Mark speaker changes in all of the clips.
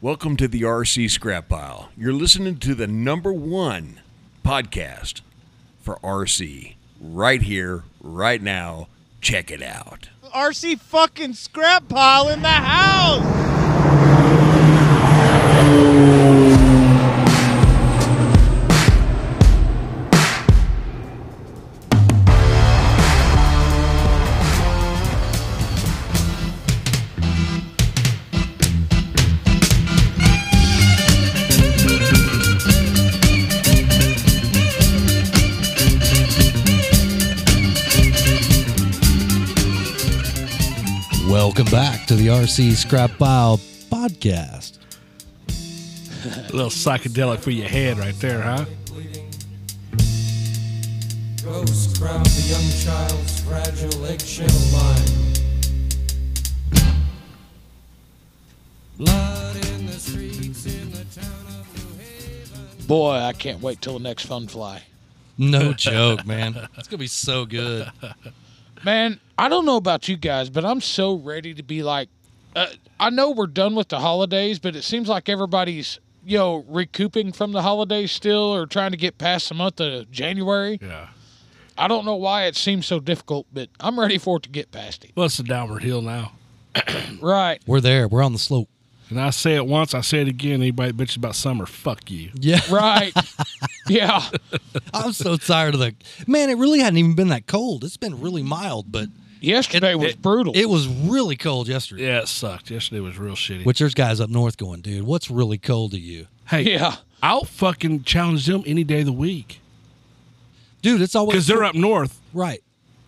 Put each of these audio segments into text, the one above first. Speaker 1: Welcome to the RC Scrap Pile. You're listening to the number one podcast for RC right here, right now. Check it out.
Speaker 2: RC fucking scrap pile in the house.
Speaker 3: Welcome back to the RC Scrap Pile podcast.
Speaker 4: A little psychedelic for your head right there, huh?
Speaker 5: Ghosts crowd the young child's fragile eggshell mind. Blood in the streets in the town of New Haven.
Speaker 6: Boy, I can't wait till the next Fun Fly.
Speaker 3: No joke, man. It's going to be so good.
Speaker 6: Man, I don't know about you guys, but I'm so ready to be like, uh, I know we're done with the holidays, but it seems like everybody's, you know, recouping from the holidays still or trying to get past the month of January.
Speaker 4: Yeah.
Speaker 6: I don't know why it seems so difficult, but I'm ready for it to get past it.
Speaker 4: Well, it's a downward hill now.
Speaker 6: Right.
Speaker 3: We're there. We're on the slope.
Speaker 4: And I say it once, I say it again. Anybody bitches about summer, fuck you.
Speaker 3: Yeah.
Speaker 6: Right. yeah.
Speaker 3: I'm so tired of the. Man, it really hadn't even been that cold. It's been really mild, but
Speaker 6: Yesterday was brutal.
Speaker 3: it was really cold yesterday.
Speaker 4: Yeah, it sucked. Yesterday was real shitty.
Speaker 3: Which there's guys up north going, dude, what's really cold to you?
Speaker 4: hey,
Speaker 6: yeah.
Speaker 4: I'll fucking challenge them any day of the week
Speaker 3: Dude, it's always.
Speaker 4: because they're up north.
Speaker 3: Right.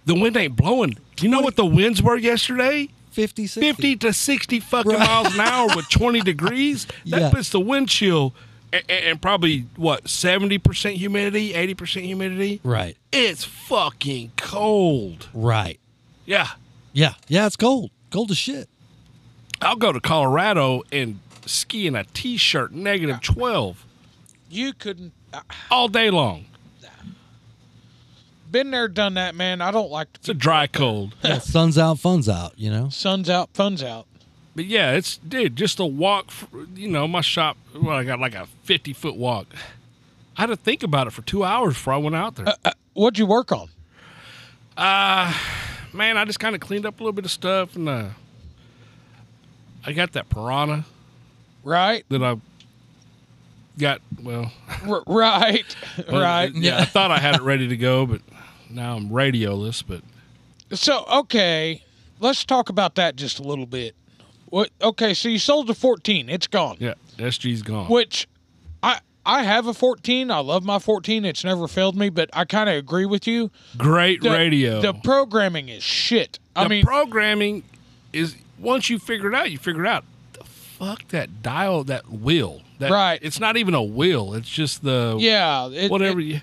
Speaker 4: The wind ain't blowing. You know what the winds were yesterday?
Speaker 3: 50, 60.
Speaker 4: 50 to 60 fucking
Speaker 3: Right.
Speaker 4: miles an hour with 20 degrees. That
Speaker 3: Yeah.
Speaker 4: puts the wind chill and, and probably, what, 70% humidity, 80% humidity?
Speaker 3: Right.
Speaker 4: It's fucking cold.
Speaker 3: Right.
Speaker 4: Yeah.
Speaker 3: Yeah. Yeah, it's cold. Cold as shit.
Speaker 4: I'll go to Colorado and ski in a t-shirt negative 12
Speaker 6: You couldn't. I-
Speaker 4: all day long.
Speaker 6: Been there, done that, man. I don't like
Speaker 4: It's a dry cold.
Speaker 3: Yeah, sun's out, fun's out, you know?
Speaker 6: sun's out, fun's out.
Speaker 4: But yeah, it's dude, just a walk, fr- you know, my shop, well, I got like a 50-foot walk. I had to think about it for 2 hours before I went out
Speaker 6: Uh,
Speaker 4: there.
Speaker 6: What'd you work on?
Speaker 4: Man, I just kind of cleaned up a little bit of stuff and uh I got that piranha
Speaker 6: Right.
Speaker 4: that I got, well, uh,
Speaker 6: R- right. right.
Speaker 4: yeah, I thought I had it ready to go, but now I'm radioless, but
Speaker 6: So okay, let's talk about that just a little bit. What? Okay, so you sold the 14. It's gone.
Speaker 4: yeah, SG's gone.
Speaker 6: Which, I I have a 14. I love my 14. It's never failed me. But I kind of agree with you.
Speaker 4: Great
Speaker 6: The-
Speaker 4: radio.
Speaker 6: The programming is shit. I
Speaker 4: the
Speaker 6: mean,
Speaker 4: programming is once you figure it out, you figure it out. The fuck that dial, that wheel. That,
Speaker 6: Right.
Speaker 4: It's not even a wheel. It's just the
Speaker 6: yeah. It,
Speaker 4: whatever.
Speaker 6: it-
Speaker 4: you,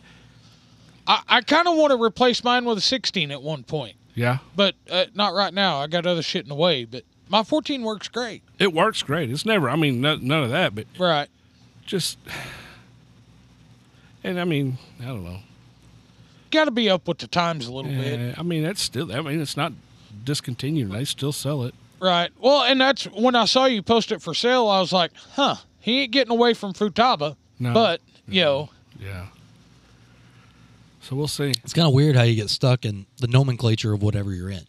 Speaker 6: I I kind of want to replace mine with a 16 at one point,
Speaker 4: yeah.
Speaker 6: but uh, not right now. I got other shit in the way. But my 14 works great.
Speaker 4: It works great. It's never. I mean, no, none of that. But
Speaker 6: Right.
Speaker 4: just. And I mean, I don't know.
Speaker 6: Got to be up with the times a little bit.
Speaker 4: Eh, I mean, that's still. I mean, it's not discontinued. They still sell it.
Speaker 6: Right. Well, and that's when I saw you post it for sale. I was like, huh, he ain't getting away from Futaba.
Speaker 4: No.
Speaker 6: But, yo,
Speaker 4: Yeah. So we'll see.
Speaker 3: It's kind of weird how you get stuck in the nomenclature of whatever you're in.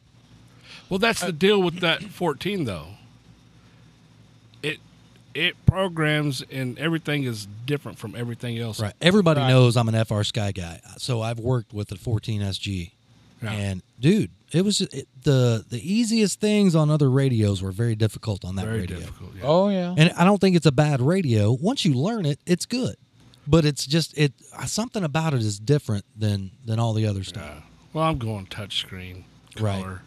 Speaker 4: Well, that's the deal with that 14 though. It it programs and everything is different from everything else.
Speaker 3: Right. Everybody
Speaker 6: Right.
Speaker 3: knows I'm an FR Sky guy, so I've worked with the 14SG,
Speaker 4: Yeah.
Speaker 3: and dude, it was it, the the easiest things on other radios were very difficult on that
Speaker 4: Very
Speaker 3: radio.
Speaker 4: difficult. Yeah.
Speaker 6: oh, yeah.
Speaker 3: And I don't think it's a bad radio. Once you learn it, it's good, but it's just it uh, something about it is different than than all the other stuff.
Speaker 4: Well, I'm going touchscreen
Speaker 3: Right.
Speaker 4: color.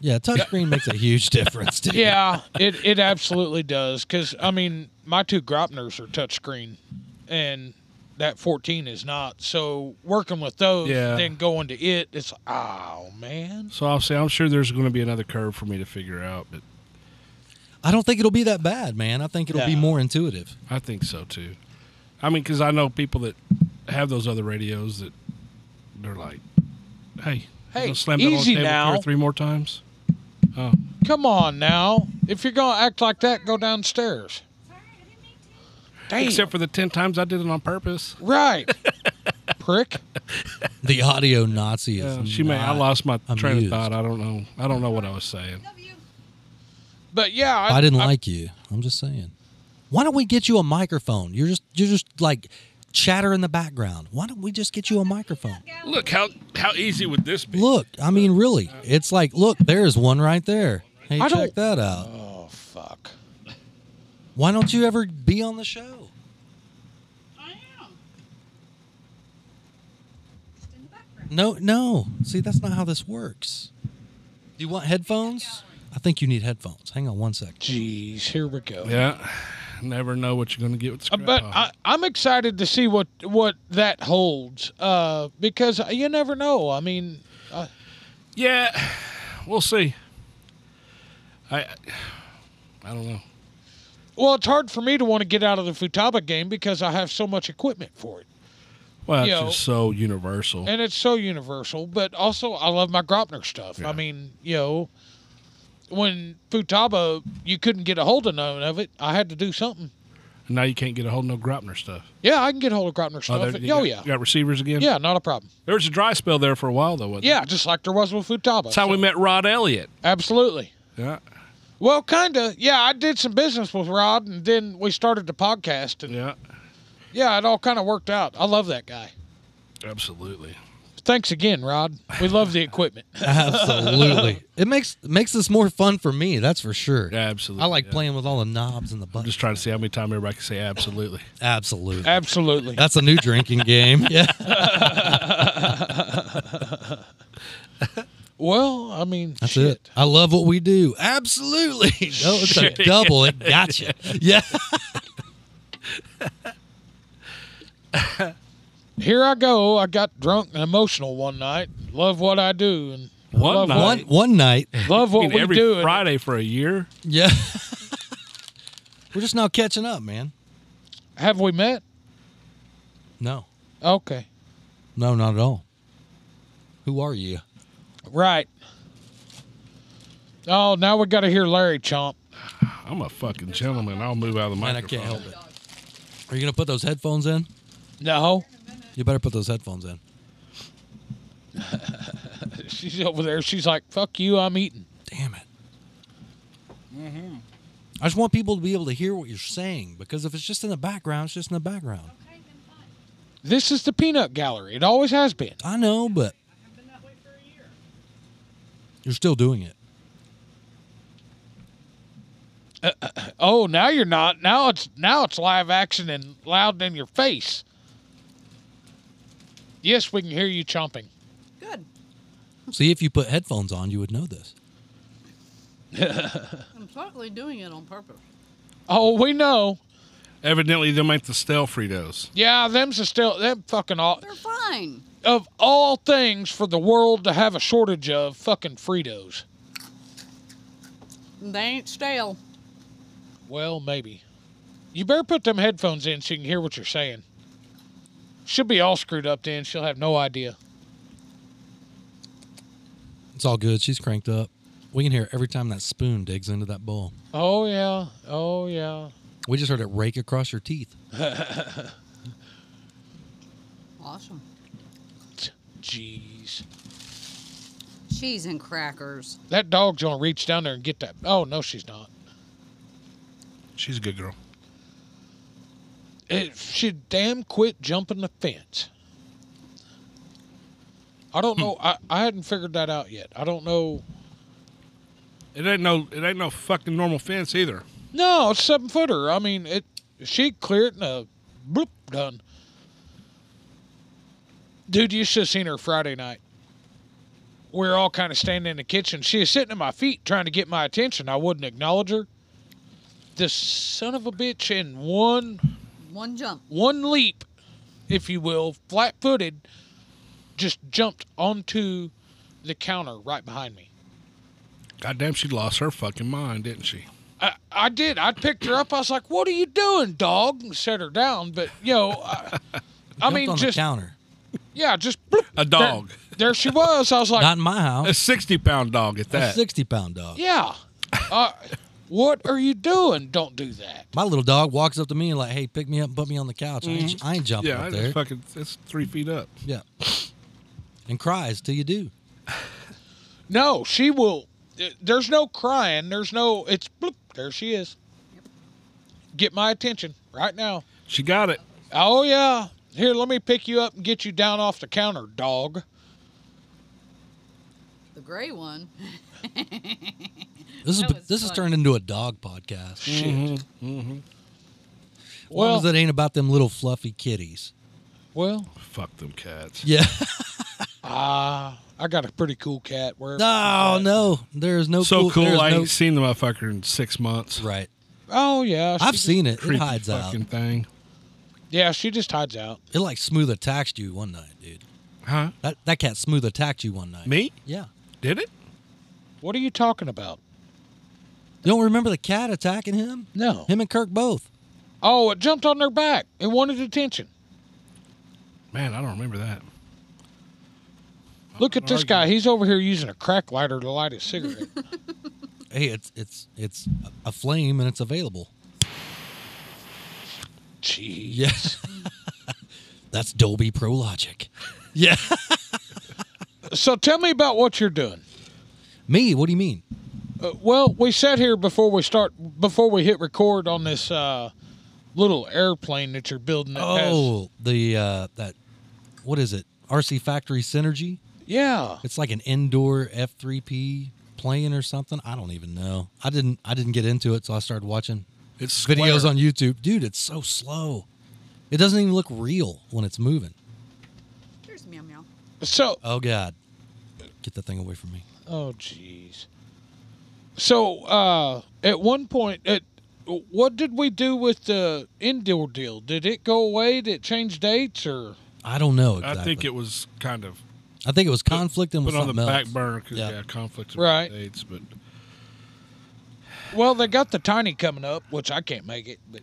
Speaker 3: Yeah, touchscreen makes a huge difference. Dude.
Speaker 6: yeah, it, it absolutely does. Because, I mean, my two Gropners are touchscreen, and that 14 is not. So, working with those,
Speaker 4: Yeah.
Speaker 6: then going to it, it's, oh, man.
Speaker 4: So I'll say I'm sure there's going to be another curve for me to figure out, but
Speaker 3: I don't think it'll be that bad, man. I think it'll be
Speaker 6: No.
Speaker 3: more intuitive.
Speaker 4: I think so too. I mean, because I know people that have those other radios that they're like, "Hey,
Speaker 6: Hey,
Speaker 4: gonna slam that on the
Speaker 6: easy
Speaker 4: table two
Speaker 6: now.
Speaker 4: or three more times."
Speaker 6: Come on now. If you're going to act like that, go downstairs.
Speaker 7: Sorry, I didn't mean
Speaker 6: Damn.
Speaker 4: Except for the 10 times I did it on purpose.
Speaker 6: right. Prick.
Speaker 3: The audio Nazi is.
Speaker 4: Yeah, she may. I
Speaker 3: not
Speaker 4: lost my train of
Speaker 3: amused.
Speaker 4: thought. I don't know. I don't know what I was saying.
Speaker 6: But yeah,
Speaker 3: I didn't like you. I'm just saying. Why don't we get you a microphone? You're just you're just like chatter in the background. Why don't we just get you a microphone?
Speaker 4: Look how how easy would this be?
Speaker 3: Look, I mean, really, it's like look, there's one right there. Hey,
Speaker 6: I
Speaker 3: check
Speaker 6: don't-
Speaker 3: that out.
Speaker 6: Oh fuck.
Speaker 3: Why don't you ever be on the show? No, no. See, that's not how this works. Do you want headphones? I think you need headphones. Hang on one second.
Speaker 6: Jeez, here we go.
Speaker 4: Yeah. Never know what you're gonna get with the
Speaker 6: Uh,
Speaker 4: scrap
Speaker 6: But
Speaker 4: pile.
Speaker 6: I, I'm excited to see what what that holds, uh, because you never know. I mean, uh,
Speaker 4: yeah, we'll see. I I don't know.
Speaker 6: well, it's hard for me to want to get out of the Futaba game because I have so much equipment for it,
Speaker 4: Well, it's
Speaker 6: Yo.
Speaker 4: just so universal.
Speaker 6: and it's so universal. But also, I love my Gropner stuff. I mean, you know, when Futaba, you couldn't get a hold of none of it. I had to do something.
Speaker 4: now you can't get a hold of no Gropner stuff.
Speaker 6: Yeah, I can get a hold of Gropner stuff.
Speaker 4: there-
Speaker 6: Oh,
Speaker 4: you got,
Speaker 6: yeah,
Speaker 4: You got receivers again.
Speaker 6: yeah, not a problem.
Speaker 4: There was a dry spell there for a while though. Wasn't there?
Speaker 6: Yeah, just like there was with Futaba.
Speaker 4: That's how we met Rod Elliott.
Speaker 6: Absolutely.
Speaker 4: Yeah.
Speaker 6: Well, kinda. Yeah, I did some business with Rod, and then we started the podcast, and yeah,
Speaker 4: Yeah.
Speaker 6: it all kind of worked out. I love that guy.
Speaker 4: Absolutely.
Speaker 6: Thanks again, Rod. We love the equipment.
Speaker 3: Absolutely. it makes makes this more fun for me. That's for sure.
Speaker 4: Yeah, absolutely.
Speaker 3: I like
Speaker 4: yeah.
Speaker 3: playing with all the knobs and the
Speaker 4: I'm
Speaker 3: buttons.
Speaker 4: just trying to see how many times everybody can say absolutely.
Speaker 3: Absolutely.
Speaker 6: Absolutely.
Speaker 3: That's a new drinking game. Yeah.
Speaker 6: Well, I mean,
Speaker 3: That's
Speaker 6: shit.
Speaker 3: it. I love what we do. Absolutely. No, it's a
Speaker 4: Shit.
Speaker 3: double. It gotcha. Yeah.
Speaker 6: Here I go. I got drunk and emotional one night. Love what I do, and
Speaker 4: One
Speaker 6: love
Speaker 4: night?
Speaker 3: One one night.
Speaker 6: What, love what
Speaker 4: I mean,
Speaker 6: we
Speaker 4: every
Speaker 6: do. and-
Speaker 4: Friday for a year.
Speaker 3: Yeah. We're just now catching up, man.
Speaker 6: Have we met?
Speaker 3: No.
Speaker 6: Okay.
Speaker 3: No, not at all. Who are you?
Speaker 6: Right. Oh, now we got to hear Larry chomp.
Speaker 4: I'm a fucking gentleman. I'll move out of the
Speaker 3: Man,
Speaker 4: microphone.
Speaker 3: I can't help it. Are you gonna put those headphones in?
Speaker 6: No,
Speaker 3: You better put those headphones in.
Speaker 6: she's over there. She's like, "Fuck you, I'm eating."
Speaker 3: Damn it. I just want people to be able to hear what you're saying because if it's just in the background, it's just in the background.
Speaker 6: This is the peanut gallery. It always has been.
Speaker 3: I know, but you're still doing it.
Speaker 6: Oh, now you're not. Now it's now it's live action and loud and in your face. Yes, we can hear you chomping.
Speaker 7: Good.
Speaker 3: See, if you put headphones on, you would know this.
Speaker 7: I'm totally doing it on purpose.
Speaker 6: Oh, we know.
Speaker 4: Evidently, they make the stale Fritos.
Speaker 6: Yeah, them's a still them fucking all
Speaker 7: They're fine.
Speaker 6: of all things for the world to have a shortage of fucking Fritos.
Speaker 7: They ain't stale.
Speaker 6: Well, maybe. You better put them headphones in so you can hear what you're saying. She'll be all screwed up then. She'll have no idea.
Speaker 3: It's all good. She's cranked up. We can hear it every time that spoon digs into that bowl.
Speaker 6: Oh yeah. Oh yeah.
Speaker 3: We just heard it rake across your teeth.
Speaker 7: Awesome.
Speaker 6: Jeez.
Speaker 7: Cheese and crackers.
Speaker 6: That dog's gonna reach down there and get that. Oh no, she's not.
Speaker 4: She's a good girl.
Speaker 6: It, she damn quit jumping the fence. I don't know. I, I hadn't figured that out yet. I don't know.
Speaker 4: It ain't no, it ain't no fucking normal fence either.
Speaker 6: No, it's seven footer. I mean, it. She cleared it and a bloop done. Dude, you should have seen her Friday night. We were all kind of standing in the kitchen. She is sitting at my feet trying to get my attention. I wouldn't acknowledge her. This son of a bitch in one
Speaker 7: One jump.
Speaker 6: one leap, if you will, flat footed, just jumped onto the counter right behind me.
Speaker 4: Goddamn, she lost her fucking mind, didn't she?
Speaker 6: I, I did. I picked her up. I was like, "What are you doing, dog?" And set her down. But you know, I, I
Speaker 3: Dumped
Speaker 6: mean,
Speaker 3: on
Speaker 6: just
Speaker 3: the counter.
Speaker 6: yeah, just bloop,
Speaker 4: A dog,
Speaker 6: there she was. I was like,
Speaker 3: Not in my house.
Speaker 4: a sixty pound dog at
Speaker 3: A
Speaker 4: that.
Speaker 3: sixty pound dog.
Speaker 6: yeah. Uh, What are you doing? Don't do that.
Speaker 3: My little dog walks up to me and like, hey, pick me up, and put me on the couch. I, ain't, I ain't jumping
Speaker 4: Yeah,
Speaker 3: up
Speaker 4: I
Speaker 3: there.
Speaker 4: just fucking. It's three feet up.
Speaker 3: Yeah. And cries till you do.
Speaker 6: No, she will. There's no crying. There's no. It's bloop. There she is. Get my attention right now.
Speaker 4: She got it.
Speaker 6: Oh yeah. Here, let me pick you up and get you down off the counter, dog.
Speaker 7: The gray one.
Speaker 3: This is
Speaker 7: That was
Speaker 3: this has
Speaker 7: fun.
Speaker 3: turned into a dog podcast.
Speaker 6: Shit.
Speaker 3: Mm-hmm. Well,
Speaker 6: Well,
Speaker 3: that ain't about them little fluffy kitties.
Speaker 6: well,
Speaker 4: Fuck them cats.
Speaker 3: Yeah.
Speaker 6: ah, I got a pretty cool cat. Where?
Speaker 3: no, no. There is no
Speaker 4: so cool.
Speaker 3: there is
Speaker 4: I
Speaker 3: no-
Speaker 4: ain't seen the motherfucker in six months.
Speaker 3: Right.
Speaker 6: Oh yeah. she
Speaker 3: I've
Speaker 6: just-
Speaker 3: seen it. It
Speaker 4: Creepy
Speaker 3: hides out.
Speaker 4: fucking thing.
Speaker 6: Yeah, she just hides out.
Speaker 3: It like smooth attacked you one night, dude.
Speaker 4: Huh?
Speaker 3: That that cat smooth attacked you one night.
Speaker 4: Me?
Speaker 3: Yeah.
Speaker 4: Did it?
Speaker 6: What are you talking about?
Speaker 3: You don't remember the cat attacking him?
Speaker 6: No.
Speaker 3: Him and Kirk both.
Speaker 6: Oh, it jumped on their back. It wanted attention.
Speaker 4: Man, I don't remember that.
Speaker 6: Look at this guy. He's over here using a crack lighter to light his cigarette.
Speaker 3: Hey, it's it's it's a flame and it's available.
Speaker 6: Gee.
Speaker 3: Yes. That's Dolby Pro Logic. Yeah.
Speaker 6: So tell me about what you're doing.
Speaker 3: Me, what do you mean?
Speaker 6: Uh, well, we sat here before we start before we hit record on this uh, little airplane that you're building. That has-
Speaker 3: Oh, the uh that what is it? RC Factory Synergy?
Speaker 6: yeah.
Speaker 3: It's like an indoor F3P plane or something. I don't even know. I didn't I didn't get into it, so I started watching
Speaker 4: It's square.
Speaker 3: videos on YouTube. Dude, it's so slow. It doesn't even look real when it's moving.
Speaker 7: Here's meow meow.
Speaker 6: So
Speaker 3: Oh god. Get that thing away from me.
Speaker 6: oh jeez. So uh, at one point, at what did we do with the indoor deal? Did it go away? Did it change dates or?
Speaker 3: I don't know
Speaker 4: I
Speaker 3: exactly.
Speaker 4: think it was kind of
Speaker 3: I think it was conflicting
Speaker 4: put
Speaker 3: with
Speaker 4: on the
Speaker 3: something
Speaker 4: back
Speaker 3: else.
Speaker 4: burner because
Speaker 3: Yeah.
Speaker 4: yeah. conflict with
Speaker 6: Right.
Speaker 4: dates, but
Speaker 6: Well, they got the tiny coming up, which I can't make it. But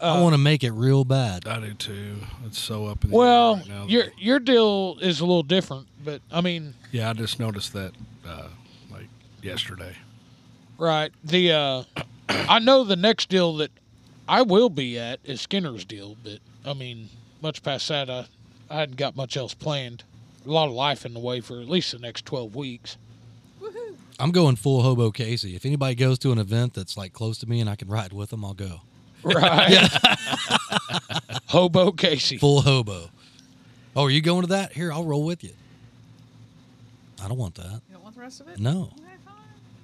Speaker 3: I want to make it real bad.
Speaker 4: I do too. It's so up in the air
Speaker 6: well,
Speaker 4: right now.
Speaker 6: your your deal is a little different. But I mean,
Speaker 4: yeah, I just noticed that uh, like yesterday.
Speaker 6: Right. The uh I know the next deal that I will be at is Skinner's deal, but I mean, much past that I I hadn't got much else planned. A lot of life in the way for at least the next twelve weeks.
Speaker 3: I'm going full hobo Casey. If anybody goes to an event that's like close to me and I can ride with them, I'll go.
Speaker 6: Right. Hobo Casey.
Speaker 3: Full hobo. Oh, are you going to that? Here, I'll roll with you. I don't want that.
Speaker 7: You don't want the rest of it?
Speaker 3: No.
Speaker 7: Okay, fine.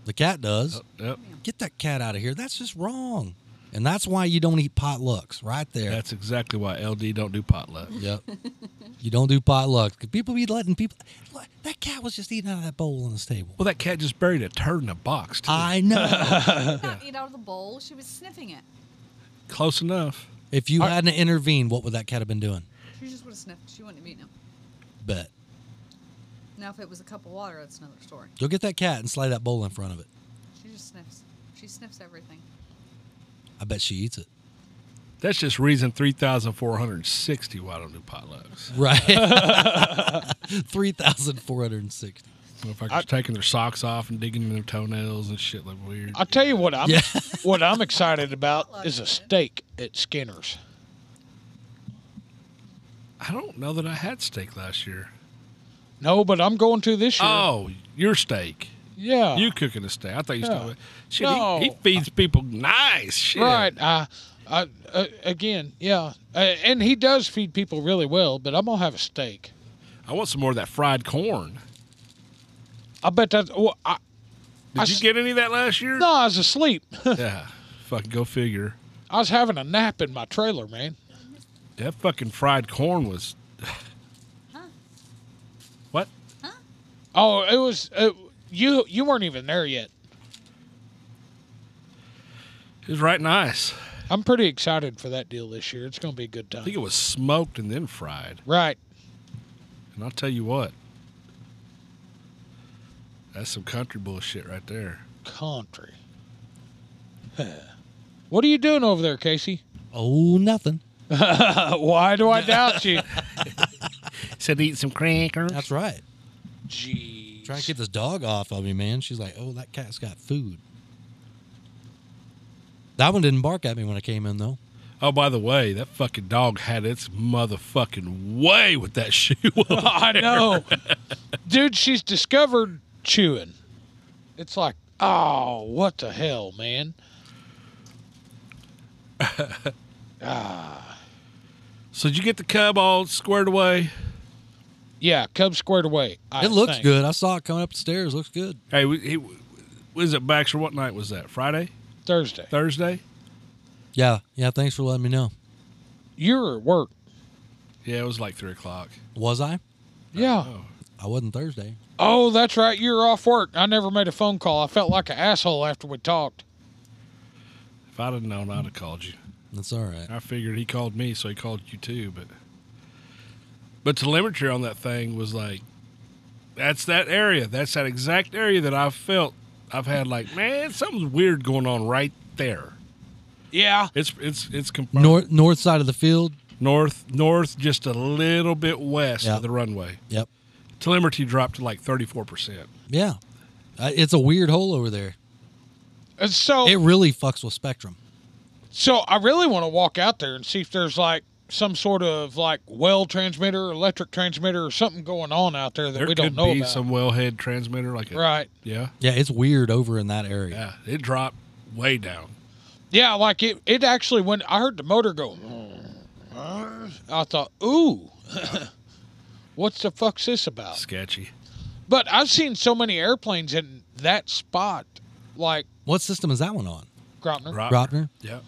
Speaker 3: The cat does.
Speaker 4: Yep,
Speaker 3: Get that cat out of here. That's just wrong. And that's why you don't eat potlucks right there.
Speaker 4: that's exactly why LD don't do potluck.
Speaker 3: Yep. you don't do potlucks. 'Cause People be letting people. Look, That cat was just eating out of that bowl on this table.
Speaker 4: Well, that cat just buried a turd in a box. Too.
Speaker 3: I know.
Speaker 7: She did not eat out of the bowl. She was sniffing it.
Speaker 4: Close enough.
Speaker 3: if you hadn't intervened, what would that cat have been doing?
Speaker 7: She just would have sniffed. She wouldn't have eaten it.
Speaker 3: Bet.
Speaker 7: Now, if it was a cup of water, that's another story.
Speaker 3: Go get that cat and slide that bowl in front of it.
Speaker 7: She just sniffs. She sniffs everything.
Speaker 3: I bet she eats it.
Speaker 4: That's just reason three thousand four hundred sixty why I don't do potlucks.
Speaker 3: Right. 3,460.
Speaker 4: Motherfuckers taking their socks off and digging in their toenails and shit like weird.
Speaker 6: I tell you what I'm
Speaker 3: Yeah.
Speaker 6: what I'm excited about is a steak at Skinner's.
Speaker 4: I don't know that I had steak last year.
Speaker 6: No, but I'm going to this year.
Speaker 4: Oh, your steak.
Speaker 6: yeah.
Speaker 4: You cooking a steak. I thought you was
Speaker 6: Oh. Yeah.
Speaker 4: talking about shit.
Speaker 6: No.
Speaker 4: He, he feeds people nice shit.
Speaker 6: Right. I, I, uh, again, yeah. Uh, and he does feed people really well, but I'm going to have a steak.
Speaker 4: I want some more of that fried corn.
Speaker 6: I bet that. Well, I,
Speaker 4: Did
Speaker 6: I
Speaker 4: you
Speaker 6: s-
Speaker 4: get any of that last year?
Speaker 6: no, I was asleep.
Speaker 4: Yeah. Fucking go figure.
Speaker 6: I was having a nap in my trailer, man.
Speaker 4: That fucking fried corn was. What?
Speaker 6: Oh, it was. Uh, you you weren't even there yet.
Speaker 4: It was right nice.
Speaker 6: I'm pretty excited for that deal this year. It's going to be a good
Speaker 4: I think
Speaker 6: time.
Speaker 4: it was smoked and then fried.
Speaker 6: Right.
Speaker 4: And I'll tell you what. That's some country bullshit right there.
Speaker 6: Country. what are you doing over there, Casey?
Speaker 3: Oh, nothing.
Speaker 6: Why do I doubt you?
Speaker 4: Said eat some crackers.
Speaker 3: That's right.
Speaker 6: Jeez.
Speaker 3: Trying to keep this dog off of me, man. She's like, oh, that cat's got food. That one didn't bark at me when I came in though.
Speaker 4: Oh, by the way, that fucking dog had its motherfucking way with that shoe.
Speaker 6: I know. Dude, she's discovered chewing. It's like, oh, what the hell, man?
Speaker 4: So did you get the cub all squared away?
Speaker 6: Yeah, Cubs squared away. I
Speaker 3: It looks
Speaker 6: think.
Speaker 3: good. I saw it coming up the stairs. Looks good.
Speaker 4: Hey, we, he, was it Baxter? What night was that? Friday,
Speaker 6: Thursday.
Speaker 4: Thursday?
Speaker 3: Yeah, yeah. Thanks for letting me know.
Speaker 6: You were at work.
Speaker 4: Yeah, it was like three o'clock.
Speaker 3: Was I?
Speaker 6: Yeah.
Speaker 3: Oh. I wasn't Thursday.
Speaker 6: Oh, that's right. You were off work. I never made a phone call. I felt like an asshole after we talked.
Speaker 4: If I'd have known, I'd have called you.
Speaker 3: That's all right.
Speaker 4: I figured he called me, so he called you too. But but telemetry on that thing was like, that's that area. That's that exact area that I felt. I've had like, man, something's weird going on right there.
Speaker 6: Yeah.
Speaker 4: It's it's it's confirmed.
Speaker 3: North north side of the field.
Speaker 4: north north, just a little bit west
Speaker 3: Yeah.
Speaker 4: of the runway.
Speaker 3: Yep.
Speaker 4: Telemetry dropped to like thirty four percent.
Speaker 3: Yeah. Uh, it's a weird hole over there.
Speaker 6: And
Speaker 4: Oh.
Speaker 6: so,
Speaker 3: It really fucks with spectrum.
Speaker 6: so I really want to walk out there and see if there's like some sort of like well transmitter, electric transmitter, or something going on out there that
Speaker 4: There
Speaker 6: we don't
Speaker 4: could
Speaker 6: know
Speaker 4: be
Speaker 6: about.
Speaker 4: some wellhead transmitter, like a,
Speaker 6: Right.
Speaker 4: Yeah,
Speaker 3: Yeah, it's weird over in that area.
Speaker 4: yeah. It dropped way down.
Speaker 6: Yeah, like it. It actually went. I heard the motor go. I thought, ooh, what's the fuck's this about?
Speaker 4: Sketchy.
Speaker 6: But I've seen so many airplanes in that spot, like
Speaker 3: What system is that one on?
Speaker 6: Grotner.
Speaker 4: Right.
Speaker 3: Robner?
Speaker 4: Yeah.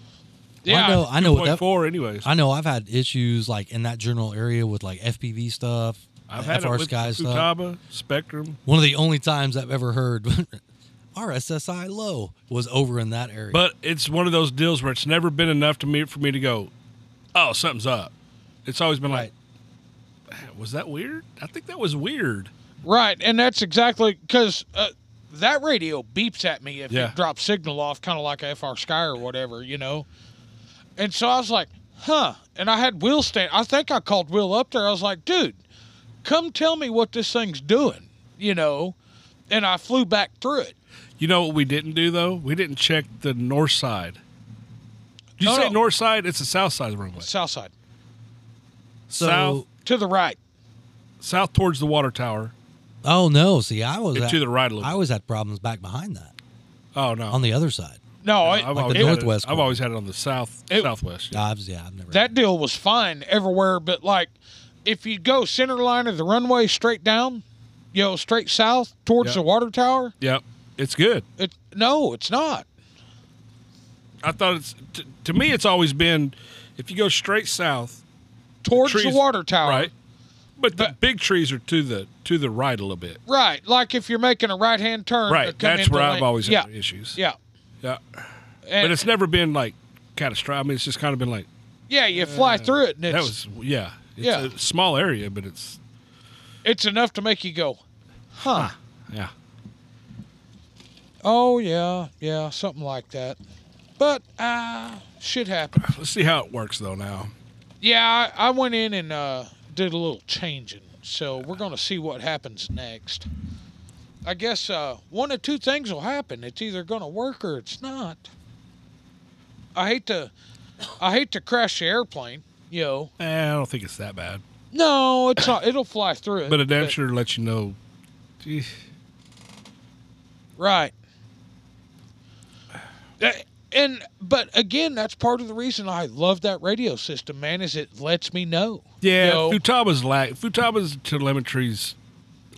Speaker 6: Yeah,
Speaker 3: I know. I know what
Speaker 4: Point
Speaker 3: that.
Speaker 4: four, anyways.
Speaker 3: I know I've had issues like in that general area with like FPV stuff,
Speaker 4: I've
Speaker 3: FR
Speaker 4: had it with
Speaker 3: Sky stuff.
Speaker 4: Futaba, Spectrum.
Speaker 3: One of the only times I've ever heard RSSI low was over in that area.
Speaker 4: But it's one of those deals where it's never been enough to me for me to go, oh, something's up. It's always been like, was that weird? I think that was weird.
Speaker 6: Right, and that's exactly because uh, that radio beeps at me if
Speaker 4: Yeah.
Speaker 6: it drops signal off, kind of like a FR Sky or whatever, you know. And so I was like, huh. And I had Will stand. I think I called Will up there. I was like, dude, come tell me what this thing's doing, you know. And I flew back through it.
Speaker 4: You know what we didn't do though? We didn't check the north side. Did you
Speaker 6: No,
Speaker 4: say
Speaker 6: no.
Speaker 4: north side? It's the south side of the runway.
Speaker 6: South side
Speaker 3: so,
Speaker 4: South.
Speaker 6: to the right.
Speaker 4: South towards the water tower.
Speaker 3: oh no, see, I was
Speaker 4: And
Speaker 3: at,
Speaker 4: to the right a little
Speaker 3: I
Speaker 4: bit.
Speaker 3: always had problems back behind that
Speaker 4: Oh no.
Speaker 3: on the other side.
Speaker 6: No,
Speaker 4: No,
Speaker 6: it-
Speaker 4: I've
Speaker 3: the
Speaker 4: always had it-
Speaker 3: northwest
Speaker 4: I've
Speaker 3: corner.
Speaker 4: always had it on the south
Speaker 6: It-
Speaker 4: southwest.
Speaker 3: I was, yeah, I've never.
Speaker 6: that deal was fine everywhere, but like if you go center line of the runway straight down, you know, straight south towards
Speaker 4: Yeah.
Speaker 6: the water tower.
Speaker 4: Yep. It's good.
Speaker 6: It, no, it's not.
Speaker 4: I thought it's to, to me it's always been if you go straight south
Speaker 6: Towards the,
Speaker 4: trees-
Speaker 6: water tower.
Speaker 4: right? But the
Speaker 6: But-
Speaker 4: big trees are to the to the right a little bit.
Speaker 6: Right. Like if you're making a right hand turn. to
Speaker 4: Right.
Speaker 6: come
Speaker 4: That's
Speaker 6: into
Speaker 4: where I've
Speaker 6: lane.
Speaker 4: always
Speaker 6: yeah.
Speaker 4: had issues.
Speaker 6: Yeah.
Speaker 4: Yeah.
Speaker 6: And,
Speaker 4: But it's never been like catastrophic. I mean, it's just kind of been like
Speaker 6: yeah, you fly through it and it's,
Speaker 4: that was yeah. It's
Speaker 6: Yeah.
Speaker 4: a small area, but it's
Speaker 6: it's enough to make you go, huh.
Speaker 4: yeah.
Speaker 6: Oh, yeah. Yeah. Something like that. But, uh, shit happened.
Speaker 4: Let's see how it works though now.
Speaker 6: Yeah, I, I went in and uh, did a little changing, so we're gonna see what happens next. I guess uh, one of two things will happen. It's either gonna work or it's not. I hate to, I hate to crash the airplane. You know,
Speaker 4: Eh, I don't think it's that bad.
Speaker 6: no, it's not. It'll fly through it.
Speaker 4: But it damn sure lets you know eh,
Speaker 6: Right. Uh, And but again, that's part of the reason I love that radio system, man. Is it lets me know.
Speaker 4: Yeah,
Speaker 6: You know?
Speaker 4: Futaba's lack Futaba's telemetry's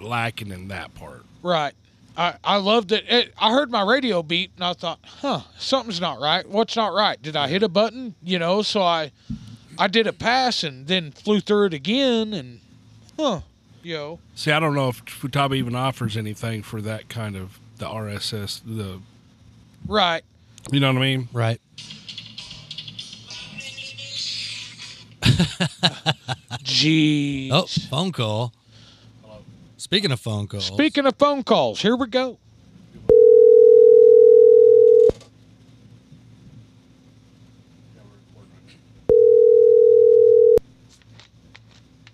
Speaker 4: lacking in that part.
Speaker 6: Right. I, I loved it. it. I heard my radio beep and I thought, huh, something's not right. What's not right? Did I hit a button? You know, so I I did a pass and then flew through it again and huh, you know.
Speaker 4: See, I don't know if Futaba even offers anything for that kind of the RSS. The
Speaker 6: Right.
Speaker 4: you know what I mean?
Speaker 3: Right.
Speaker 6: Jeez.
Speaker 3: Oh, phone call. Speaking of phone calls,
Speaker 6: Speaking of phone calls, here we go.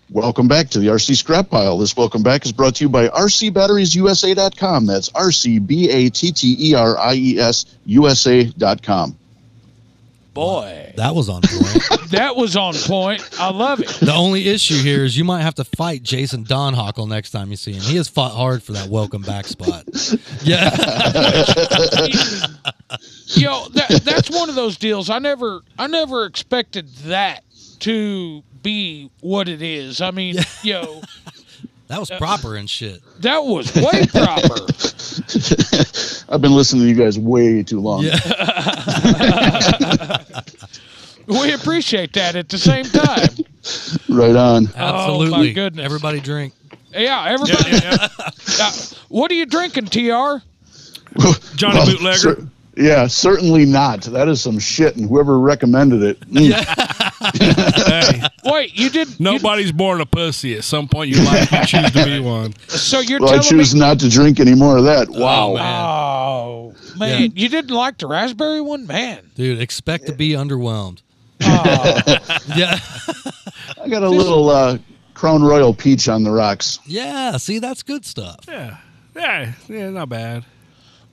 Speaker 8: Welcome back to the RC Scrap Pile. This welcome back is brought to you by RCBatteriesUSA.com. That's R C B A T T E R I E S USA.com.
Speaker 6: boy.
Speaker 3: That was on point.
Speaker 6: That was on point. I love it.
Speaker 3: the only issue here is you might have to fight Jason Don Hockle next time you see him. He has fought hard for that welcome back spot. Yeah.
Speaker 6: Yo, that, that's one of those deals. I never, I never expected that to be what it is. I mean, yo,
Speaker 3: That was proper and shit.
Speaker 6: that was way proper.
Speaker 8: I've been listening to you guys way too long.
Speaker 3: Yeah.
Speaker 6: We appreciate that at the same time.
Speaker 8: Right on.
Speaker 4: Oh,
Speaker 3: Absolutely.
Speaker 6: goodness.
Speaker 3: Everybody drink.
Speaker 6: Yeah, everybody. Uh, what are you drinking, TR?
Speaker 4: Johnny
Speaker 8: Well,
Speaker 4: Bootlegger.
Speaker 8: cer- yeah, certainly not. That is some shit, and whoever recommended it. mm.
Speaker 4: Hey,
Speaker 6: Wait, you did not
Speaker 4: nobody's born a pussy. At some point in your life, you choose to be one.
Speaker 6: so you're
Speaker 8: Well, I
Speaker 6: telling
Speaker 8: choose
Speaker 6: me?
Speaker 8: not to drink any more of that. Wow.
Speaker 6: Oh man,
Speaker 3: Yeah.
Speaker 6: you didn't like the raspberry one, man.
Speaker 3: Dude, expect to be underwhelmed. yeah.
Speaker 8: I got a little uh, Crown Royal peach on the rocks.
Speaker 3: Yeah. See, that's good stuff.
Speaker 4: Yeah, yeah, yeah, not bad.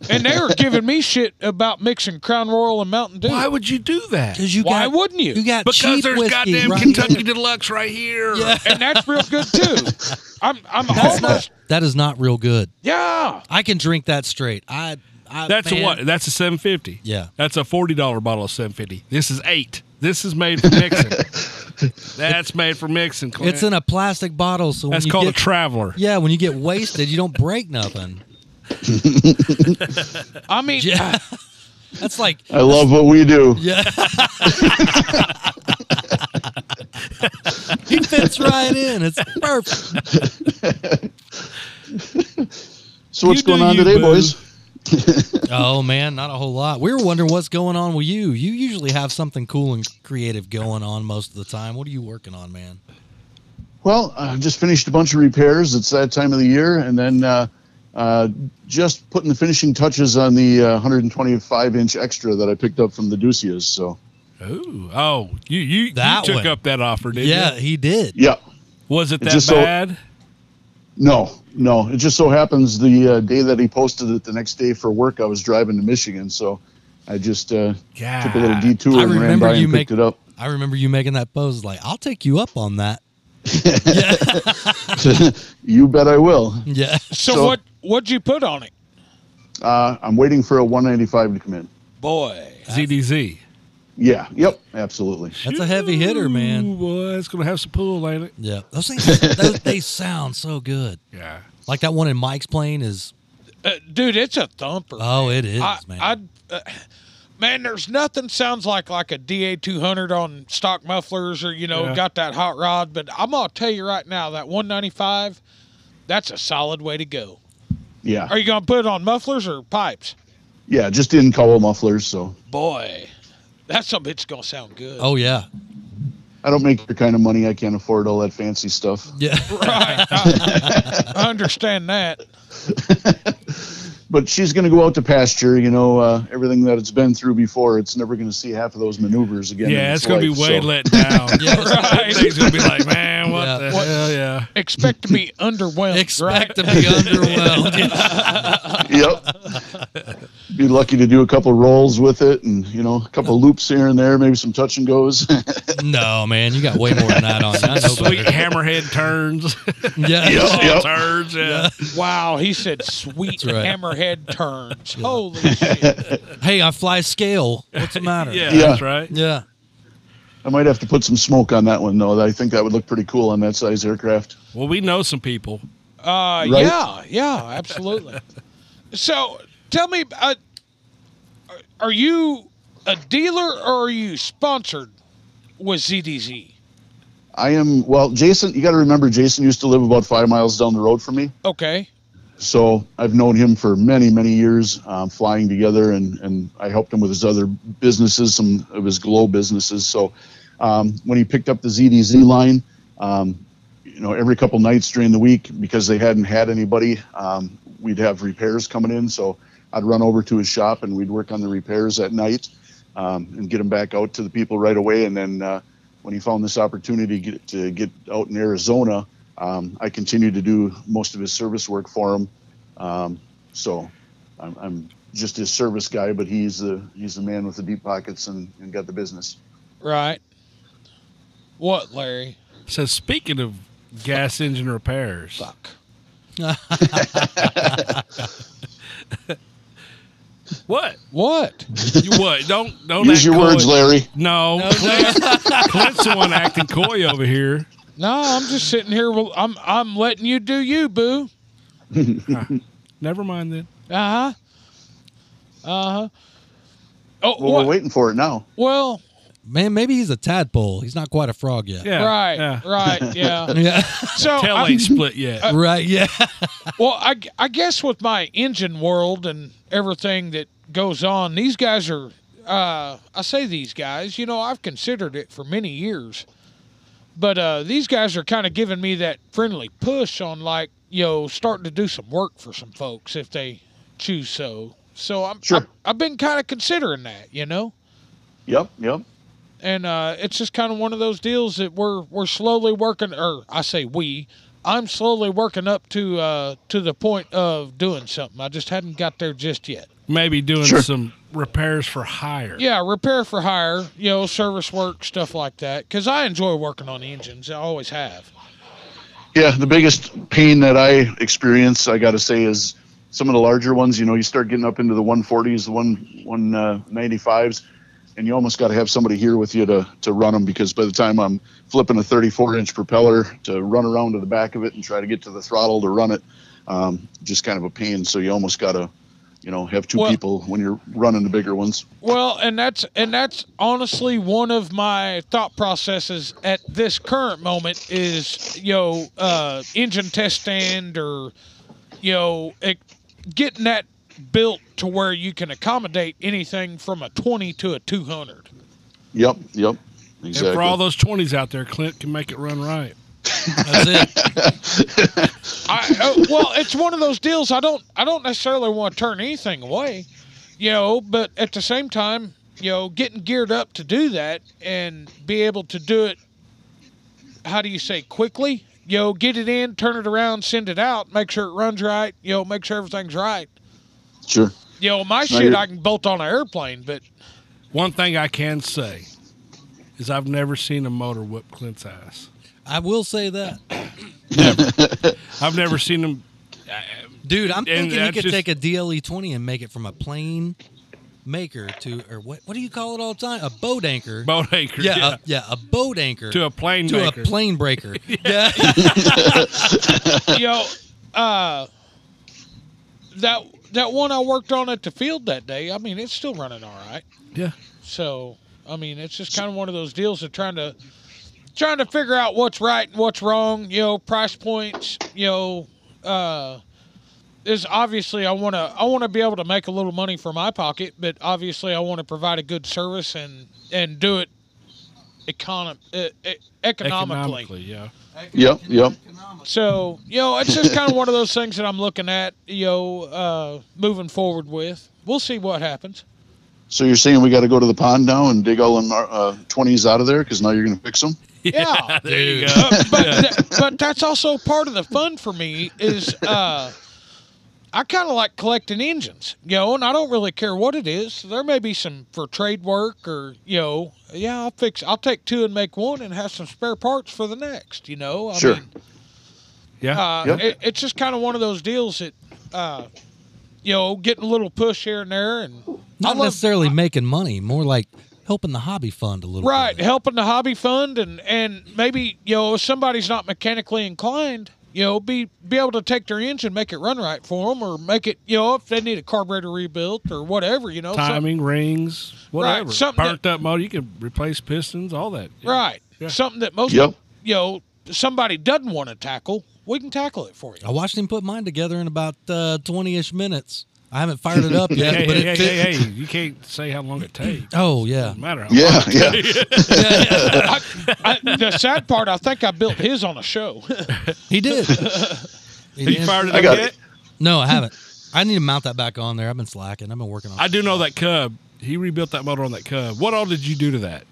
Speaker 6: And they were giving me shit about mixing Crown Royal and Mountain Dew.
Speaker 4: Why would you do that?
Speaker 3: Because you
Speaker 6: Why
Speaker 3: got,
Speaker 6: wouldn't you?
Speaker 3: You got
Speaker 4: Because
Speaker 3: cheap
Speaker 4: there's
Speaker 3: whiskey,
Speaker 4: goddamn
Speaker 3: right?
Speaker 4: Kentucky Deluxe right here.
Speaker 3: Yeah.
Speaker 6: and that's real good too. I'm I'm
Speaker 3: That's
Speaker 6: almost
Speaker 3: not. That is not real good.
Speaker 6: yeah.
Speaker 3: I can drink that straight. I. I
Speaker 4: That's
Speaker 3: man,
Speaker 4: a what? That's a seven fifty.
Speaker 3: Yeah.
Speaker 4: That's a forty dollar bottle of seven fifty. This is eight. This is made for mixing. That's made for mixing. Clint.
Speaker 3: It's in a plastic bottle, so when
Speaker 4: That's
Speaker 3: you
Speaker 4: called
Speaker 3: get,
Speaker 4: a traveler.
Speaker 3: yeah, when you get wasted, you don't break nothing.
Speaker 6: I mean,
Speaker 3: Yeah. That's like
Speaker 8: I love what we do.
Speaker 3: yeah. he fits right in. It's perfect.
Speaker 8: So
Speaker 4: You
Speaker 8: what's
Speaker 4: do
Speaker 8: going on
Speaker 4: you,
Speaker 8: today,
Speaker 4: boo.
Speaker 8: boys?
Speaker 3: Oh man, not a whole lot. We were wondering what's going on with you. You usually have something cool and creative going on most of the time. What are you working on, man?
Speaker 8: Well, I've just finished a bunch of repairs. It's that time of the year, and then uh, uh, just putting the finishing touches on the uh, 125 inch extra that I picked up from the Ducias. So,
Speaker 4: Ooh, oh, you you, you
Speaker 3: That
Speaker 4: took
Speaker 3: one.
Speaker 4: up that offer, didn't
Speaker 3: Yeah,
Speaker 4: you?
Speaker 3: he did.
Speaker 8: yeah,
Speaker 4: Was it that
Speaker 8: just so-
Speaker 4: bad?
Speaker 8: no, no. It just so happens the uh, day that he posted it, the next day for work, I was driving to Michigan, so I just uh, took a little
Speaker 4: God.
Speaker 8: detour
Speaker 3: I
Speaker 8: and ran
Speaker 3: remember
Speaker 8: by
Speaker 3: you
Speaker 8: and
Speaker 3: make-
Speaker 8: picked it up.
Speaker 3: I remember you making that pose like, I'll take you up on that.
Speaker 8: You bet I will.
Speaker 3: Yeah.
Speaker 6: so,
Speaker 8: So-
Speaker 6: what what'd you put on it,
Speaker 8: Uh, I'm waiting for a 195 to come in.
Speaker 6: boy?
Speaker 4: ZDZ.
Speaker 8: Yeah. Yep. Absolutely.
Speaker 3: That's a heavy hitter,
Speaker 4: Ooh,
Speaker 3: man.
Speaker 4: boy, it's gonna have some pull, ain't it?
Speaker 3: Yeah. Those things those, they sound so good.
Speaker 4: Yeah.
Speaker 3: Like that one in Mike's plane is
Speaker 6: Uh, dude, it's a thumper.
Speaker 3: oh, it is,
Speaker 6: I,
Speaker 3: man.
Speaker 6: I'd, uh, man, there's nothing sounds like like a DA 200 on stock mufflers or you know
Speaker 4: Yeah.
Speaker 6: got that hot rod. But I'm gonna tell you right now that 195, that's a solid way to go.
Speaker 8: Yeah.
Speaker 6: Are you gonna put it on mufflers or pipes,
Speaker 8: Yeah. Just in cowl mufflers. So
Speaker 6: boy? That's some bitch gonna sound good.
Speaker 3: oh yeah.
Speaker 8: I don't make your kind of money. I can't afford all that fancy stuff.
Speaker 3: Yeah.
Speaker 6: right. I, I understand that.
Speaker 8: But she's going to go out to pasture. You know, uh, everything that it's been through before, it's never going to see half of those maneuvers again. in
Speaker 4: Yeah,
Speaker 8: its
Speaker 4: it's gonna
Speaker 8: life,
Speaker 4: be way
Speaker 8: so-
Speaker 4: let down.
Speaker 3: Yeah,
Speaker 6: Right.
Speaker 4: Things gonna be like, man, what
Speaker 3: Yeah.
Speaker 4: the hell? Yeah.
Speaker 6: Expect to be underwhelmed.
Speaker 3: Expect
Speaker 6: right?
Speaker 3: to be underwhelmed. Yeah.
Speaker 8: Yep. be lucky to do a couple rolls with it, and you know, a couple loops here and there, maybe some touch and goes.
Speaker 3: No, man, you got way more than that on. you. I know
Speaker 4: Sweet
Speaker 3: better.
Speaker 4: hammerhead turns.
Speaker 3: Yeah.
Speaker 8: Yep.
Speaker 4: turns. Yeah.
Speaker 6: Wow, he said sweet
Speaker 3: right.
Speaker 6: hammerhead turns. Holy shit.
Speaker 3: Hey, I fly scale. What's the matter?
Speaker 4: Yeah,
Speaker 8: Yeah.
Speaker 4: That's right.
Speaker 3: Yeah.
Speaker 8: I might have to put some smoke on that one though. I think that would look pretty cool on that size aircraft.
Speaker 4: Well, we know some people.
Speaker 6: Uh, Yeah, yeah, absolutely. so tell me, uh, are you a dealer or are you sponsored with ZDZ?
Speaker 8: I am well, Jason. You got to remember, Jason used to live about five miles down the road from me,
Speaker 6: Okay.
Speaker 8: so I've known him for many, many years, um, flying together, and and I helped him with his other businesses, some of his glow businesses. So um, when he picked up the ZDZ line, um, you know, every couple nights during the week because they hadn't had anybody, um, we'd have repairs coming in. So I'd run over to his shop and we'd work on the repairs at night um, and get them back out to the people right away. And then uh, when he found this opportunity to get, to get out in Arizona, um, I continued to do most of his service work for him. Um, so I'm, I'm just his service guy, but he's the he's the man with the deep pockets and, and got the business.
Speaker 6: Right. What, Larry?
Speaker 4: So speaking of gas engine repairs,
Speaker 6: Fuck.
Speaker 4: what?
Speaker 6: What?
Speaker 4: You what? Don't don't
Speaker 8: Use
Speaker 4: act
Speaker 8: your
Speaker 4: coy.
Speaker 8: words, Larry.
Speaker 4: No, Clint, Clint's the one acting coy over here.
Speaker 6: No, I'm just sitting here. well, I'm I'm letting you do you, boo.
Speaker 4: Never mind then.
Speaker 6: Uh huh. Uh huh. Oh,
Speaker 8: Well,
Speaker 6: what?
Speaker 8: we're waiting for it now.
Speaker 6: well,
Speaker 3: Man, maybe he's a tadpole. He's not quite a frog yet.
Speaker 4: Yeah,
Speaker 6: right,
Speaker 4: Yeah.
Speaker 6: right, yeah.
Speaker 3: Yeah.
Speaker 6: So,
Speaker 4: Tail
Speaker 6: I,
Speaker 4: ain't split yet.
Speaker 3: right. Yeah.
Speaker 6: well, I, I guess with my engine world and everything that goes on, these guys are. Uh, I say these guys. You know, I've considered it for many years, but uh, these guys are kind of giving me that friendly push on like you know starting to do some work for some folks if they choose so. So I'm
Speaker 8: Sure.
Speaker 6: I've, I've been kind of considering that, you know.
Speaker 8: Yep, yep.
Speaker 6: and uh, it's just kind of one of those deals that we're we're slowly working, or I say we, I'm slowly working up to uh, to the point of doing something. I just hadn't got there just yet.
Speaker 4: Maybe doing
Speaker 8: Sure.
Speaker 4: some repairs for hire.
Speaker 6: Yeah, repair for hire, you know, service work, stuff like that. Because I enjoy working on engines, I always have.
Speaker 8: Yeah, the biggest pain that I experience, I got to say, is some of the larger ones. You know, you start getting up into the 140s, the one 195s, and you almost got to have somebody here with you to, to run them because by the time I'm flipping a 34 inch propeller to run around to the back of it and try to get to the throttle to run it, um, just kind of a pain. So you almost got to, you know, have two
Speaker 6: Well-
Speaker 8: people when you're running the bigger ones.
Speaker 6: Well, and that's and that's honestly one of my thought processes at this current moment is you know uh, engine test stand or you know it, getting that built to where you can accommodate anything from a twenty to a two hundred.
Speaker 8: Yep, yep, exactly.
Speaker 4: And for all those twenties out there, Clint can make it run right.
Speaker 3: That's it.
Speaker 6: I uh, well, it's one of those deals. I don't I don't necessarily want to turn anything away, you know. But at the same time, you know, getting geared up to do that and be able to do it. How do you say quickly? You know, get it in, turn it around, send it out, make sure it runs right. You know, make sure everything's right.
Speaker 8: sure.
Speaker 6: You know, my shit
Speaker 8: you're-
Speaker 6: I can bolt on an airplane, but
Speaker 4: One thing I can say is I've never seen a motor whip Clint's ass.
Speaker 3: I will say that.
Speaker 4: I've never seen him.
Speaker 3: Dude, I'm thinking you
Speaker 4: that's
Speaker 3: could
Speaker 4: just-
Speaker 3: take a DLE 20 and make it from a plain maker to, or what, what do you call it all the time? A boat anchor.
Speaker 4: Boat anchor.
Speaker 3: yeah, yeah. A, yeah, a boat anchor.
Speaker 4: To a plane
Speaker 3: To
Speaker 4: maker.
Speaker 3: a plane breaker. yeah.
Speaker 6: you know, uh, that that one I worked on at the field that day. I mean, it's still running all right.
Speaker 4: yeah.
Speaker 6: So I mean, it's just kind of one of those deals of trying to trying to figure out what's right and what's wrong. You know, price points. You know, uh, is obviously I want to I want to be able to make a little money for my pocket, but obviously I want to provide a good service and and do it econom uh, e- economically.
Speaker 4: Economically, yeah.
Speaker 8: Yep, yep.
Speaker 6: So you know, it's just kind of one of those things that I'm looking at. You know, uh, moving forward with. We'll see what happens.
Speaker 8: So you're saying we got to go to the pond now and dig all them uh, 20s out of there because now you're going to fix them?
Speaker 6: Yeah.
Speaker 4: There you go.
Speaker 6: but th- but that's also part of the fun for me is uh, I kind of like collecting engines, you know, and I don't really care what it is. There may be some for trade work or you know, yeah, I'll fix, I'll take two and make one and have some spare parts for the next, you know. I
Speaker 8: Sure.
Speaker 6: mean,
Speaker 4: Yeah.
Speaker 6: uh,
Speaker 8: Yep.
Speaker 6: it, it's just kind of one of those deals that, uh, you know, getting a little push here and there, and
Speaker 3: Not
Speaker 6: love-
Speaker 3: necessarily making money, more like helping the hobby fund a little
Speaker 6: Right,
Speaker 3: bit.
Speaker 6: helping the hobby fund and and maybe you know if somebody's not mechanically inclined, you know, be be able to take their engine, make it run right for them, or make it you know if they need a carburetor rebuilt or whatever, you know, some-
Speaker 4: Timing, rings, whatever.
Speaker 6: Oh, something
Speaker 4: Burnt up motor. You can replace pistons, all that. Yeah.
Speaker 6: right,
Speaker 4: Yeah.
Speaker 6: something that most
Speaker 8: Yep.
Speaker 6: you know somebody doesn't want to tackle, we can tackle it for you.
Speaker 4: Oh.
Speaker 3: I watched him put mine together in about uh, 20 ish minutes. I haven't fired it up yet,
Speaker 4: Hey,
Speaker 3: but
Speaker 4: hey,
Speaker 3: it
Speaker 4: hey,
Speaker 3: fit-
Speaker 4: hey, hey, you can't say how long it takes.
Speaker 3: Oh, yeah.
Speaker 4: Doesn't matter how
Speaker 8: Yeah, yeah.
Speaker 6: I, I, the sad part, I think I built his on a show.
Speaker 3: He did. He
Speaker 4: Have
Speaker 3: did.
Speaker 4: you fired it
Speaker 8: I
Speaker 4: up
Speaker 8: got
Speaker 4: yet?
Speaker 8: it.
Speaker 3: No, I haven't. I need to mount that back on there. I've been slacking. I've been working on
Speaker 4: I do know that cub. He rebuilt that motor on that cub. What all did you do to that?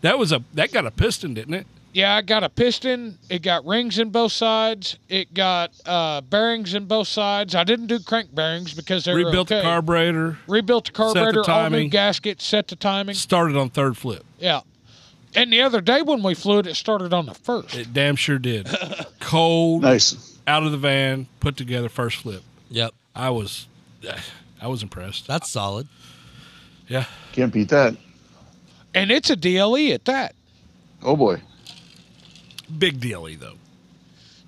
Speaker 4: That was a that got a piston, didn't it?
Speaker 6: Yeah, I got a piston. It got rings in both sides. It got uh, bearings in both sides. I didn't do crank bearings because they
Speaker 4: Rebuilt
Speaker 6: were
Speaker 4: the
Speaker 6: okay.
Speaker 4: carburetor.
Speaker 6: Rebuilt the carburetor, all new
Speaker 4: timing.
Speaker 6: gasket, set the timing.
Speaker 4: Started on third flip.
Speaker 6: Yeah. And the other day when we flew it, it started on the first.
Speaker 4: It damn sure did. Cold,
Speaker 8: Nice.
Speaker 4: out of the van, put together first flip.
Speaker 3: Yep.
Speaker 4: I was, I was impressed.
Speaker 3: That's solid.
Speaker 4: Yeah,
Speaker 8: Can't beat that.
Speaker 6: and it's a DLE at that.
Speaker 8: Oh boy.
Speaker 4: big dealy though.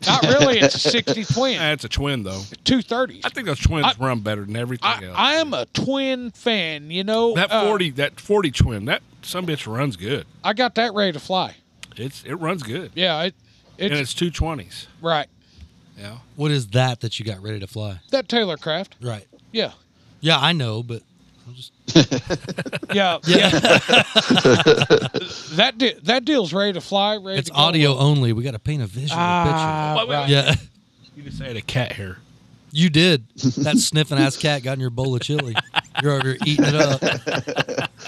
Speaker 6: Not really. It's a 60 twin,
Speaker 4: That's a twin though.
Speaker 6: 230s.
Speaker 4: I think those twins
Speaker 6: I-
Speaker 4: run better than everything
Speaker 6: I,
Speaker 4: else.
Speaker 6: I am a twin fan, you know.
Speaker 4: that
Speaker 6: Uh,
Speaker 4: forty, that forty twin, that some bitch runs good.
Speaker 6: I got that ready to fly.
Speaker 4: It's it runs good,
Speaker 6: Yeah, it, it's,
Speaker 4: and it's two twenties.
Speaker 6: right.
Speaker 4: Yeah,
Speaker 3: What is that that you got ready to fly?
Speaker 6: That Taylor craft.
Speaker 3: Right.
Speaker 6: Yeah.
Speaker 3: Yeah, I know, but I'm just
Speaker 6: Yeah. Yeah. that de- that deal's ready to fly. Ready
Speaker 3: it's
Speaker 6: to go.
Speaker 3: audio only. We got to paint a visual
Speaker 6: Ah,
Speaker 4: Wait, wait,
Speaker 6: right.
Speaker 3: picture. Yeah,
Speaker 4: you just had a cat hair.
Speaker 3: you did. That sniffing ass cat got in your bowl of chili. You're over here eating it up.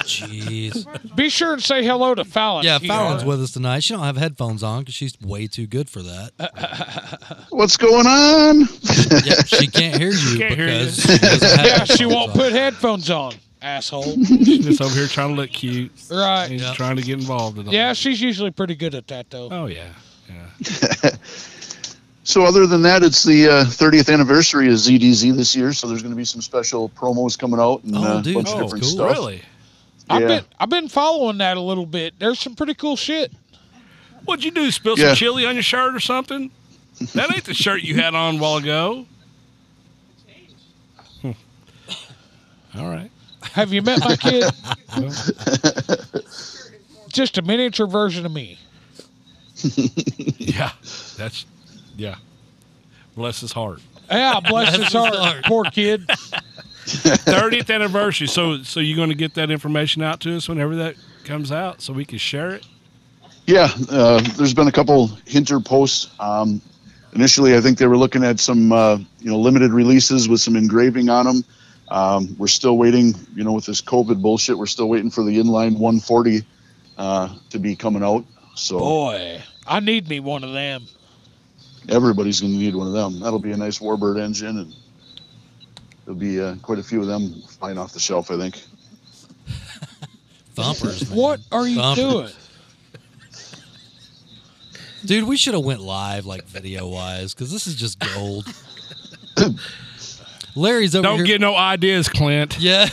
Speaker 3: Jeez.
Speaker 6: Be sure and say hello to Fallon.
Speaker 3: Yeah,
Speaker 6: He-
Speaker 3: Fallon's with us tonight. She don't have headphones on because she's way too good for that.
Speaker 8: What's going on?
Speaker 3: Yeah, she can't hear you
Speaker 4: Can't hear you.
Speaker 3: because she doesn't have
Speaker 6: Yeah, she
Speaker 3: headphones
Speaker 6: won't
Speaker 3: on.
Speaker 6: put headphones on, asshole.
Speaker 4: She's just over here trying to look cute.
Speaker 6: Right.
Speaker 4: He's
Speaker 3: Yeah.
Speaker 4: trying to get involved in all
Speaker 6: Yeah,
Speaker 4: that.
Speaker 6: she's usually pretty good at that though.
Speaker 4: Oh yeah. Yeah.
Speaker 8: So other than that, it's the uh, 30th anniversary of ZDZ this year, so there's going to be some special promos coming out and
Speaker 3: Oh,
Speaker 8: uh,
Speaker 3: dude.
Speaker 8: bunch
Speaker 3: Oh,
Speaker 8: of different
Speaker 3: cool.
Speaker 8: stuff.
Speaker 4: Really?
Speaker 6: I've
Speaker 8: yeah.
Speaker 6: been I've been following that a little bit. There's some pretty cool shit.
Speaker 4: What'd you do? Spill
Speaker 8: Yeah.
Speaker 4: some chili on your shirt or something? That ain't the shirt you had on a while ago. Hmm. All right.
Speaker 6: Have you met my kid? Just a miniature version of me.
Speaker 4: Yeah. That's yeah. Bless his heart.
Speaker 6: Yeah, bless his heart, poor kid.
Speaker 4: Thirtieth anniversary. So so you gonna get that information out to us whenever that comes out so we can share it?
Speaker 8: Yeah, uh, there's been a couple hinter posts. Um, initially, I think they were looking at some uh, you know limited releases with some engraving on them. Um, we're still waiting, you know, with this COVID bullshit. We're still waiting for the inline 140 uh, to be coming out. So
Speaker 6: Boy, I need me one of them.
Speaker 8: everybody's going to need one of them. That'll be a nice Warbird engine, and there'll be uh, quite a few of them flying off the shelf. I think.
Speaker 3: thumpers. man.
Speaker 6: What are you
Speaker 3: Thumpers.
Speaker 6: doing?
Speaker 3: dude? We should have went live like video wise because this is just gold. Larry's over
Speaker 4: Don't
Speaker 3: here.
Speaker 4: get no ideas, Clint.
Speaker 3: Yeah.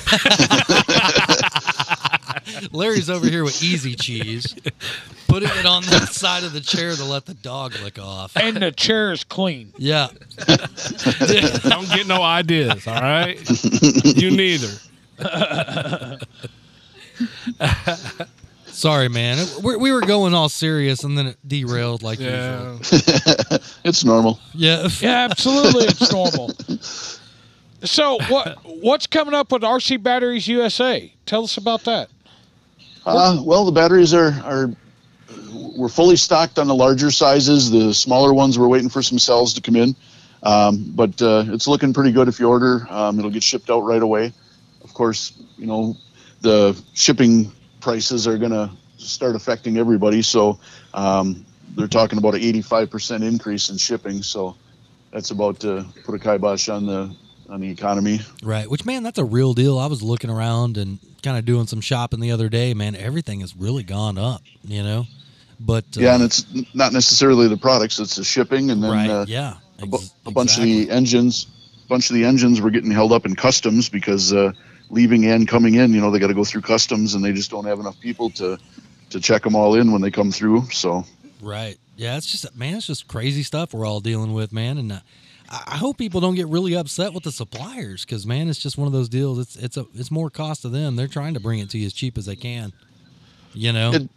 Speaker 3: Larry's over here with easy cheese, putting it on the side of the chair to let the dog lick off.
Speaker 6: And the chair is clean.
Speaker 3: Yeah.
Speaker 4: Don't get no ideas, all right? You neither.
Speaker 3: Sorry, man. It- we we were going all serious and then it derailed like
Speaker 4: Yeah.
Speaker 3: usual.
Speaker 8: It's normal.
Speaker 3: Yeah.
Speaker 6: Yeah, absolutely, it's normal. So what what's coming up with RC Batteries USA? Tell us about that.
Speaker 8: Uh, well, the batteries are are we're fully stocked on the larger sizes. The smaller ones, we're waiting for some cells to come in, um, but uh, it's looking pretty good. If you order, um, it'll get shipped out right away. Of course, you know the shipping prices are going to start affecting everybody. So um, they're talking about an 85% increase in shipping. So that's about to put a kibosh on the on the economy.
Speaker 3: Right. Which, man, that's a real deal. I was looking around and kind of doing some shopping the other day. Man, everything has really gone up, you know? But, uh,
Speaker 8: Yeah, and it's not necessarily the products; it's the shipping, and then
Speaker 3: right.
Speaker 8: uh,
Speaker 3: yeah.
Speaker 8: a, bu-
Speaker 3: Ex-
Speaker 8: a bunch
Speaker 3: exactly.
Speaker 8: of the engines, bunch of the engines were getting held up in customs because uh, leaving and coming in, you know, they got to go through customs and they just don't have enough people to to check them all in when they come through. So
Speaker 3: Right. Yeah, it's just man, it's just crazy stuff we're all dealing with, man. And uh, I I hope people don't get really upset with the suppliers because man, it's just one of those deals. It's it's a it's more cost to them. They're trying to bring it to you as cheap as they can. You know,
Speaker 8: it,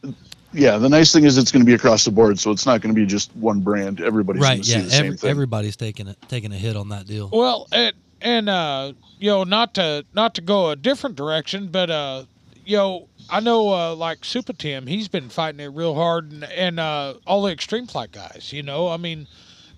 Speaker 8: yeah, the nice thing is it's going to be across the board, so it's not going to be just one brand. Everybody's going
Speaker 3: right?
Speaker 8: to see
Speaker 3: Yeah,
Speaker 8: the same
Speaker 3: every,
Speaker 8: thing.
Speaker 3: everybody's taking it taking a hit on that deal.
Speaker 6: Well, and and uh, you know, not to not to go a different direction, but uh, you know, I know uh, like Super Tim, he's been fighting it real hard, and, and uh, all the Extreme Flight guys. You know, I mean,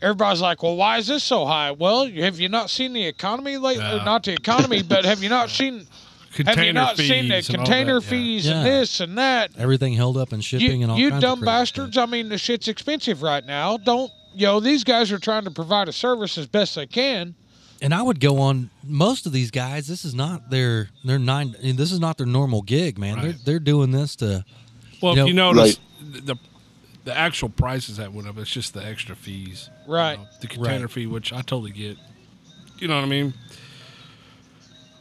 Speaker 6: everybody's like, well, why is this so high? Well, have you not seen the economy lately? Or Not the economy, but have you not seen
Speaker 4: container
Speaker 6: Have you not
Speaker 4: fees
Speaker 6: seen the
Speaker 4: and all
Speaker 6: container
Speaker 4: that, yeah.
Speaker 6: fees
Speaker 3: Yeah.
Speaker 6: and this and that?
Speaker 3: Everything held up in shipping
Speaker 6: You,
Speaker 3: and all
Speaker 6: you
Speaker 3: kinds of
Speaker 6: dumb
Speaker 3: crazy
Speaker 6: bastards!
Speaker 3: stuff.
Speaker 6: I mean, the shit's expensive right now. Don't yo? These guys are trying to provide a service as best they can.
Speaker 3: And I would go on most of these guys. This is not their their nine. I mean, This is not their normal gig, man. They're
Speaker 4: Right.
Speaker 3: they're doing this to.
Speaker 4: Well,
Speaker 3: You
Speaker 4: if you
Speaker 3: know-
Speaker 4: notice the, the the actual prices that went up, it's just the extra fees. you
Speaker 6: Right.
Speaker 4: know, the container
Speaker 3: Right.
Speaker 4: fee, which I totally get. You know what I mean?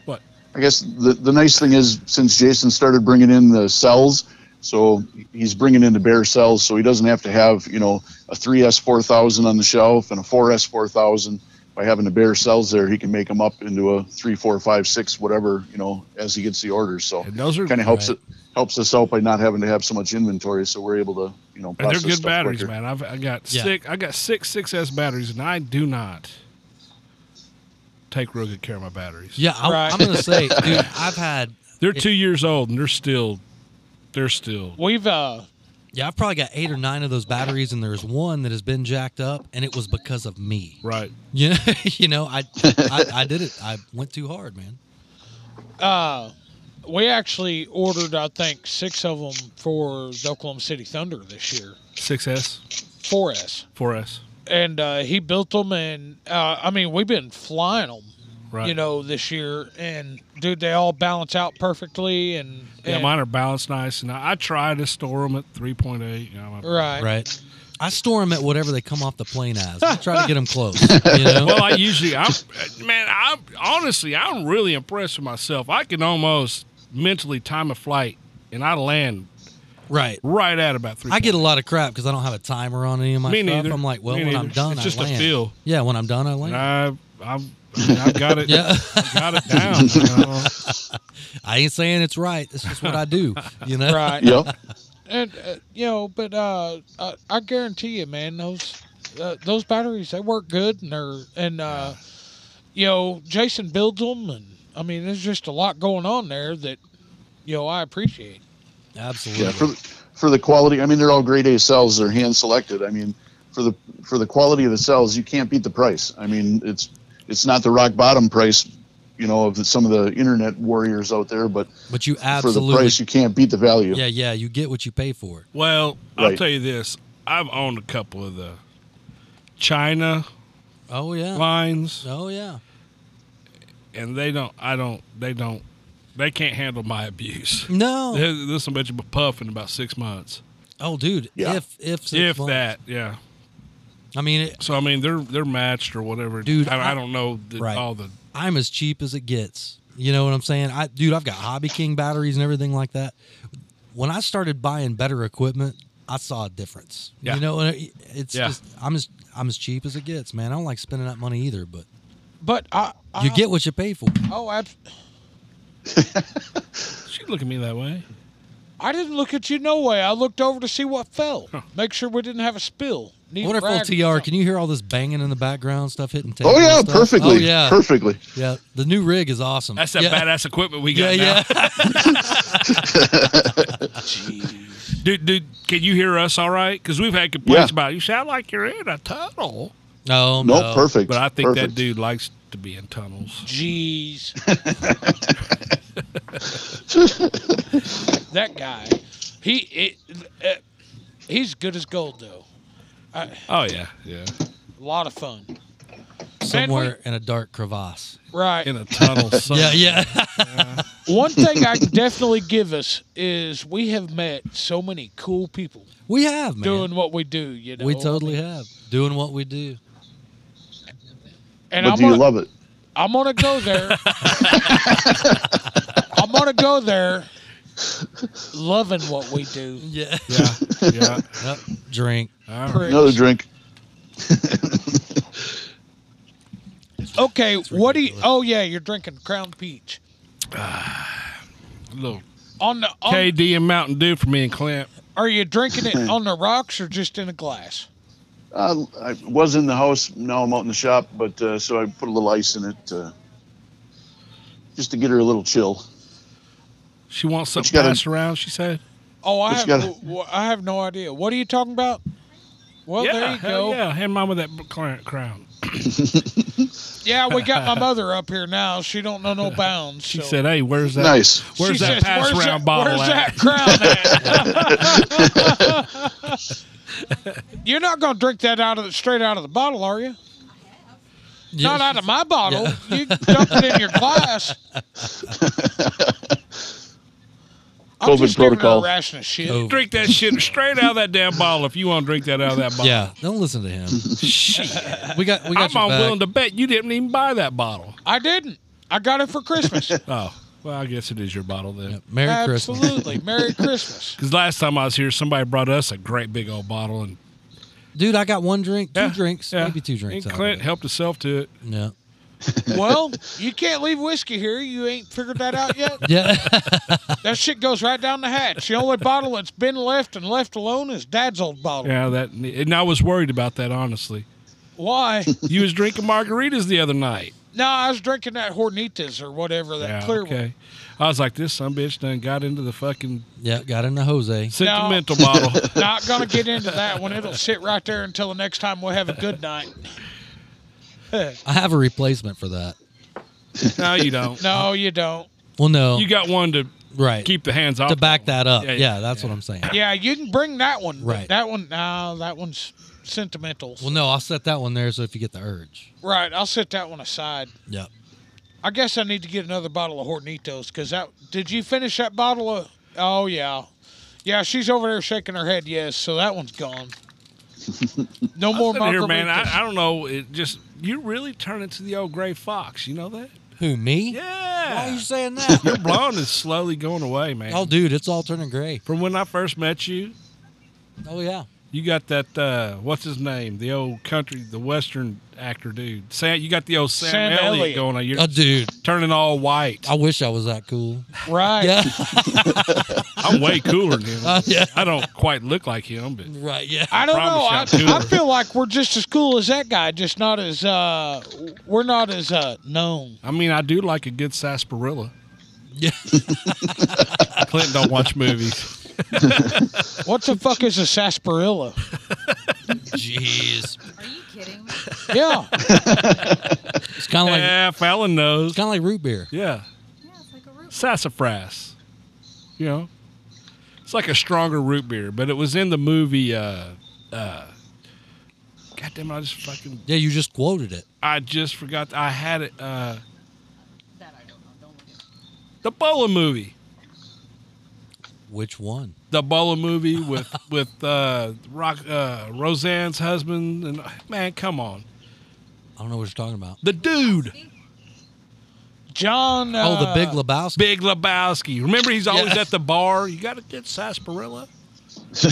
Speaker 4: What?
Speaker 8: I guess the, the nice thing is since Jason started bringing in the cells, so he's bringing in the bare cells, so he doesn't have to have you know a 3S 4000 on the shelf and a 4S 4000. By having the bare cells there, he can make them up into a three, four, five, six, whatever you know as he gets the orders. So
Speaker 4: And those are-
Speaker 8: kind of helps
Speaker 4: right.
Speaker 8: it helps us out by not having to have so much inventory, so we're able to you know.
Speaker 4: And they're
Speaker 8: process
Speaker 4: good
Speaker 8: stuff
Speaker 4: batteries,
Speaker 8: quicker.
Speaker 4: man. I've I got
Speaker 3: Yeah.
Speaker 4: six. I got six 6S batteries, and I do not take real good care of my batteries.
Speaker 3: Yeah, I,
Speaker 6: Right.
Speaker 3: I'm gonna say, dude, I've had.
Speaker 4: They're two years old, and they're still they're still
Speaker 6: We've uh,
Speaker 3: Yeah, I've probably got eight or nine of those batteries, and there's one that has been jacked up, and it was because of me.
Speaker 4: right.
Speaker 3: Yeah, you know, I, I I did it. I went too hard, man.
Speaker 6: uh, we actually ordered, I think, six of them for the Oklahoma City Thunder this year.
Speaker 4: 6S,
Speaker 6: for us,
Speaker 4: 4S,
Speaker 6: and uh, he built them, and uh, I mean, we've been flying them,
Speaker 4: right?
Speaker 6: you know, this year, and dude, they all balance out perfectly, and,
Speaker 4: yeah,
Speaker 6: and-
Speaker 4: mine are balanced nice, and I, I try to store them at 3.8. You know, my-
Speaker 6: right,
Speaker 3: Right. I store them at whatever they come off the plane as. I try to get them close. You know.
Speaker 4: well, I usually, I'm, man, I'm honestly, I'm really impressed with myself. I can almost mentally time a flight, and I land
Speaker 3: right.
Speaker 4: right at about three.
Speaker 3: I get a lot of crap because I don't have a timer on any of my
Speaker 4: Me
Speaker 3: stuff.
Speaker 4: neither.
Speaker 3: I'm like, well,
Speaker 4: Me
Speaker 3: when I'm
Speaker 4: neither.
Speaker 3: done,
Speaker 4: It's
Speaker 3: I
Speaker 4: just a
Speaker 3: land.
Speaker 4: feel.
Speaker 3: Yeah, when I'm done, I land.
Speaker 4: I, I've, I mean, I've got it.
Speaker 3: Yeah.
Speaker 4: I've got it down. you know.
Speaker 3: I ain't saying it's right. It's just what I do. You know.
Speaker 6: right,
Speaker 8: Yep.
Speaker 6: and uh, you know, but uh, I, I guarantee you, man, those uh, those batteries they work good, and they're and uh, you know, Jason builds them, and I mean, there's just a lot going on there that you know I appreciate.
Speaker 3: Absolutely.
Speaker 8: Yeah, for the, for the quality, I mean, they're all grade A cells. They're hand selected. I mean, for the for the quality of the cells, you can't beat the price. I mean, it's it's not the rock bottom price, you know, of the, some of the internet warriors out there, but
Speaker 3: but you
Speaker 8: for the
Speaker 3: absolutely.
Speaker 8: price, you can't beat the value.
Speaker 3: yeah, yeah. You get what you pay for.
Speaker 4: Well, I'll
Speaker 8: Right.
Speaker 4: tell you this: I've owned a couple of the China
Speaker 3: Oh yeah.
Speaker 4: lines,
Speaker 3: Oh yeah.
Speaker 4: and they don't. I don't. They don't. They can't handle my abuse.
Speaker 3: No.
Speaker 4: This this will bet you a puff in about six months,
Speaker 3: Oh, dude.
Speaker 8: Yeah.
Speaker 3: If if six
Speaker 4: if
Speaker 3: months.
Speaker 4: that. Yeah.
Speaker 3: I mean, it,
Speaker 4: So I mean, they're they're matched or whatever,
Speaker 3: Dude,
Speaker 4: And
Speaker 3: I-
Speaker 4: I, don't know the,
Speaker 3: Right.
Speaker 4: all the
Speaker 3: I'm as cheap as it gets. You know what I'm saying? I dude, I've got Hobby King batteries and everything like that. When I started buying better equipment, I saw a difference.
Speaker 4: Yeah.
Speaker 3: You know, and it- it's
Speaker 4: Yeah.
Speaker 3: just I'm as I'm as cheap as it gets, man. I don't like spending that money either, but
Speaker 6: But I, I
Speaker 8: Uh,
Speaker 3: you get what you pay for.
Speaker 6: oh, abs-
Speaker 4: She look at me that way.
Speaker 6: I didn't look at you no way. I looked over to see what fell. Make sure we didn't have a spill. Need
Speaker 3: I wonder if
Speaker 6: rag
Speaker 3: old
Speaker 6: or
Speaker 3: TR,
Speaker 6: something.
Speaker 3: can you hear all this banging in the background stuff hitting tables?
Speaker 8: Oh yeah,
Speaker 3: and stuff?
Speaker 8: perfectly.
Speaker 3: Oh yeah,
Speaker 8: Perfectly.
Speaker 3: yeah. The new rig is awesome.
Speaker 4: That's that
Speaker 3: yeah.
Speaker 4: badass equipment we
Speaker 3: Yeah,
Speaker 4: got.
Speaker 3: yeah.
Speaker 4: now. dude. Dude, can you hear us all right? Because we've had complaints
Speaker 8: Yeah.
Speaker 4: about you sound like you're in a tunnel.
Speaker 3: no,
Speaker 8: No,
Speaker 3: Oh, no.
Speaker 8: perfect.
Speaker 4: But I think
Speaker 8: perfect.
Speaker 4: that dude likes to be in tunnels.
Speaker 6: Jeez. that guy, he it, uh, he's good as gold though.
Speaker 4: Oh yeah, yeah.
Speaker 6: A lot of fun.
Speaker 3: Somewhere in a dark crevasse.
Speaker 6: Right.
Speaker 4: In a tunnel. son.
Speaker 3: Yeah, yeah.
Speaker 6: One thing I can definitely give us is we have met so many cool people
Speaker 3: we have, man.
Speaker 6: doing what we do. You know.
Speaker 3: we totally have. Doing what we do.
Speaker 6: And
Speaker 8: But
Speaker 6: I'm
Speaker 8: do you
Speaker 6: gonna-
Speaker 8: love it?
Speaker 6: I'm gonna go there. I'm gonna go there, loving what we do.
Speaker 3: Yeah.
Speaker 4: yeah, yeah.
Speaker 3: Yep. Drink.
Speaker 4: All right.
Speaker 6: Pricks.
Speaker 8: Another drink.
Speaker 6: Okay, what do you? Oh yeah, you're drinking Crown Peach
Speaker 4: Little
Speaker 6: on the. On,
Speaker 4: KD and Mountain Dew for me and Clint.
Speaker 6: Are you drinking it on the rocks or just in a glass?
Speaker 8: Uh, I was in the house. Now I'm out in the shop, but uh, so I put a little ice in it, uh, just to get her a little chill.
Speaker 4: She wants something
Speaker 8: you gotta-
Speaker 4: passed around. She said.
Speaker 6: Oh, I
Speaker 8: What
Speaker 6: have,
Speaker 8: you gotta-
Speaker 6: w- w- I have no idea. What are you talking about? Well,
Speaker 4: yeah,
Speaker 6: there you
Speaker 4: hell
Speaker 6: go.
Speaker 4: Yeah, hand mama that b- Clint crown.
Speaker 6: Yeah, we got my mother up here now. She don't know no bounds.
Speaker 4: She
Speaker 6: so-
Speaker 4: said, "Hey, where's that?
Speaker 8: Nice.
Speaker 4: Where's
Speaker 6: She
Speaker 4: that
Speaker 6: says,
Speaker 4: pass
Speaker 6: "Where's
Speaker 4: round
Speaker 6: that-
Speaker 4: bottle
Speaker 6: Where's
Speaker 4: at?"
Speaker 6: that crown at? You're not gonna drink that out of the, straight out of the bottle, are you? Not out of my bottle. You dump it in your glass. I'm
Speaker 8: COVID
Speaker 6: just giving her
Speaker 8: protocol.
Speaker 6: A ration of shit.
Speaker 3: Oh,
Speaker 4: Drink that shit straight out of that damn bottle if you want to drink that out of that bottle.
Speaker 3: yeah, don't listen to him. Shit. We got we got
Speaker 4: I'm
Speaker 3: your back.
Speaker 4: willing to bet you didn't even buy that bottle.
Speaker 6: I didn't. I got it for Christmas.
Speaker 4: Oh, well, I guess it is your bottle then.
Speaker 3: Yep. Merry Christmas.
Speaker 6: Absolutely. Merry Christmas.
Speaker 4: Because last time I was here, somebody brought us a great big old bottle and
Speaker 3: Dude, I got one drink, two
Speaker 4: Yeah,
Speaker 3: drinks,
Speaker 4: yeah.
Speaker 3: maybe two drinks.
Speaker 4: And
Speaker 3: out of
Speaker 4: Clint
Speaker 3: it.
Speaker 4: helped himself to it.
Speaker 3: Yeah.
Speaker 6: Well, you can't leave whiskey here. You ain't figured that out yet.
Speaker 3: Yeah.
Speaker 6: That shit goes right down the hatch. The only bottle that's been left and left alone is Dad's old bottle.
Speaker 4: Yeah, that and I was worried about that honestly.
Speaker 6: Why?
Speaker 4: You was drinking margaritas the other night.
Speaker 6: no, I was drinking that Hornitas or whatever that
Speaker 4: Yeah,
Speaker 6: clear one.
Speaker 4: okay. I was like, this some bitch done got into the fucking
Speaker 3: yeah, got into Jose.
Speaker 4: sentimental bottle.
Speaker 6: Not gonna get into that one. It'll sit right there until the next time we have a good night.
Speaker 3: I have a replacement for that.
Speaker 4: No, you don't.
Speaker 6: No, you don't.
Speaker 3: Well, no.
Speaker 4: You got one to
Speaker 3: right.
Speaker 4: keep the hands off.
Speaker 3: to back that up.
Speaker 4: Yeah,
Speaker 3: Yeah,
Speaker 4: yeah,
Speaker 3: that's what I'm saying.
Speaker 6: Yeah, you can bring that one. but
Speaker 3: Right.
Speaker 6: That one. No, that one's sentimental.
Speaker 3: Well, no, I'll set that one there so if you get the urge.
Speaker 6: Right. I'll set that one aside.
Speaker 3: Yep.
Speaker 6: I guess I need to get another bottle of Hornitos because that. Did you finish that bottle of? Oh yeah, yeah. She's over there shaking her head. Yes. So that one's gone. No more
Speaker 4: Listen here,
Speaker 6: margaritas.
Speaker 4: man. I, I don't know. It just you really turn into the old gray fox. You know that?
Speaker 3: Who, me?
Speaker 4: Yeah.
Speaker 3: Why are you saying that?
Speaker 4: Your blonde is slowly going away, man.
Speaker 3: oh, dude, it's all turning gray.
Speaker 4: From when I first met you,
Speaker 3: Oh, yeah.
Speaker 4: you got that uh, what's his name? The old country, the western actor dude. Sam, you got the old Sam,
Speaker 6: Sam
Speaker 4: Elliott,
Speaker 6: Elliott.
Speaker 4: going on. You're
Speaker 3: Oh, dude,
Speaker 4: turning all white.
Speaker 3: I wish I was that cool.
Speaker 6: right.
Speaker 3: Yeah.
Speaker 4: I'm way cooler than him.
Speaker 3: Uh, yeah.
Speaker 4: I don't quite look like him, but
Speaker 3: Right, yeah.
Speaker 6: I don't know. I,
Speaker 4: Promise you I'm
Speaker 6: I
Speaker 4: cooler.
Speaker 6: feel like we're just as cool as that guy, just not as uh, we're not as uh known.
Speaker 4: I mean, I do like a good sarsaparilla.
Speaker 3: Yeah.
Speaker 4: Clinton don't watch movies.
Speaker 6: What the fuck is a sarsaparilla?
Speaker 3: Jeez.
Speaker 7: Are you kidding me?
Speaker 6: Yeah,
Speaker 3: It's kind of like
Speaker 4: yeah, Fallon knows.
Speaker 3: it's kind of like root beer.
Speaker 4: Yeah,
Speaker 7: Yeah, it's like a root.
Speaker 4: sassafras. You know, it's like a stronger root beer, but it was in the movie. Uh, uh, God damn it! I just fucking
Speaker 3: Yeah, you just quoted it.
Speaker 4: I just forgot. I had it. Uh,
Speaker 7: That I don't know. Don't look at it.
Speaker 4: the Bola movie.
Speaker 3: Which one?
Speaker 4: The Bola movie with with uh, Rock uh, Roseanne's husband and man, come on,
Speaker 3: I don't know what you're talking about.
Speaker 4: the dude.
Speaker 6: John. Uh,
Speaker 3: oh, the Big Lebowski.
Speaker 4: Big Lebowski. Remember, he's always
Speaker 3: Yeah.
Speaker 4: at the bar. You got a good sarsaparilla.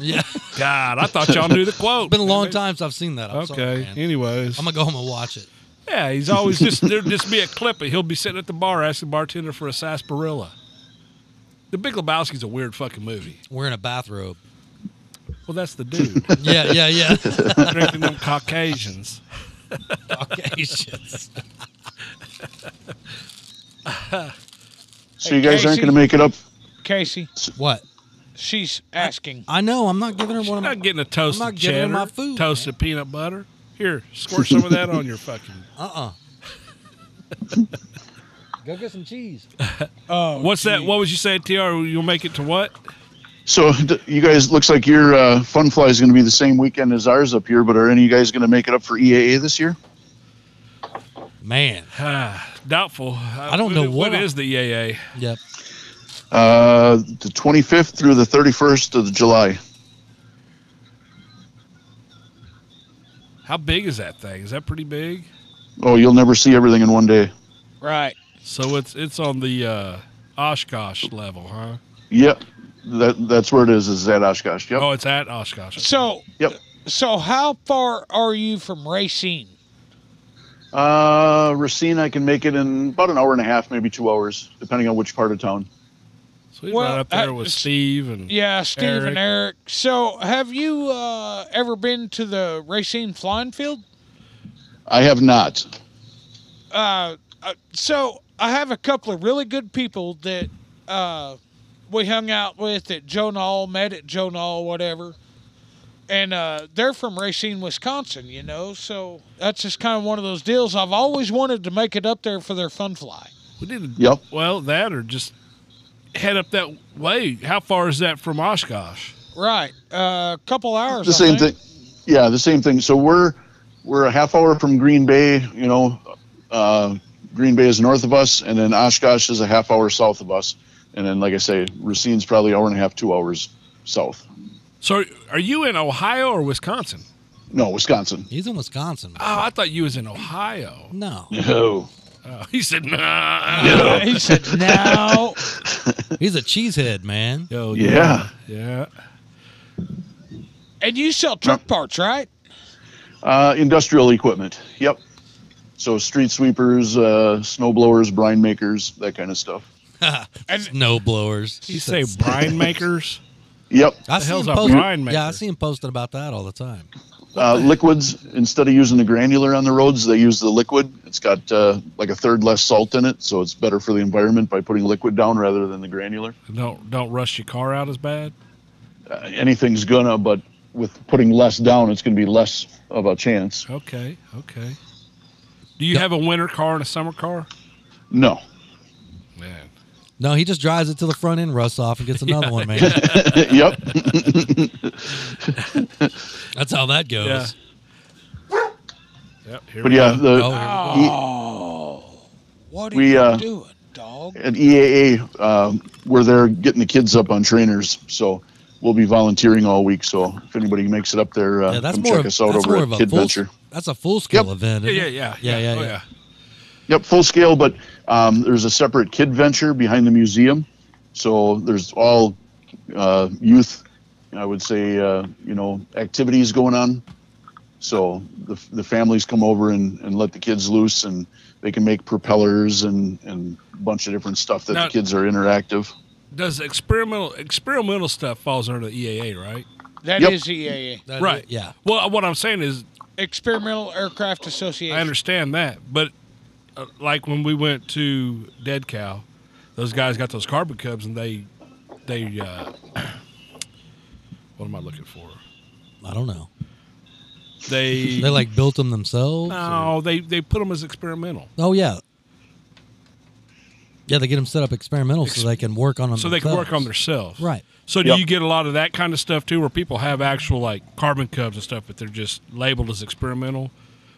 Speaker 3: yeah.
Speaker 4: God, I thought y'all knew the quote.
Speaker 3: It's been a long time since I've seen that. I'm
Speaker 4: Okay.
Speaker 3: sorry, man.
Speaker 4: Anyways,
Speaker 3: I'm gonna go home and watch it.
Speaker 4: yeah, he's always just there'd just be a clip, and he'll be sitting at the bar asking the bartender for a sarsaparilla. The Big Lebowski's a weird fucking movie.
Speaker 3: Wearing a bathrobe.
Speaker 4: Well, that's the dude
Speaker 3: Yeah, yeah, yeah.
Speaker 4: drinking them Caucasians.
Speaker 3: Caucasians.
Speaker 8: So you guys aren't
Speaker 6: Casey.
Speaker 8: going to make it up.
Speaker 6: Casey.
Speaker 3: What?
Speaker 6: She's asking.
Speaker 3: I know. I'm not giving her
Speaker 4: I'm
Speaker 3: one of
Speaker 4: not
Speaker 3: my.
Speaker 4: getting a toasted
Speaker 3: I'm not giving
Speaker 4: cheddar,
Speaker 3: him my food,
Speaker 4: toasted peanut butter. Here, squirt some of that on your fucking.
Speaker 3: Uh-uh. Go get some cheese.
Speaker 6: Oh,
Speaker 4: What's that?
Speaker 6: gee.
Speaker 4: What was you saying, Tr? You'll make it to what?
Speaker 8: So d- you guys looks like your uh, fun fly is going to be the same weekend as ours up here. But are any of you guys going to make it up for EAA this year?
Speaker 3: Man.
Speaker 4: Ah, doubtful. I
Speaker 3: don't know what
Speaker 4: what
Speaker 3: I-
Speaker 4: is the E EAA.
Speaker 3: Yep.
Speaker 8: Uh, the 25th through the 31st of July.
Speaker 4: How big is that thing? Is that pretty big?
Speaker 8: Oh, you'll never see everything in one day.
Speaker 6: Right.
Speaker 4: So it's it's on the uh, Oshkosh level, huh?
Speaker 8: Yep, that that's where it is. Is at Oshkosh. Yep.
Speaker 4: Oh, it's at Oshkosh.
Speaker 6: So
Speaker 8: Yep.
Speaker 6: So how far are you from Racine?
Speaker 8: Uh, Racine, I can make it in about an hour and a half, maybe two hours, depending on which part of town.
Speaker 4: So he's
Speaker 6: Well,
Speaker 4: right up there
Speaker 6: uh,
Speaker 4: with
Speaker 6: s-
Speaker 4: Steve and
Speaker 6: Yeah, Steve
Speaker 4: Eric.
Speaker 6: and Eric. So have you uh, ever been to the Racine flying field?
Speaker 8: I have not.
Speaker 6: Uh, uh, so I have a couple of really good people that uh, we hung out with at Joe Knoll, met at Joe Knoll, whatever. and uh, they're from Racine, Wisconsin, you know. So that's just kind of one of those deals. I've always wanted to make it up there for their fun fly.
Speaker 4: We did
Speaker 8: Yep.
Speaker 4: well that or just head up that way. How far is that from Oshkosh?
Speaker 6: Right, a couple hours.
Speaker 8: the
Speaker 6: I
Speaker 8: same
Speaker 6: think.
Speaker 8: thing. Yeah, the same thing. So we're we're a half hour from Green Bay. You know, uh, Green Bay is north of us, and then Oshkosh is a half hour south of us. And then, like I say, Racine's probably hour and a half, two hours south.
Speaker 4: So are you in Ohio or Wisconsin?
Speaker 8: No, Wisconsin.
Speaker 3: He's in Wisconsin.
Speaker 4: Oh, I thought you was in Ohio.
Speaker 3: No,
Speaker 8: No.
Speaker 4: Oh, he said, nah.
Speaker 6: he said, "Now,
Speaker 3: he's a cheesehead, man.
Speaker 4: Yo,
Speaker 8: Yeah.
Speaker 4: Yeah.
Speaker 6: and you sell truck parts, right?
Speaker 8: Uh, industrial equipment. Yep. So street sweepers, uh, snow blowers, brine makers, that kind of stuff.
Speaker 3: Snow blowers.
Speaker 4: You say brine makers?
Speaker 8: Yep.
Speaker 3: I see
Speaker 4: hell's
Speaker 3: him
Speaker 4: a
Speaker 3: posting.
Speaker 4: brine maker?
Speaker 3: Yeah, I see him posting about that all the time.
Speaker 8: Uh, liquids instead of using the granular on the roads, they use the liquid. It's got uh, like a third less salt in it, so it's better for the environment by putting liquid down rather than the granular.
Speaker 4: Don't don't rush your car out as bad.
Speaker 8: Uh, anything's gonna, but with putting less down, it's gonna be less of a chance.
Speaker 4: Okay, okay. Do you have a winter car and a summer car?
Speaker 8: No,
Speaker 4: Man.
Speaker 3: No, he just drives it to the front end, rusts off, and gets another one, man.
Speaker 8: yep,
Speaker 3: That's how that goes.
Speaker 4: Yeah. Yep, here
Speaker 8: but
Speaker 4: we
Speaker 8: yeah,
Speaker 4: go.
Speaker 8: the
Speaker 3: Oh, here we go.
Speaker 6: What are
Speaker 8: We,
Speaker 6: you
Speaker 8: uh,
Speaker 6: doing, dog?"
Speaker 8: E, at EAA, um, we're there getting the kids up on trainers, so we'll be volunteering all week. So if anybody makes it up there, uh,
Speaker 3: Yeah, that's
Speaker 8: come
Speaker 3: more.
Speaker 8: check
Speaker 3: of-
Speaker 8: us out
Speaker 3: that's
Speaker 8: over
Speaker 3: more
Speaker 8: at
Speaker 3: of a
Speaker 8: Kid
Speaker 3: full,
Speaker 8: Venture.
Speaker 3: That's a full scale
Speaker 8: Yep.
Speaker 3: event.
Speaker 4: Yeah,
Speaker 3: isn't
Speaker 4: yeah,
Speaker 3: it?
Speaker 4: yeah.
Speaker 3: yeah, yeah,
Speaker 4: Oh,
Speaker 3: yeah.
Speaker 8: Yep, full scale, but um, there's a separate kid venture behind the museum. So there's all uh, youth, I would say, uh, you know, activities going on. So the, the families come over and, and let the kids loose and they can make propellers and, and a bunch of different stuff that
Speaker 4: Now-
Speaker 8: the kids are interactive.
Speaker 4: Does experimental experimental stuff falls under the EAA, right?
Speaker 6: That
Speaker 8: Yep.
Speaker 6: is E EAA,
Speaker 3: That-
Speaker 4: right.
Speaker 3: Yeah.
Speaker 4: Well, uh, what I'm saying is,
Speaker 6: Experimental Aircraft Association.
Speaker 4: I understand that, but uh, like when we went to Dead Cow, those guys got those carbon cubs, and they they uh, what am I looking for?
Speaker 3: I don't know.
Speaker 4: They
Speaker 3: They like built them themselves. or-
Speaker 4: no, they they put them as experimental,
Speaker 3: Oh yeah. Yeah, they get them set up experimental so they can work on them.
Speaker 4: so they can work on
Speaker 3: themselves.
Speaker 4: themselves.
Speaker 3: Right.
Speaker 4: So do
Speaker 8: Yep.
Speaker 4: you get a lot of that kind of stuff too, where people have actual like carbon cubs and stuff, but they're just labeled as experimental,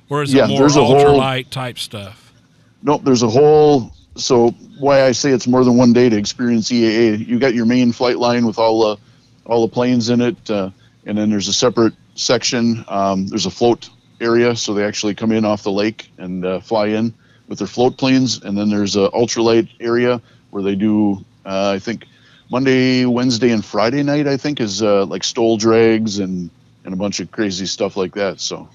Speaker 4: or is
Speaker 8: Yeah,
Speaker 4: it more
Speaker 8: there's a whole-
Speaker 4: ultralight type stuff?
Speaker 8: Nope, there's a whole. So why I say it's more than one day to experience EAA. You got your main flight line with all the all the planes in it, uh, and then there's a separate section. Um, there's a float area, so they actually come in off the lake and uh, fly in with their float planes, and then there's a ultralight area where they do. Uh, I think Monday, Wednesday, and Friday night. I think is uh, like stole drags and and a bunch of crazy stuff like that. So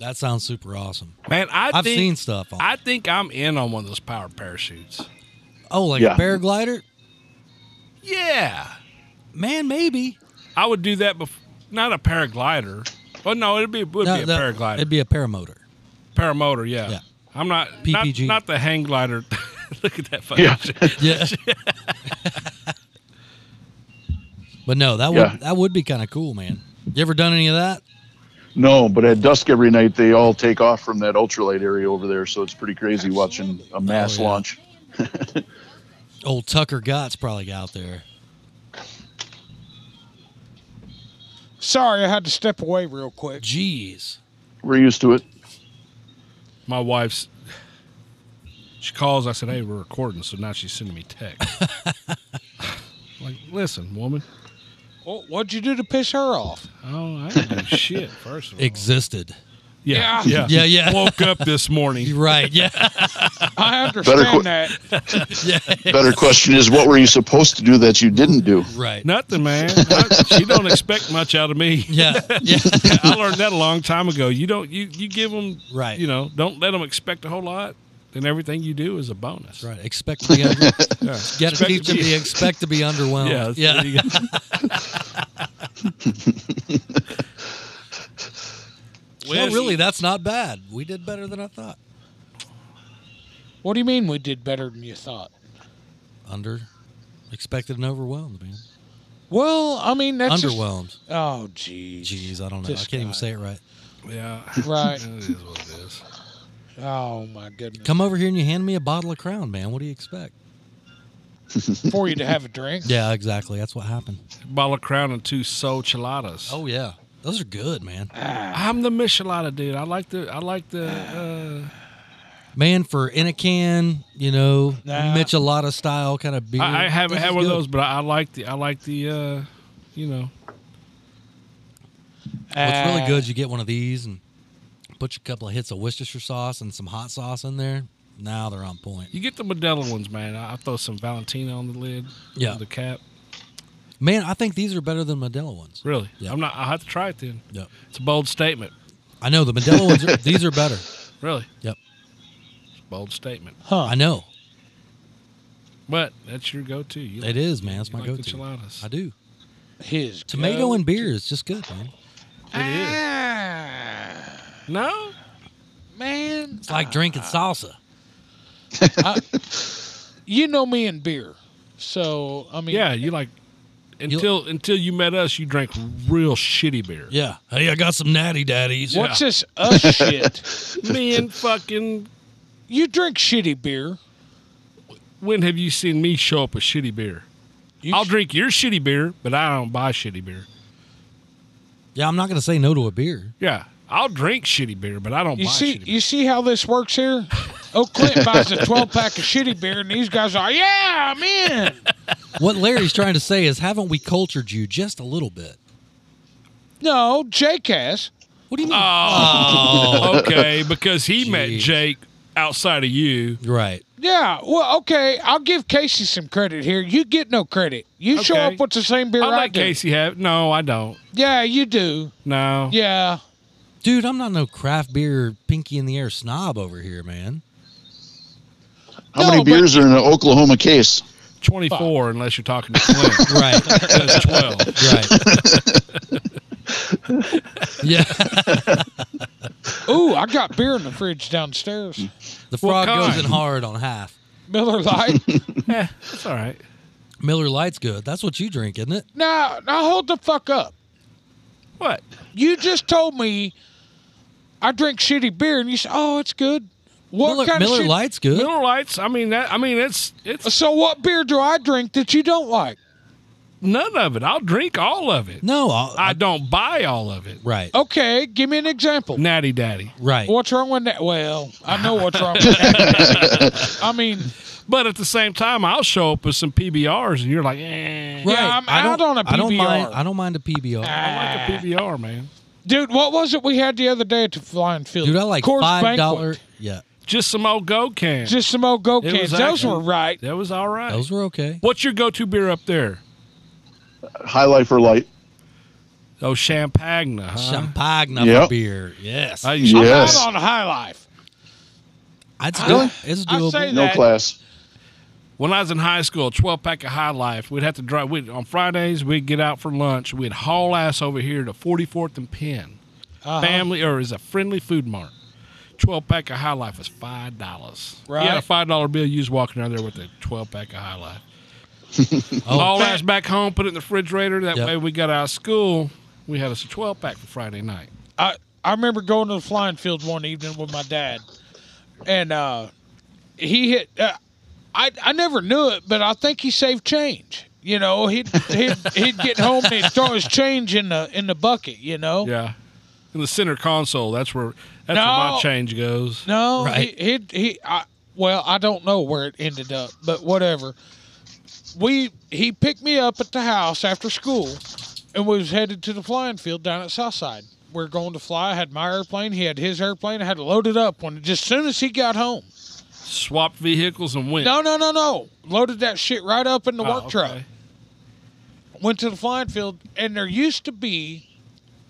Speaker 3: That sounds super awesome.
Speaker 4: Man, I
Speaker 3: I've
Speaker 4: think,
Speaker 3: seen stuff on.
Speaker 4: I think I'm in on one of those powered parachutes.
Speaker 3: oh, like
Speaker 8: Yeah.
Speaker 3: a paraglider?
Speaker 4: Yeah.
Speaker 3: Man, maybe.
Speaker 4: I would do that before. Not a paraglider. Well, no, it'd be it would
Speaker 3: No,
Speaker 4: be a
Speaker 3: no,
Speaker 4: paraglider,
Speaker 3: It'd be a paramotor.
Speaker 4: paramotor. Yeah.
Speaker 3: Yeah.
Speaker 4: I'm not
Speaker 3: PPG.
Speaker 4: Not, not the hang glider. Look at that fucking
Speaker 8: Yeah.
Speaker 4: shit.
Speaker 3: Yeah. but no, that would
Speaker 8: Yeah.
Speaker 3: that would be kind of cool, man. You ever done any of that?
Speaker 8: No, but at dusk every night they all take off from that ultralight area over there, so it's pretty crazy watching a mass
Speaker 3: Oh, yeah.
Speaker 8: launch.
Speaker 3: Old Tucker Gott's probably out there.
Speaker 6: Sorry, I had to step away real quick.
Speaker 3: Jeez.
Speaker 8: We're used to it.
Speaker 4: My wife's. She calls. I said, "Hey, we're recording," so now she's sending me text. like, listen, woman.
Speaker 6: Wh- Oh, What'd you do to piss her off?
Speaker 4: Oh, I didn't do shit. First of all,
Speaker 3: Existed.
Speaker 4: yeah, yeah,
Speaker 3: Yeah, yeah.
Speaker 4: Woke up this morning.
Speaker 3: Right. Yeah.
Speaker 6: I understand
Speaker 8: qu-
Speaker 6: that.
Speaker 8: Better question is, what were you supposed to do that you didn't do?
Speaker 3: Right.
Speaker 4: Nothing, man. I- she don't expect much out of me.
Speaker 3: Yeah. Yeah.
Speaker 4: I learned that a long time ago. You don't you you give them
Speaker 3: Right.
Speaker 4: You know, don't let them expect a whole lot, and everything you do is a bonus.
Speaker 3: right. Expect to be under,
Speaker 4: Yeah.
Speaker 3: got to
Speaker 4: Expect
Speaker 3: teach
Speaker 4: to
Speaker 3: them
Speaker 4: be-
Speaker 3: to expect to be underwhelmed.
Speaker 4: Yeah.
Speaker 3: Yeah. Well,
Speaker 4: Wes-
Speaker 3: really, that's not bad. We did better than I thought.
Speaker 6: What do you mean we did better than you thought?
Speaker 3: Under expected and overwhelmed, man.
Speaker 6: Well, I mean, that's just-
Speaker 3: Underwhelmed.
Speaker 6: oh, geez.
Speaker 3: Jeez, I don't know. I
Speaker 6: This
Speaker 3: can't even
Speaker 6: guy.
Speaker 3: say it right.
Speaker 4: Yeah.
Speaker 6: Right.
Speaker 4: it is what it is.
Speaker 6: Oh my goodness.
Speaker 3: Come over here and you hand me a bottle of Crown, man. What do you expect?
Speaker 6: for you to have a drink.
Speaker 3: Yeah, exactly. That's what happened.
Speaker 4: Bottle of Crown and two soul chiladas.
Speaker 3: Oh yeah, those are good, man.
Speaker 4: I'm the Michelada dude. I like the I like the uh,
Speaker 3: Man, for in a can, you know,
Speaker 6: Nah.
Speaker 3: Michelada style kind of beer.
Speaker 4: I, I haven't
Speaker 3: This
Speaker 4: had
Speaker 3: is
Speaker 4: one of
Speaker 3: good.
Speaker 4: those, but I, I like the I like the uh, you know
Speaker 3: What's really good, is you get one of these and put a couple of hits of Worcestershire sauce and some hot sauce in there. Now they're on point.
Speaker 4: you get the Modelo ones, man. I, I throw some Valentina on the lid.
Speaker 3: Yeah.
Speaker 4: on the cap.
Speaker 3: Man, I think these are better than Modelo ones.
Speaker 4: Really,
Speaker 3: Yeah.
Speaker 4: I'm not. I have to try it then.
Speaker 3: Yep.
Speaker 4: It's a bold statement.
Speaker 3: I know the Modelo ones. Are, these are better.
Speaker 4: Really,
Speaker 3: Yep.
Speaker 4: bold statement.
Speaker 3: I know
Speaker 4: But that's your go-to. You
Speaker 3: it is, man. That's my
Speaker 4: like the
Speaker 3: go-to.
Speaker 4: chiladas.
Speaker 3: I do.
Speaker 6: His
Speaker 3: Tomato
Speaker 6: go-
Speaker 3: and beer is just good, man.
Speaker 4: It
Speaker 6: Ah,
Speaker 4: is. No,
Speaker 6: man.
Speaker 3: It's like
Speaker 4: Ah.
Speaker 3: drinking salsa.
Speaker 6: You know me and beer, so I mean,
Speaker 4: yeah, you like until until you met us, you drank real shitty beer.
Speaker 3: Yeah. Hey, I got some natty daddies.
Speaker 6: What's this us shit?
Speaker 4: Me and fucking.
Speaker 6: You drink shitty beer.
Speaker 4: When have you seen me show up with shitty beer?
Speaker 6: You
Speaker 4: I'll
Speaker 6: sh-
Speaker 4: drink your shitty beer, but I don't buy shitty beer.
Speaker 3: Yeah, I'm not gonna say no to a beer.
Speaker 4: Yeah, I'll drink shitty beer, but I don't
Speaker 6: You
Speaker 4: buy
Speaker 6: see,
Speaker 4: shitty beer.
Speaker 6: you see how this works here. Oh, Clint buys a twelve pack of shitty beer, and these guys are, yeah, I'm in.
Speaker 3: What Larry's trying to say is, haven't we cultured you just a little bit?
Speaker 6: No, Jake has.
Speaker 3: What do you mean?
Speaker 6: Uh, Oh.
Speaker 4: okay, because he met
Speaker 3: Jeez.
Speaker 4: Jake outside of you.
Speaker 3: right.
Speaker 6: Yeah, well, okay. I'll give Casey some credit here. You get no credit. You show
Speaker 4: Okay.
Speaker 6: up with the same beer
Speaker 4: I
Speaker 6: I,
Speaker 4: like
Speaker 6: do.
Speaker 4: Casey have. No, I don't.
Speaker 6: Yeah, you do.
Speaker 4: No.
Speaker 6: Yeah.
Speaker 3: Dude, I'm not no craft beer pinky in the air snob over here, man.
Speaker 6: No,
Speaker 8: How many
Speaker 6: but-
Speaker 8: beers are in an Oklahoma case?
Speaker 4: 24, unless you're talking to Clint.
Speaker 3: Right.
Speaker 4: That's 12.
Speaker 3: Right. yeah.
Speaker 6: Ooh, I got beer in the fridge downstairs.
Speaker 3: The frog goes
Speaker 4: kind?
Speaker 3: in hard on half.
Speaker 6: Miller Lite.
Speaker 4: Eh, that's all right.
Speaker 3: Miller Lite's good. That's what you drink, isn't it?
Speaker 6: now, now hold the fuck up.
Speaker 4: What?
Speaker 6: You just told me I drink shitty beer, and you said, "Oh, it's good." What
Speaker 3: Miller,
Speaker 6: kind
Speaker 3: Miller
Speaker 6: of shit?
Speaker 3: Lite's good.
Speaker 4: Miller Lights. I mean that. I mean it's it's
Speaker 6: So, what beer do I drink that you don't like?
Speaker 4: none of it. I'll drink all of it.
Speaker 3: no, I'll,
Speaker 4: I don't buy all of it.
Speaker 3: right.
Speaker 6: Okay, give me an example.
Speaker 4: Natty Daddy.
Speaker 3: Right.
Speaker 6: What's wrong with that? Well, I know what's wrong with that. I mean,
Speaker 4: But at the same time, I'll show up with some PBRs, and you're like, eh.
Speaker 3: right.
Speaker 6: I'm
Speaker 3: I don't-
Speaker 6: out on a
Speaker 3: I don't mind.
Speaker 6: PBR.
Speaker 3: I don't mind a PBR.
Speaker 6: Ah,
Speaker 4: I like a PBR, man.
Speaker 6: dude, what was it we had the other day at the flying field?
Speaker 3: Dude, I like
Speaker 6: Coors
Speaker 3: five
Speaker 6: Banquet.
Speaker 3: dollar. Yeah,
Speaker 4: Just some old go can.
Speaker 6: Just some old go
Speaker 4: It
Speaker 6: cans.
Speaker 4: was
Speaker 6: Those
Speaker 4: actually-
Speaker 6: were right.
Speaker 4: that was all right.
Speaker 3: those were okay.
Speaker 4: What's your go-to beer up there?
Speaker 8: High Life or Light?
Speaker 4: Oh, Champagne, huh?
Speaker 3: Champagne for
Speaker 8: Yep.
Speaker 3: beer. Yes,
Speaker 4: I
Speaker 3: I,
Speaker 4: usually-
Speaker 8: Yes.
Speaker 6: I'm out on high life.
Speaker 3: it's,
Speaker 6: Really?
Speaker 3: do, it's
Speaker 6: I
Speaker 3: doable.
Speaker 6: say
Speaker 8: No
Speaker 6: that.
Speaker 8: class.
Speaker 4: when I was in high school, a 12 pack of High Life, we'd have to drive. We'd, on Fridays, we'd get out for lunch. We'd haul ass over here to 44th and Penn.
Speaker 6: Uh-huh.
Speaker 4: Family, or is a friendly food mart. 12 pack of High Life was $5. You had a
Speaker 6: Right.
Speaker 4: $5 bill. You was walking out there with a 12 pack of High Life.
Speaker 3: Oh.
Speaker 4: Haul ass back home, put it in the refrigerator. That
Speaker 3: Yep.
Speaker 4: way we got out of school. We had us a 12 pack for Friday night.
Speaker 6: I I remember going to the flying field one evening with my dad, and uh, he hit. Uh, I I never knew it, but I think he saved change. You know, he'd he'd, he'd get home and he'd throw his change in the in the bucket. You know.
Speaker 4: Yeah. In the center console, that's where that's where my
Speaker 6: No.
Speaker 4: change goes.
Speaker 6: No,
Speaker 3: Right.
Speaker 6: he he, he I, well, I don't know where it ended up, but whatever. We he picked me up at the house after school, and we was headed to the flying field down at Southside. We are going to fly. I had my airplane. He had his airplane. I had to load it up when just soon as he got home.
Speaker 4: Swapped vehicles and went.
Speaker 6: No, no, no, no. Loaded that shit right up in the
Speaker 4: Oh,
Speaker 6: work truck.
Speaker 4: okay.
Speaker 6: Went to the flying field, and there used to be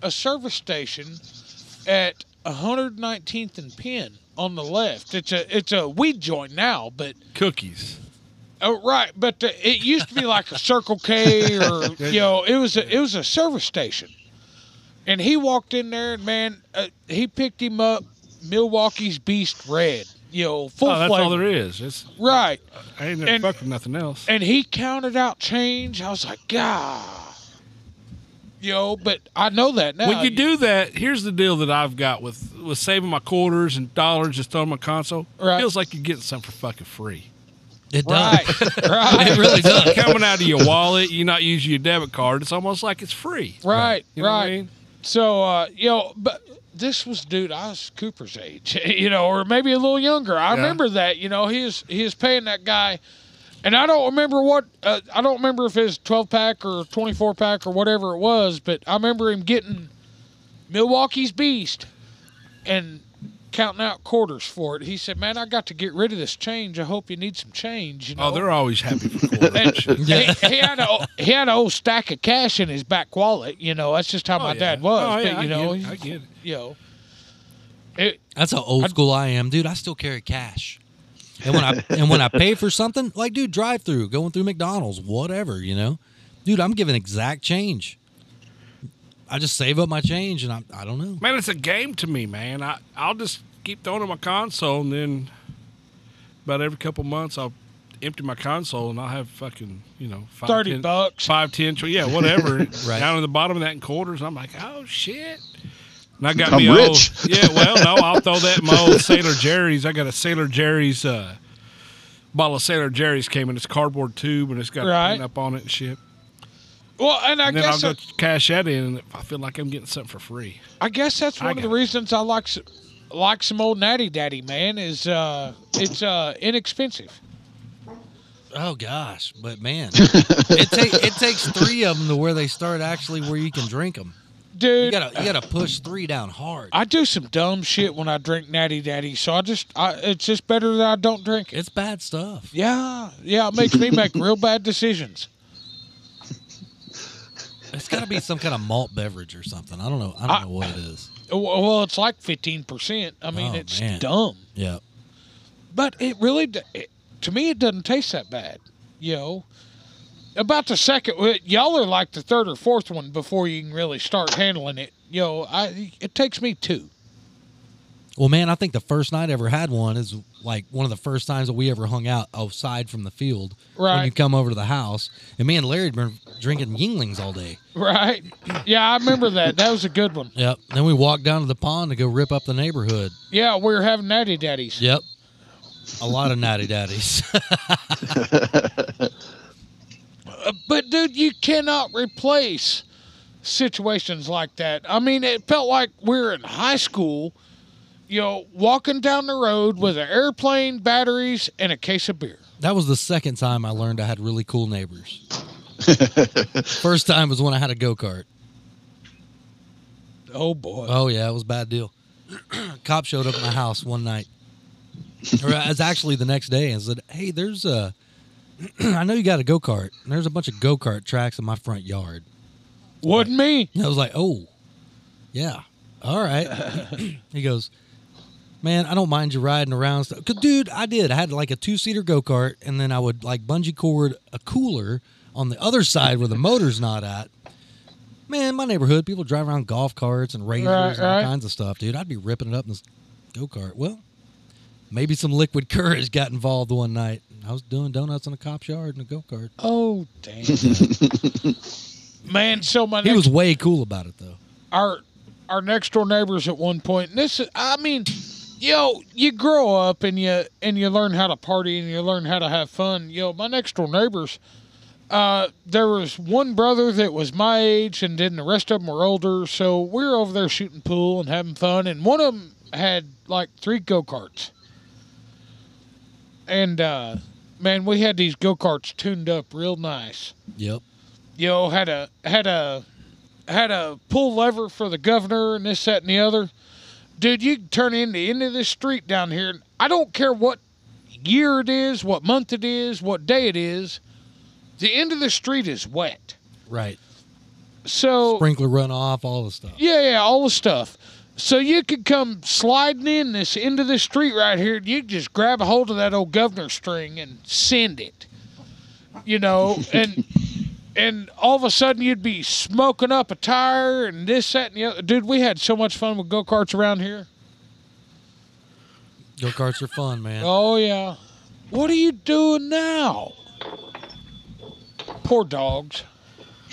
Speaker 6: a service station at 119th and Penn on the left. It's a it's a weed joint now, but
Speaker 4: Cookies.
Speaker 6: oh right, but the, it used to be like a Circle K or you know it was a it was a service station. And he walked in there, and man, uh, he picked him up Milwaukee's Beast Red, you know, full
Speaker 4: Oh, that's
Speaker 6: flavor.
Speaker 4: all there is. It's
Speaker 6: Right.
Speaker 4: I ain't
Speaker 6: And-
Speaker 4: fucking nothing else.
Speaker 6: and he counted out change. I was like, God, Yo, but I know that now.
Speaker 4: When you do that, here's the deal that I've got with with saving my quarters and dollars just throwing my console.
Speaker 6: Right.
Speaker 4: Feels like you're getting something for fucking free.
Speaker 3: It does.
Speaker 6: right, right,
Speaker 3: It really does.
Speaker 4: Coming out of your wallet, you're not using your debit card. It's almost like it's free.
Speaker 6: right,
Speaker 4: You know what I
Speaker 6: right.
Speaker 4: mean?
Speaker 6: So, uh, you know, but this was dude. I was Cooper's age, you know, or maybe a little younger. I remember that. You know, he is he is paying that guy, and I don't remember what uh, I don't remember if it's twelve pack or twenty four pack or whatever it was, but I remember him getting Milwaukee's Beast and counting out quarters for it. He said, "Man, I got to get rid of this change. I hope you need some change." You know?
Speaker 4: Oh, they're always happy for quarters.
Speaker 6: And he, he had a he had an old stack of cash in his back wallet. You know, that's just how
Speaker 4: Oh,
Speaker 6: my
Speaker 4: yeah.
Speaker 6: dad was.
Speaker 4: Oh, yeah,
Speaker 6: but you
Speaker 4: I
Speaker 6: know,
Speaker 4: get it.
Speaker 6: he-
Speaker 4: I get it.
Speaker 6: you know, it,
Speaker 3: That's how old school I am, dude. I still carry cash. And when I and when I pay for something, like dude, drive through, going through McDonald's, whatever, you know, dude, I'm giving exact change. I just save up my change, and I I don't know.
Speaker 4: Man, it's a game to me, man. I I'll just keep throwing on my console, and then about every couple months, I'll empty my console, and I'll have fucking you know five,
Speaker 6: 30
Speaker 4: 10
Speaker 6: bucks.
Speaker 4: five, ten, tw- yeah, whatever.
Speaker 3: Right.
Speaker 4: Down at the bottom of that in quarters, and I'm like, oh shit. And I got
Speaker 8: I'm
Speaker 4: me
Speaker 8: rich.
Speaker 4: old. Yeah, well, no, I'll throw that in my old Sailor Jerry's. I got a Sailor Jerry's uh, bottle of Sailor Jerry's came in its cardboard tube, and it's got
Speaker 6: Right.
Speaker 4: a pin up on it and shit.
Speaker 6: well, and I
Speaker 4: And then I'll
Speaker 6: guess
Speaker 4: go
Speaker 6: I-
Speaker 4: cash that in, and I feel like I'm getting something for free.
Speaker 6: I guess that's
Speaker 4: I
Speaker 6: one of the
Speaker 4: got it.
Speaker 6: reasons I like s- like some old natty daddy man is uh it's uh inexpensive.
Speaker 3: Oh gosh, but man, it take it takes three of them to where they start actually where you can drink them. You
Speaker 6: Dude,
Speaker 3: gotta you gotta push three down hard.
Speaker 6: I do some dumb shit when I drink natty daddy, so I just I it's just better that I don't drink it.
Speaker 3: It's bad stuff.
Speaker 6: Yeah, yeah, it makes me make real bad decisions.
Speaker 3: It's gotta be some kind of malt beverage or something. I don't know. I don't know what it is.
Speaker 6: W- Well, it's like 15%. I mean,
Speaker 3: Oh,
Speaker 6: it's
Speaker 3: man.
Speaker 6: dumb.
Speaker 3: Yeah.
Speaker 6: But it really, d- it, to me, it doesn't taste that bad. You know, about the second, well, y'all are like the third or fourth one before you can really start handling it. You know, I it takes me two.
Speaker 3: Well, man, I think the first night I ever had one is like one of the first times that we ever hung out outside from the field. When
Speaker 6: Right.
Speaker 3: you come over to the house, and me and Larry had been drinking Yinglings all day.
Speaker 6: Right? Yeah, I remember that. That was a good one.
Speaker 3: Yep. Then we walked down to the pond to go rip up the neighborhood.
Speaker 6: Yeah, we were having natty daddies.
Speaker 3: Yep. A lot of natty daddies.
Speaker 6: But dude, you cannot replace situations like that. I mean, it felt like we were in high school, you know, walking down the road with an airplane, batteries, and a case of beer.
Speaker 3: that was the second time I learned I had really cool neighbors. first time was when I had a go kart.
Speaker 6: Oh boy.
Speaker 3: Oh yeah, it was a bad deal. Cop showed up at my house one night, or it was actually the next day, and said, "Hey, there's a, I know you got a go kart, and there's a bunch of go kart tracks in my front yard."
Speaker 6: Wasn't me.
Speaker 3: And I was like, "Oh, yeah, all right." he goes, "Man, I don't mind you riding around stuff, 'Cause, dude. I did. I had like a two seater go kart, and then I would like bungee cord a cooler on the other side where the motor's not at." Man, my neighborhood people drive around golf carts and razors
Speaker 6: Right,
Speaker 3: and all
Speaker 6: right.
Speaker 3: kinds of stuff, dude. I'd be ripping it up in this go kart. Well, maybe some liquid courage got involved one night. I was doing donuts in a cop's yard in a go kart.
Speaker 6: Oh damn. Man, so my
Speaker 3: He
Speaker 6: next,
Speaker 3: was way cool about it though.
Speaker 6: our our next door neighbors at one point, and this is I mean, yo, you grow up and you and you learn how to party and you learn how to have fun. Yo, my next door neighbors, uh, there was one brother that was my age, and then the rest of them were older. So we were over there shooting pool and having fun, and one of them had like three go karts. And uh, man, we had these go karts tuned up real nice
Speaker 3: Yep.
Speaker 6: you know, had a had a had a pull lever for the governor and this, that, and the other. Dude, you can turn into into this street down here. and I don't care what year it is, what month it is, what day it is. The end of the street is wet.
Speaker 3: Right.
Speaker 6: So
Speaker 3: Sprinkler runoff, all the stuff.
Speaker 6: yeah, yeah, all the stuff. So you could come sliding in this into this street right here, and you could just grab a hold of that old governor string and send it. You know, and and all of a sudden you'd be smoking up a tire and this, that, and the other. Dude, we had so much fun with go karts around here.
Speaker 3: Go karts are fun, man.
Speaker 6: Oh yeah. What are you doing now? Poor dogs.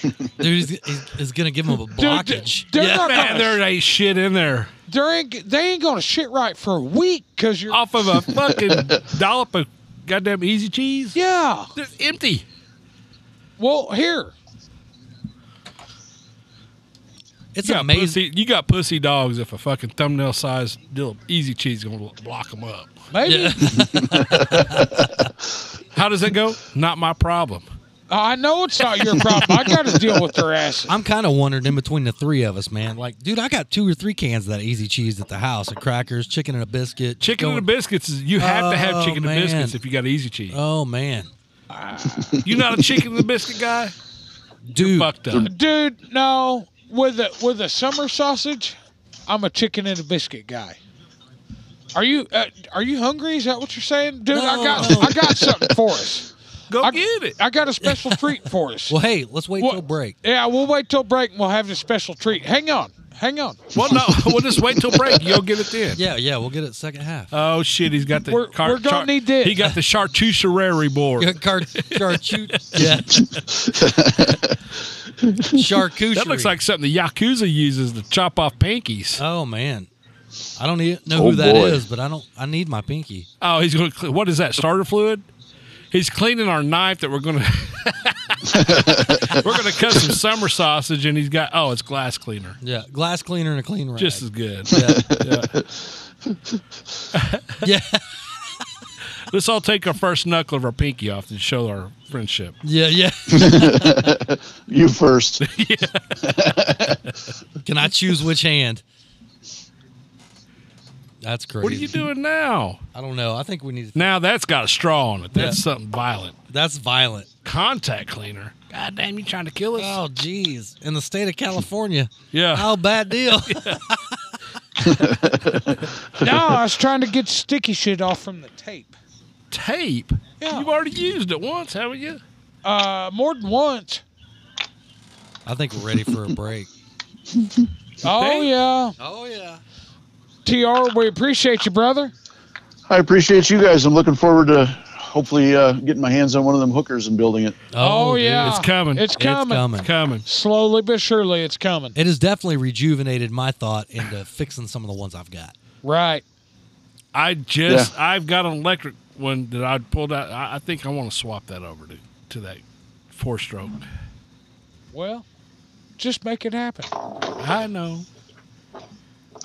Speaker 3: Dude, he's, he's, he's gonna give him a
Speaker 6: Dude,
Speaker 3: blockage.
Speaker 6: they're
Speaker 3: yeah.
Speaker 6: not
Speaker 4: Man, there ain't shit in there.
Speaker 6: There ain't, they ain't gonna shit right for a week because you're
Speaker 4: Off of a fucking dollop of goddamn easy cheese.
Speaker 6: yeah.
Speaker 4: They're empty.
Speaker 6: Well, here,
Speaker 3: it's
Speaker 4: you got
Speaker 3: amazing.
Speaker 4: Pussy, you got pussy dogs if a fucking thumbnail size deal of easy cheese gonna block them up.
Speaker 6: maybe
Speaker 3: Yeah.
Speaker 4: How does that go? Not my problem.
Speaker 6: I know it's not your problem. I got to deal with their ass.
Speaker 3: I'm kind of wondering in between the three of us, man. Like, dude, I got two or three cans of that easy cheese at the house, of crackers, chicken and a biscuit.
Speaker 4: Chicken
Speaker 3: going-
Speaker 4: and biscuits. Is, you have to have
Speaker 3: Oh,
Speaker 4: chicken
Speaker 3: man.
Speaker 4: and biscuits if you got easy cheese.
Speaker 3: Oh man,
Speaker 4: You're not a chicken and biscuit guy.
Speaker 3: dude,
Speaker 4: Fucked up.
Speaker 6: Dude, no. With a with a summer sausage, I'm a chicken and a biscuit guy. Are you uh, are you hungry? Is that what you're saying, dude? I got
Speaker 3: No.
Speaker 6: I got something for us.
Speaker 4: Go
Speaker 6: I
Speaker 4: get it.
Speaker 6: I got a special treat for us.
Speaker 3: Well, hey, let's wait
Speaker 6: What-
Speaker 3: till break.
Speaker 6: Yeah, we'll wait till break and we'll have the special treat. Hang on, hang on.
Speaker 4: Well, no, we'll just wait till break. You'll get it then.
Speaker 3: Yeah, yeah, we'll get it second half.
Speaker 4: Oh shit, he's got the
Speaker 6: We're-
Speaker 4: car-
Speaker 6: we're gonna
Speaker 4: char-
Speaker 6: need this.
Speaker 4: He got the charcuterie board.
Speaker 3: Good Car- charcut- yeah. Charcuterie.
Speaker 4: That looks like something the yakuza uses to chop off pinkies.
Speaker 3: Oh man, I don't e- know
Speaker 8: Oh,
Speaker 3: who that is,
Speaker 8: boy.
Speaker 3: but I don't. I need my pinky.
Speaker 4: Oh, he's going. to What is that? Starter fluid. He's cleaning our knife that we're going to. we're going to cut some summer sausage, and he's got. Oh, it's glass cleaner.
Speaker 3: Yeah, glass cleaner and a clean rag.
Speaker 4: Just as good.
Speaker 3: yeah,
Speaker 4: Let's all take our first knuckle of our pinky off to show our friendship.
Speaker 3: yeah, yeah.
Speaker 8: You first.
Speaker 3: Can I choose which hand? That's crazy.
Speaker 4: What are you doing now?
Speaker 3: I don't know. I think we need. To,
Speaker 4: Now that's got a straw on it. That's
Speaker 3: Yeah.
Speaker 4: something violent.
Speaker 3: that's violent.
Speaker 4: Contact cleaner. God damn, you trying to kill us?
Speaker 3: Oh, geez. In the state of California.
Speaker 4: Yeah.
Speaker 3: Oh, bad deal.
Speaker 6: No, I was trying to get sticky shit off from the tape.
Speaker 4: Tape.
Speaker 6: Yeah.
Speaker 4: You've already used it once, haven't you?
Speaker 6: Uh, more than once.
Speaker 3: I think we're ready for a break.
Speaker 6: Oh
Speaker 4: Dang.
Speaker 6: yeah,
Speaker 3: Oh, yeah.
Speaker 6: Tr, we appreciate you, brother.
Speaker 8: I appreciate you guys. I'm looking forward to hopefully uh, getting my hands on one of them hookers and building it.
Speaker 6: Oh,
Speaker 3: dude.
Speaker 6: yeah,
Speaker 4: It's coming.
Speaker 6: It's coming.
Speaker 3: It's coming.
Speaker 4: It's coming.
Speaker 6: Slowly but surely, it's coming.
Speaker 3: It has definitely rejuvenated my thought into fixing some of the ones I've got.
Speaker 6: Right.
Speaker 4: I just I've got an electric one that I pulled out. I, I think I want to swap that over to to that four stroke.
Speaker 6: Well, just make it happen.
Speaker 4: I know.
Speaker 6: All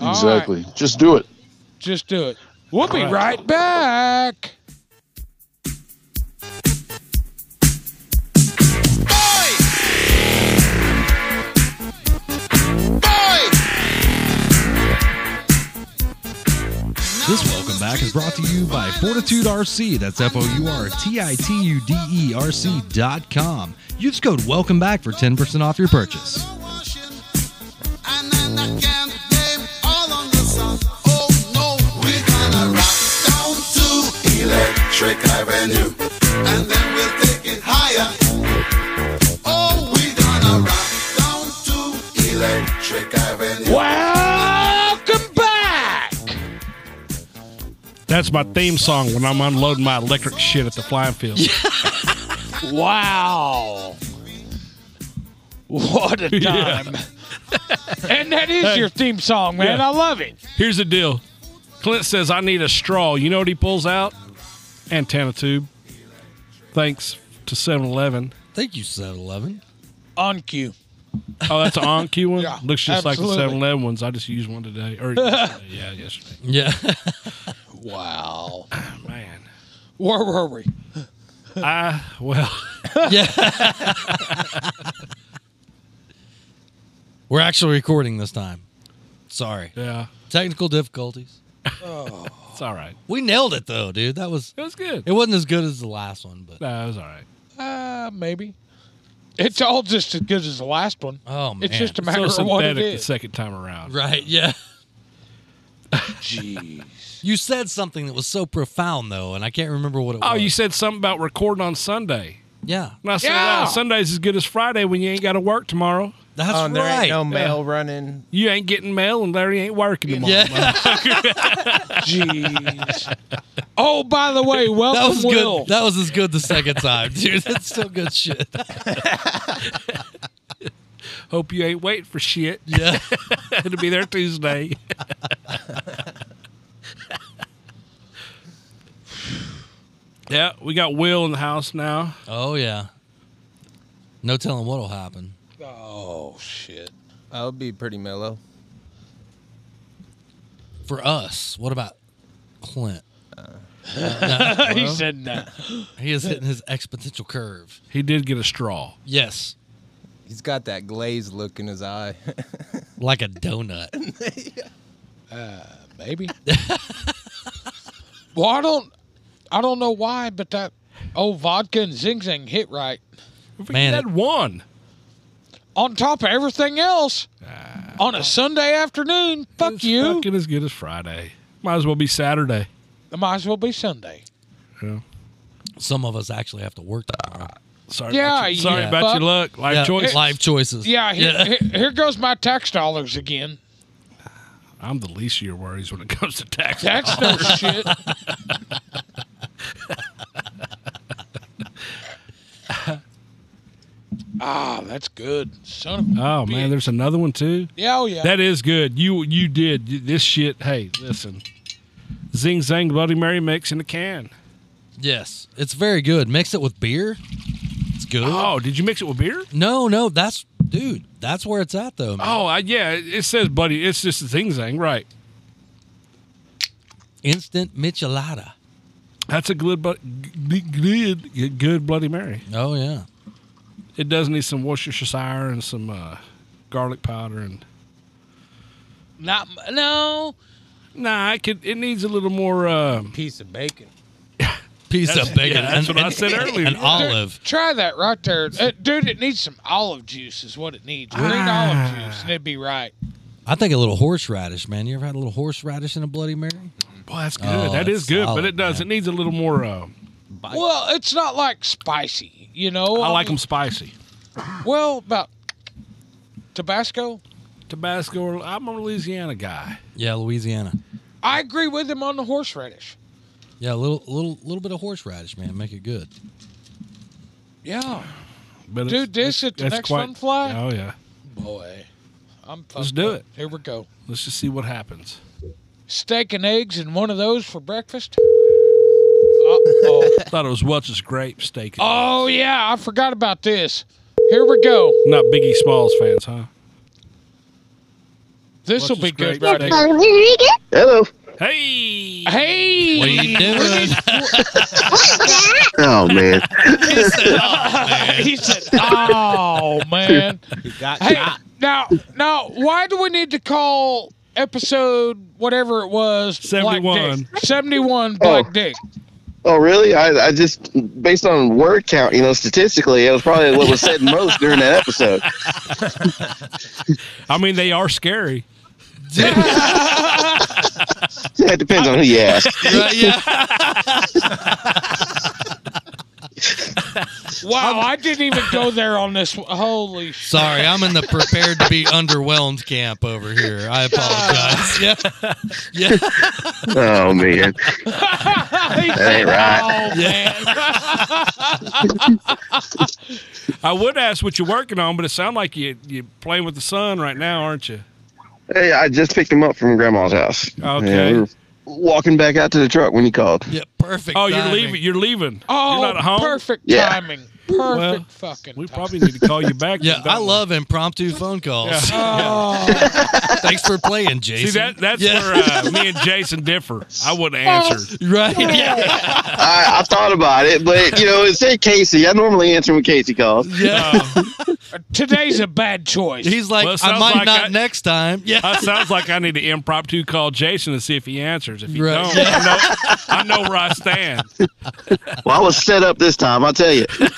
Speaker 6: right,
Speaker 8: exactly. Just do it.
Speaker 6: just do it. We'll be
Speaker 4: All
Speaker 6: right, back.
Speaker 3: This Welcome Back is brought to you by Fortitude RC. That's F O U R T I T U D E R C dot com. Use code Welcome Back for 10% off your purchase.
Speaker 6: Welcome back.
Speaker 4: That's my theme song when I'm unloading my electric shit at the flying field.
Speaker 6: Wow. What a time. and that is your theme song, man.
Speaker 4: Yeah.
Speaker 6: I love it.
Speaker 4: Here's the deal. Clint says I need a straw. You know what he pulls out? Antenna tube. Thanks to 7-Eleven.
Speaker 3: Thank you, 7 Eleven.
Speaker 6: On cue.
Speaker 4: Oh, that's an on cue one.
Speaker 6: Yeah,
Speaker 4: Looks just like
Speaker 6: absolutely.
Speaker 4: the 7-Eleven ones. I just used one today. Or yesterday. yeah, yesterday.
Speaker 3: Yeah.
Speaker 6: Wow.
Speaker 4: Man,
Speaker 6: Where were we?
Speaker 4: I well,
Speaker 3: yeah. We're actually recording this time. Sorry.
Speaker 4: yeah,
Speaker 3: Technical difficulties.
Speaker 4: it's all right.
Speaker 3: We nailed it, though, dude. That was.
Speaker 4: It was good.
Speaker 3: It wasn't as good as the last one, but.
Speaker 4: Nah, it was all right.
Speaker 6: Uh, maybe. It's all just as good as the last one.
Speaker 3: Oh, man.
Speaker 6: It's just a
Speaker 4: So
Speaker 6: matter of what it
Speaker 4: synthetic the
Speaker 6: is.
Speaker 4: second time around.
Speaker 3: Right, yeah.
Speaker 6: Jeez.
Speaker 3: You said something that was so profound, though, and I can't remember what it
Speaker 4: Oh,
Speaker 3: was.
Speaker 4: you said something about recording on Sunday.
Speaker 3: Yeah.
Speaker 4: And I said,
Speaker 6: Yeah.
Speaker 4: "Ah, Sunday's as good as Friday when you ain't got to work tomorrow.
Speaker 3: That's
Speaker 2: Oh, and there
Speaker 3: right.
Speaker 2: ain't no mail running.
Speaker 4: You ain't getting mail, and Larry ain't working tomorrow.
Speaker 3: yeah,
Speaker 6: Jeez. Oh, by the way, welcome,
Speaker 3: that was
Speaker 6: Will.
Speaker 3: good. That was as good the second time, dude. That's still good shit.
Speaker 4: Hope you ain't waiting for shit.
Speaker 3: Yeah.
Speaker 4: It'll be there Tuesday. yeah, we got Will in the house now.
Speaker 3: Oh yeah. No telling what'll happen.
Speaker 6: Oh shit.
Speaker 9: I'll be pretty mellow.
Speaker 3: For us, what about Clint?
Speaker 9: Uh.
Speaker 6: he said no.
Speaker 3: He is hitting his exponential curve.
Speaker 4: He did get a straw.
Speaker 3: Yes.
Speaker 9: He's got that glazed look in his eye.
Speaker 3: Like a donut.
Speaker 6: Maybe. well, I don't. I don't know why, but that old vodka and zing zing hit right.
Speaker 3: Man,
Speaker 4: he had
Speaker 3: it-
Speaker 4: one.
Speaker 6: On top of everything else, on a Sunday afternoon. Fuck
Speaker 4: It's
Speaker 6: you.
Speaker 4: Fucking as good as Friday. Might as well be Saturday.
Speaker 6: It might as well be Sunday.
Speaker 4: Yeah.
Speaker 3: Some of us actually have to work tomorrow.
Speaker 4: Sorry.
Speaker 6: Yeah,
Speaker 4: about your, sorry
Speaker 3: yeah.
Speaker 4: about
Speaker 6: Fuck.
Speaker 4: your luck. Life
Speaker 3: Yeah,
Speaker 4: choice.
Speaker 3: Life choices.
Speaker 6: Yeah. Here, here- here goes my tax dollars again.
Speaker 4: I'm the least of your worries when it comes to tax.
Speaker 6: That's no shit. ah, that's good. Son of a
Speaker 4: Oh man, there's another one too.
Speaker 6: Yeah, oh yeah.
Speaker 4: That is good. You you did You- this shit. Hey, listen. Zing zang Bloody Mary mix in a can.
Speaker 3: Yes. It's very good. Mix it with beer. It's good.
Speaker 4: Oh, did you mix it with beer?
Speaker 3: No, no, that's dude, that's where it's at though. man.
Speaker 4: Oh, I, yeah. It it says Bloody. It's just Zing zang, right?
Speaker 3: Instant michelada.
Speaker 4: That's a good, bu- g- g- good, good Bloody Mary.
Speaker 3: Oh yeah.
Speaker 4: It does need some Worcestershire and some uh, garlic powder and.
Speaker 6: Not no.
Speaker 4: Nah, it could. It needs a little more. Um,
Speaker 9: Piece of bacon.
Speaker 3: Piece of bacon.
Speaker 4: yeah, that's
Speaker 3: and-
Speaker 4: what I
Speaker 3: and-
Speaker 4: said earlier.
Speaker 3: An olive.
Speaker 6: Try that right there, Uh, dude. It needs some olive juice, is what it needs. Green
Speaker 4: Ah.
Speaker 6: olive juice, and it'd be right.
Speaker 3: I think a little horseradish, man. You ever had a little horseradish in a Bloody Mary?
Speaker 4: boy, that's good.
Speaker 3: Oh,
Speaker 4: that is
Speaker 3: that's
Speaker 4: good, but
Speaker 3: solid,
Speaker 4: it does.
Speaker 3: man.
Speaker 4: It needs a little more. Uh,
Speaker 6: Well, it's not like spicy, you know.
Speaker 4: I like
Speaker 6: mean,
Speaker 4: them spicy.
Speaker 6: Well, about Tabasco.
Speaker 4: Tabasco. Or, I'm a Louisiana guy.
Speaker 3: Yeah, Louisiana.
Speaker 6: I agree with him on the horseradish.
Speaker 3: Yeah, a little, little, little bit of horseradish, man. Make it good.
Speaker 6: Yeah,
Speaker 4: But
Speaker 6: Dude, this at the
Speaker 4: that's
Speaker 6: next Funfly?
Speaker 4: Oh yeah.
Speaker 6: boy, I'm.
Speaker 4: Let's
Speaker 6: fucked
Speaker 4: do
Speaker 6: up.
Speaker 4: it.
Speaker 6: Here we go.
Speaker 4: Let's just see what happens.
Speaker 6: Steak and eggs, and one of those for breakfast. Uh-oh.
Speaker 4: Thought it was Welch's grape steak.
Speaker 6: oh yeah, I forgot about this. Here we go.
Speaker 4: Not Biggie Smalls fans, huh?
Speaker 6: This will
Speaker 4: Welch's
Speaker 6: be good
Speaker 4: grape
Speaker 6: right
Speaker 4: steak.
Speaker 6: here.
Speaker 4: Hey.
Speaker 6: Hey,
Speaker 3: What are you doing?
Speaker 10: Oh man,
Speaker 6: he said, "Oh man,
Speaker 9: He got
Speaker 6: hey,
Speaker 9: got.
Speaker 6: now, now, why do we need to call episode whatever it was
Speaker 4: 71.
Speaker 6: seventy-one Black Dick?
Speaker 10: oh really? I, I just based on word count, you know, statistically, it was probably what was said most during that episode.
Speaker 4: I mean, they are scary.
Speaker 10: It depends on who you ask.
Speaker 3: Right, yeah.
Speaker 6: Wow, I didn't even go there on this. one. Holy sh!
Speaker 3: Sorry, I'm in the prepared to be underwhelmed camp over here. I apologize. Yeah, yeah.
Speaker 10: Oh man,
Speaker 6: He
Speaker 10: that ain't right.
Speaker 6: Oh man,
Speaker 4: I would ask what you're working on, but it sounds like you you playing with the sun right now, aren't you?
Speaker 10: Hey, I just picked him up from Grandma's house.
Speaker 4: Okay.
Speaker 10: we were walking back out to the truck when you called.
Speaker 3: yeah perfect.
Speaker 4: Oh, you're
Speaker 3: timing.
Speaker 4: leaving. You're leaving.
Speaker 6: oh,
Speaker 4: you're not at home.
Speaker 6: perfect
Speaker 10: Yeah.
Speaker 6: timing, perfect
Speaker 4: Well,
Speaker 6: fucking.
Speaker 4: We
Speaker 6: timing.
Speaker 4: probably need to call you back.
Speaker 3: Yeah,
Speaker 4: Don't
Speaker 3: I
Speaker 4: we?
Speaker 3: love impromptu phone calls.
Speaker 6: Oh,
Speaker 3: Thanks for playing, Jason.
Speaker 4: See that? That's
Speaker 3: Yeah.
Speaker 4: where uh, me and Jason differ. I wouldn't answer.
Speaker 3: right. Yeah.
Speaker 10: I, I thought about it, but you know, it said Casey. I normally answer when Casey calls.
Speaker 3: yeah.
Speaker 6: today's a bad choice.
Speaker 3: He's like,
Speaker 4: Well, it
Speaker 3: I
Speaker 4: sounds
Speaker 3: might
Speaker 4: like
Speaker 3: not
Speaker 4: I-
Speaker 3: next time. Yeah.
Speaker 4: That sounds like I need to impromptu call Jason and see if he answers. If he
Speaker 3: Right.
Speaker 4: don't, I, know, I know where I stand.
Speaker 10: Well, I was set up this time. I'll tell you.
Speaker 6: Uh,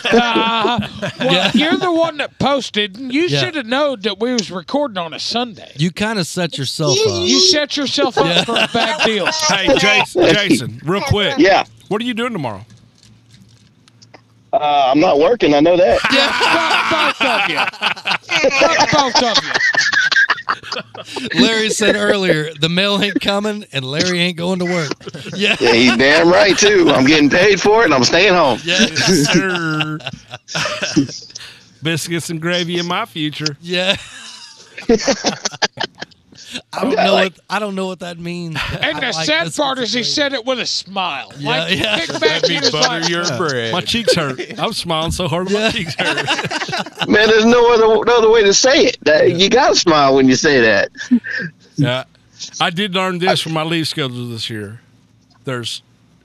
Speaker 6: well,
Speaker 3: Yeah.
Speaker 6: you're the one that posted. and You
Speaker 3: Yeah.
Speaker 6: should have known that we was recording on a Sunday.
Speaker 3: You kind of set yourself up.
Speaker 6: You set yourself up for a bad deal.
Speaker 4: Hey, Jason, Jason, real quick.
Speaker 10: Yeah,
Speaker 4: What are you doing tomorrow?
Speaker 10: uh, I'm not working. I know that.
Speaker 6: Yeah, fuck both of you. Fuck both of you.
Speaker 3: Larry said earlier, the mail ain't coming and Larry ain't going to work. Yeah.
Speaker 10: Yeah, he's damn right too. I'm getting paid for it, and I'm staying home.
Speaker 3: Yeah.
Speaker 4: Sir. biscuits and gravy in my future.
Speaker 3: Yeah. I don't know what I don't know what that means. but
Speaker 6: And
Speaker 3: I
Speaker 6: the
Speaker 3: like
Speaker 6: sad
Speaker 3: this
Speaker 6: part
Speaker 3: one.
Speaker 6: is he said it with a smile.
Speaker 3: Yeah,
Speaker 6: like,
Speaker 3: yeah.
Speaker 6: Kick back
Speaker 9: Let me
Speaker 6: and it's
Speaker 9: butter
Speaker 6: like,
Speaker 9: your bread.
Speaker 4: My cheeks hurt. I'm smiling so hard, my
Speaker 3: Yeah.
Speaker 4: cheeks hurt.
Speaker 10: Man, there's no other no other way to say it. That, You gotta smile when you say that.
Speaker 4: Yeah. Uh, I did learn this from my leave schedule this year. There's,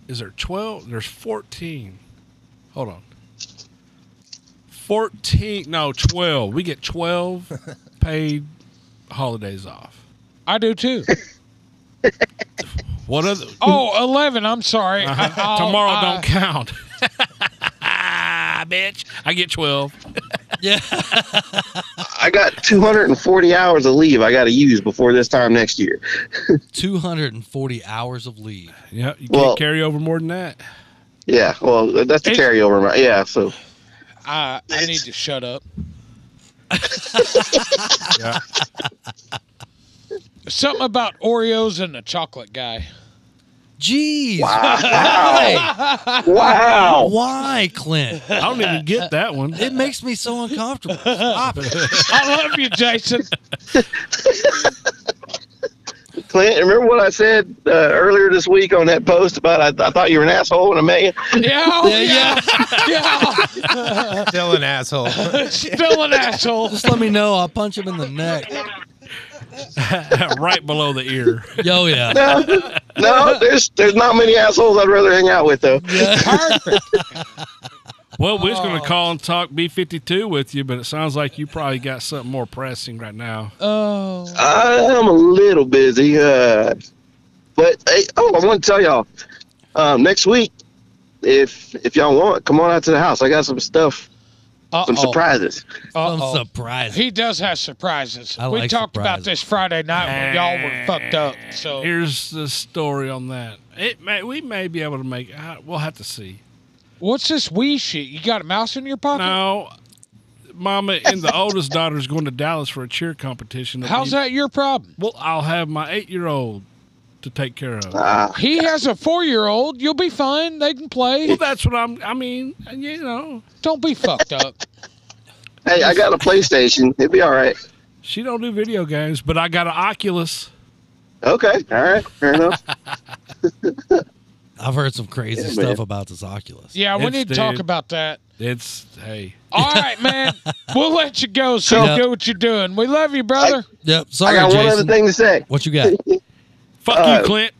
Speaker 4: is there 12? There's 14. Hold on. 14, no, 12. We get 12 paid holidays off.
Speaker 6: I do too.
Speaker 4: What other?
Speaker 6: Oh, 11. I'm sorry. Oh, I- I'll-
Speaker 4: Tomorrow
Speaker 6: I-
Speaker 4: don't count. Bitch, I get 12.
Speaker 3: Yeah.
Speaker 10: I got 240 hours of leave I gotta use before this time next year.
Speaker 3: Two hundred and forty hours of leave.
Speaker 4: Yeah, you can't
Speaker 10: Well-
Speaker 4: carry over more than that.
Speaker 10: Yeah, well, that's the
Speaker 6: It's-
Speaker 10: carryover. amount. Yeah, so
Speaker 6: I, I need to shut up.
Speaker 4: Yeah.
Speaker 6: Something about Oreos and the chocolate guy.
Speaker 3: Jeez. Why?
Speaker 10: wow.
Speaker 3: Why, Clint?
Speaker 4: I don't even get that one.
Speaker 3: It makes me so uncomfortable. Stop it.
Speaker 6: I love you, Jason.
Speaker 10: Clint, remember what I said uh, earlier this week on that post about I, I thought you were an asshole when I met you?
Speaker 6: Yeah, oh, yeah, yeah.
Speaker 9: Still an asshole.
Speaker 6: Still an asshole.
Speaker 3: Just let me know. I'll punch him in the neck.
Speaker 4: right below the ear.
Speaker 3: Yo, yeah.
Speaker 10: No, no, there's there's not many assholes I'd rather hang out with though.
Speaker 6: Perfect.
Speaker 4: Well, we're just
Speaker 6: Oh.
Speaker 4: going to call and talk B52 with you, but it sounds like you probably got something more pressing right now.
Speaker 6: Oh,
Speaker 10: I'm a little busy, uh, but hey, oh, I want to tell y'all um, next week, if if y'all want, come on out to the house. I got some stuff, some
Speaker 6: Uh-oh.
Speaker 10: surprises.
Speaker 3: I'm
Speaker 6: Uh-oh.
Speaker 3: surprised.
Speaker 6: He does have surprises.
Speaker 3: I
Speaker 6: we
Speaker 3: like
Speaker 6: talked about
Speaker 3: surprises.
Speaker 6: this Friday night when y'all were fucked up. So
Speaker 4: Here's the story on that. It may, we may be able to make. I- We'll have to see.
Speaker 6: what's this wee shit? You got a mouse in your pocket?
Speaker 4: No, Mama and the oldest daughter is going to Dallas for a cheer competition.
Speaker 6: How's that your problem?
Speaker 4: Well, I'll have my eight-year-old to take care of.
Speaker 10: Uh,
Speaker 6: He has a four-year-old. You'll be fine. They can play.
Speaker 4: Well, that's what I'm. I mean, you know,
Speaker 6: Don't be fucked up.
Speaker 10: hey, I got a PlayStation. It'd be all right.
Speaker 4: she don't do video games, but I got an Oculus.
Speaker 10: Okay, all right, fair enough.
Speaker 3: I've heard some crazy
Speaker 10: Yeah, man.
Speaker 3: stuff about this Oculus.
Speaker 6: Yeah, we
Speaker 4: It's
Speaker 6: need to talk
Speaker 4: dude.
Speaker 6: about that.
Speaker 4: It's hey.
Speaker 6: All right, man. We'll let you go. So
Speaker 3: Yeah.
Speaker 6: do what you're doing. We love you, brother.
Speaker 3: Yep.
Speaker 10: I
Speaker 3: Sorry,
Speaker 10: got one other
Speaker 3: Jason.
Speaker 10: thing to say.
Speaker 3: What you got?
Speaker 4: Fuck
Speaker 10: Uh,
Speaker 4: you, Clint.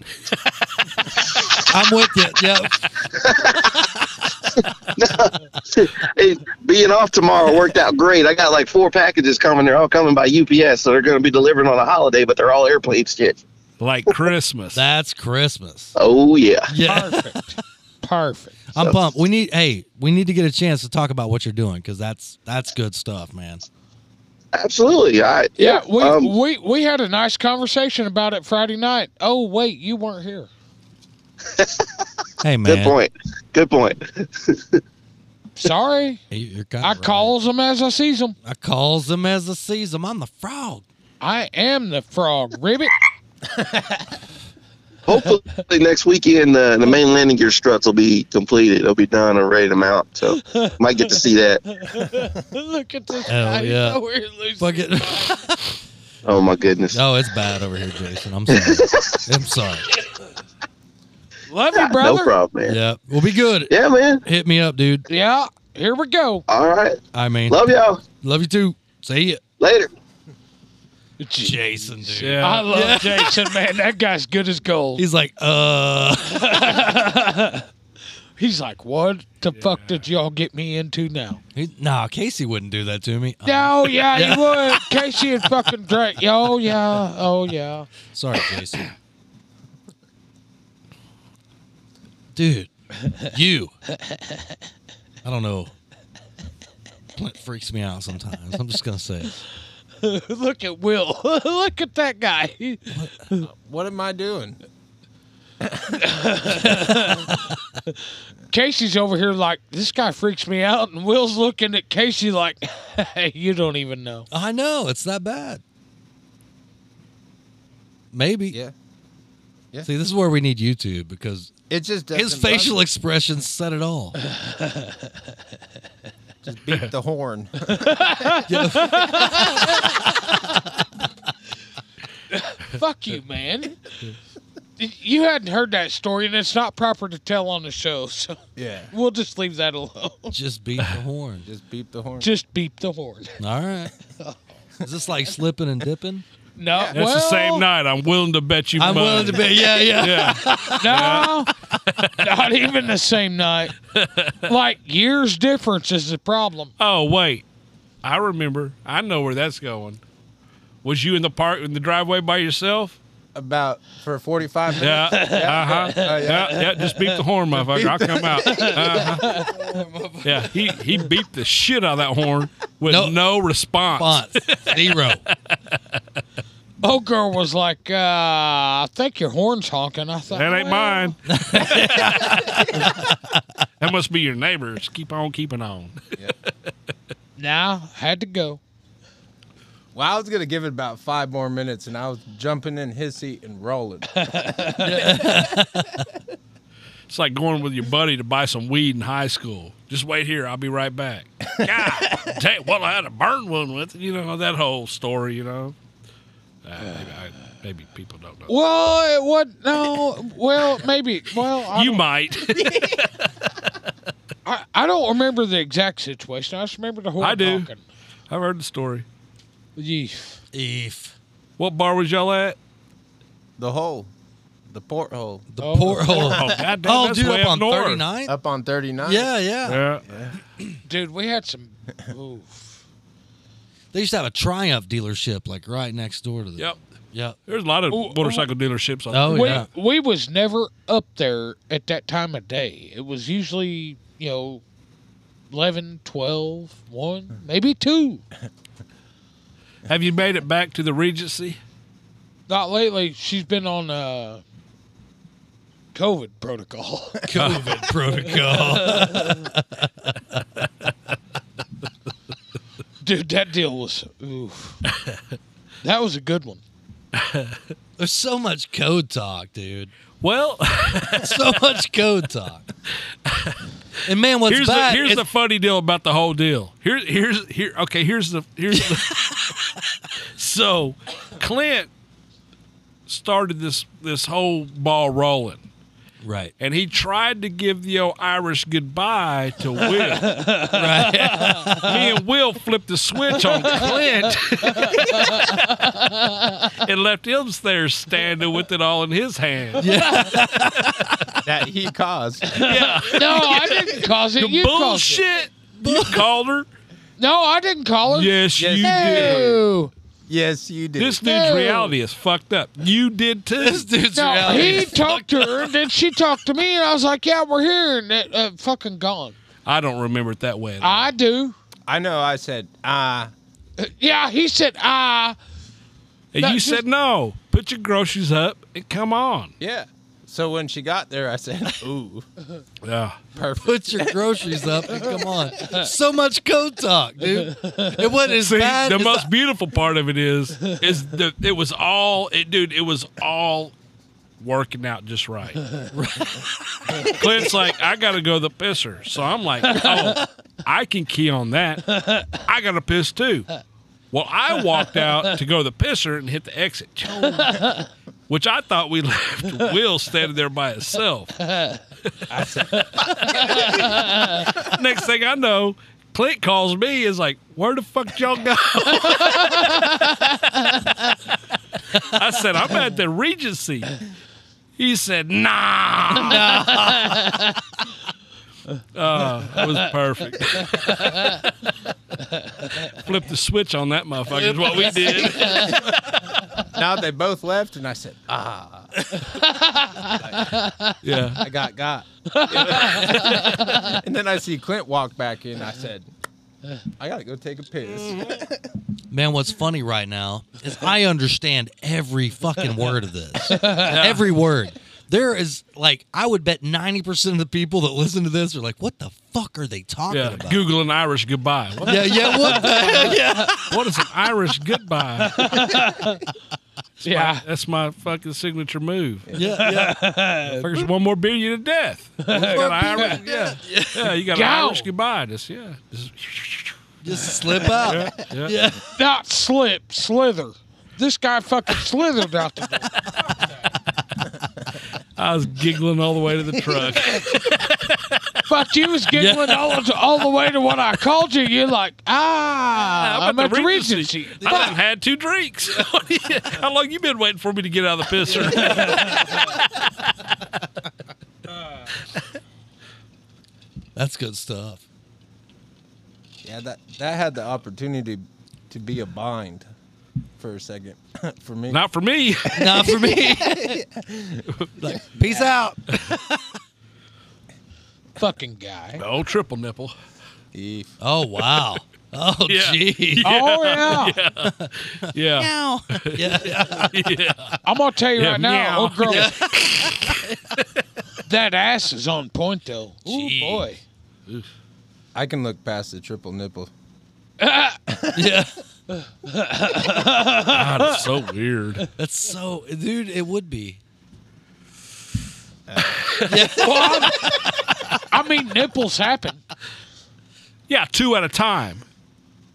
Speaker 3: I'm with you. Yep.
Speaker 10: Hey, being off tomorrow worked out great. I got like four packages coming. They're all coming by UPS, so they're going to be delivered on a holiday, but they're all airplane shit.
Speaker 4: Like Christmas.
Speaker 3: That's Christmas.
Speaker 10: Oh yeah.
Speaker 3: Yeah.
Speaker 6: Perfect. Perfect.
Speaker 3: I'm pumped. We need hey, we need to get a chance to talk about what you're doing because that's that's good stuff, man.
Speaker 10: Absolutely. I
Speaker 6: Yeah, we,
Speaker 10: um,
Speaker 6: we we had a nice conversation about it Friday night. Oh wait, you weren't here.
Speaker 3: Hey man,
Speaker 10: good point. Good point.
Speaker 6: Sorry,
Speaker 3: Hey, you're kinda
Speaker 6: I
Speaker 3: right.
Speaker 6: calls them as I sees them.
Speaker 3: I calls them as I sees them. I'm the frog.
Speaker 6: I am the frog ribbit.
Speaker 10: Hopefully next weekend uh, the mainland and gear struts will be completed. They'll be done and ready to mount. So might get to see that.
Speaker 6: Look at this
Speaker 3: Hell
Speaker 6: guy.
Speaker 3: yeah.
Speaker 6: He's nowhere loose.
Speaker 3: Fuck it.
Speaker 10: Oh my goodness.
Speaker 3: no, it's bad over here, Jason. I'm sorry. I'm sorry.
Speaker 6: Love you, brother.
Speaker 10: Ah, No problem, man.
Speaker 3: Yeah, we'll be good.
Speaker 10: Yeah, man.
Speaker 3: Hit me up, dude.
Speaker 6: Yeah, here we go.
Speaker 10: All right.
Speaker 3: I mean,
Speaker 10: Love y'all.
Speaker 3: love you too. See ya,
Speaker 10: Later.
Speaker 3: Jason, dude.
Speaker 4: Yeah.
Speaker 6: I love Jason, man. That guy's good as gold.
Speaker 3: He's like, uh,
Speaker 6: He's like, what the fuck did y'all get me into now?
Speaker 3: he- nah. Casey wouldn't do that to me. Uh,
Speaker 6: Oh yeah, you would. Casey and fucking Drake. Oh yeah. Oh yeah.
Speaker 3: Sorry, Jason. Dude, you. I don't know. Clint freaks me out sometimes. I'm just gonna say it.
Speaker 6: Look at Will. Look at that guy.
Speaker 9: what am I doing?
Speaker 6: Casey's over here like this guy freaks me out, and Will's looking at Casey like, you don't even know.
Speaker 3: I know it's that bad. Maybe.
Speaker 9: Yeah. Yeah.
Speaker 3: See, this is where we need YouTube because
Speaker 9: It just doesn't
Speaker 3: his facial
Speaker 9: bother-
Speaker 3: expressions said it all.
Speaker 9: Just beep the horn.
Speaker 6: Fuck you, man. You hadn't heard that story, and it's not proper to tell on the show, so
Speaker 9: Yeah.
Speaker 6: we'll just leave that alone.
Speaker 3: Just beat the horn.
Speaker 9: Just beep the horn.
Speaker 6: Just beep the horn.
Speaker 3: All right. Is this like slipping and dipping?
Speaker 6: No,
Speaker 4: That's the same night. I'm willing to bet you.
Speaker 3: I'm
Speaker 4: money.
Speaker 3: willing to bet. Yeah, yeah.
Speaker 6: No,
Speaker 4: Yeah.
Speaker 6: not even the same night. Like years difference is the problem.
Speaker 4: Oh wait, I remember. I know where that's going. Was you in the park in the driveway by yourself?
Speaker 9: About for 45 minutes.
Speaker 4: Yeah. Uh huh. Yeah. Yeah. Just beat the horn, motherfucker. I'll come out. Uh-huh. Yeah. He he beat the shit out of that horn with
Speaker 3: No-
Speaker 4: no, response.
Speaker 3: Fonts. Zero.
Speaker 6: Old girl was like, uh, "I think your horn's honking." I thought
Speaker 4: That ain't
Speaker 6: "Well,
Speaker 4: mine. that must be your neighbors. Keep on keeping on.
Speaker 6: Nah, had to go.
Speaker 9: Well, I was gonna give it about five more minutes, and I was jumping in his seat and rolling.
Speaker 4: It's like going with your buddy to buy some weed in high school. Just wait here. I'll be right back. God, dang, well, I had a burn one with, you know, that whole story, you know. Uh, maybe, I, maybe people don't know.
Speaker 6: Well, it would no. Well, maybe. Well, I,
Speaker 4: you
Speaker 6: don't,
Speaker 4: might.
Speaker 6: I, I don't remember the exact situation. I just remember the horn
Speaker 4: I do.
Speaker 6: honking.
Speaker 4: I've heard the story.
Speaker 6: Yeesh.
Speaker 3: If
Speaker 4: What bar was y'all at?
Speaker 9: the hole, the porthole,
Speaker 3: the
Speaker 6: Oh.
Speaker 3: porthole.
Speaker 4: Oh, goddamn,
Speaker 3: Oh,
Speaker 4: that's
Speaker 3: dude,
Speaker 4: way
Speaker 3: up on
Speaker 4: north.
Speaker 3: 39?
Speaker 9: up on
Speaker 6: Uh-huh.
Speaker 9: 39.
Speaker 3: Yeah, yeah.
Speaker 4: Yeah.
Speaker 6: Dude, we had some. Oof.
Speaker 3: They used to have a Triumph dealership like right next door to them.
Speaker 4: Yep.
Speaker 3: Yep.
Speaker 4: There's a lot of
Speaker 6: Ooh,
Speaker 4: motorcycle dealerships. On
Speaker 3: Oh,
Speaker 6: we,
Speaker 3: yeah.
Speaker 6: we was never up there at that time of day. It was usually, you know, 11, 12, 1, maybe 2.
Speaker 4: Have you made it back to the Regency?
Speaker 6: Not lately. She's been on uh, COVID protocol.
Speaker 3: COVID protocol.
Speaker 6: Dude, that deal was. Oof. that was a good one.
Speaker 3: There's so much code talk, dude.
Speaker 4: Well,
Speaker 3: So much code talk. And man, what's
Speaker 4: here's the
Speaker 3: bad?
Speaker 4: here's the
Speaker 3: it's-
Speaker 4: funny deal about the whole deal. Here here's here okay, here's the here's the So Clint started this this whole ball rolling
Speaker 3: right,
Speaker 4: and he tried to give the old Irish goodbye to Will.
Speaker 3: right.
Speaker 4: Me and Will flipped the switch on Clint and left him there standing with it all in his hand.
Speaker 9: that he caused.
Speaker 6: No, I didn't cause it. You caused it.
Speaker 4: Bullshit. You called her?
Speaker 6: No, I didn't call her.
Speaker 4: Yes,
Speaker 9: Yes,
Speaker 4: you
Speaker 9: you
Speaker 4: did.
Speaker 6: No,
Speaker 9: Yes, you did.
Speaker 4: This dude's
Speaker 6: No.
Speaker 4: reality is fucked up. You did too.
Speaker 3: This dude's
Speaker 6: no
Speaker 3: reality
Speaker 6: he
Speaker 3: is-
Speaker 6: talked to her, and then she talked to me, and I was like, "Yeah, we're here," and it, uh, fucking gone.
Speaker 4: I don't remember it that way. at all.
Speaker 6: I do.
Speaker 9: I know. I said, ah,
Speaker 6: Yeah, he said, "Ah,
Speaker 4: and
Speaker 6: no,
Speaker 4: you
Speaker 6: just-
Speaker 4: said no. Put your groceries up and come on.
Speaker 9: yeah. So when she got there, I said, ooh,
Speaker 4: Yeah.
Speaker 9: perfect.
Speaker 3: Put your groceries up and come on. So much code talk, dude. It wasn't as
Speaker 4: See,
Speaker 3: bad.
Speaker 4: the
Speaker 3: as
Speaker 4: most beautiful part of it is, is the it was all it, dude. It was all working out just right. Clint's like, I gotta go to the pisser, so I'm like, oh, I can key on that. I gotta piss too. Well, I walked out to go to the pisser and hit the exit, which I thought we left Will standing there by himself. Next thing I know, Clint calls me is like, "Where the fuck y'all go?" I said, "I'm at the Regency." He said, "Nah." oh, it was perfect. Flip the switch on that motherfucker is what we did.
Speaker 9: now they both left, and I said, ah,
Speaker 4: Yeah.
Speaker 9: I got got. and then I see Clint walk back in. I said,
Speaker 6: Uh.
Speaker 9: I gotta go take a piss.
Speaker 3: Man, what's funny right now is I understand every fucking word of this. Every word. There is like I would bet 90% of the people that listen to this are like, what the fuck are they talking
Speaker 4: Yeah.
Speaker 3: about?
Speaker 4: Google an Irish goodbye. What,
Speaker 3: Yeah, yeah, what the heck? Yeah.
Speaker 4: what is an Irish goodbye? It's my-
Speaker 6: Yeah.
Speaker 4: that's my fucking signature move.
Speaker 3: Yeah,
Speaker 6: yeah.
Speaker 4: First, one more beer, you're to death. You got Irish, yeah. yeah, you got an
Speaker 6: Go.
Speaker 4: Irish goodbye. Just yeah, Just-
Speaker 3: Just slip out.
Speaker 4: yeah.
Speaker 6: Not slip, slither. This guy fucking slithered out the door.
Speaker 4: I was giggling all the way to the truck.
Speaker 6: Fuck, you was giggling all, the, all the way to what I called you. You're like, ah,
Speaker 4: How
Speaker 6: I'm
Speaker 4: about
Speaker 6: at
Speaker 4: the
Speaker 6: the
Speaker 4: Regency?
Speaker 6: Regency.
Speaker 4: I done had two drinks.
Speaker 3: Oh,
Speaker 4: How long you been waiting for me to get out of the pisser?
Speaker 3: That's good stuff.
Speaker 9: Yeah, that that had the opportunity to be a bind for a second for me.
Speaker 4: Not for me.
Speaker 3: Not for me. like, peace out.
Speaker 6: Fucking guy.
Speaker 4: The old triple nipple.
Speaker 9: If-
Speaker 3: Oh wow. Oh
Speaker 4: Yeah.
Speaker 3: jeez.
Speaker 6: Oh, yeah.
Speaker 4: Yeah.
Speaker 3: Yeah.
Speaker 6: I'm going to tell you
Speaker 4: Yeah,
Speaker 6: right now,
Speaker 4: meow.
Speaker 6: old girl. that ass is on point, though. Oh,
Speaker 4: Jeez.
Speaker 6: boy.
Speaker 9: I can look past the triple nipple.
Speaker 3: Yeah.
Speaker 4: God, it's so weird.
Speaker 3: That's so, dude. It would be.
Speaker 6: I mean, nipples happen.
Speaker 4: Yeah, two at a time.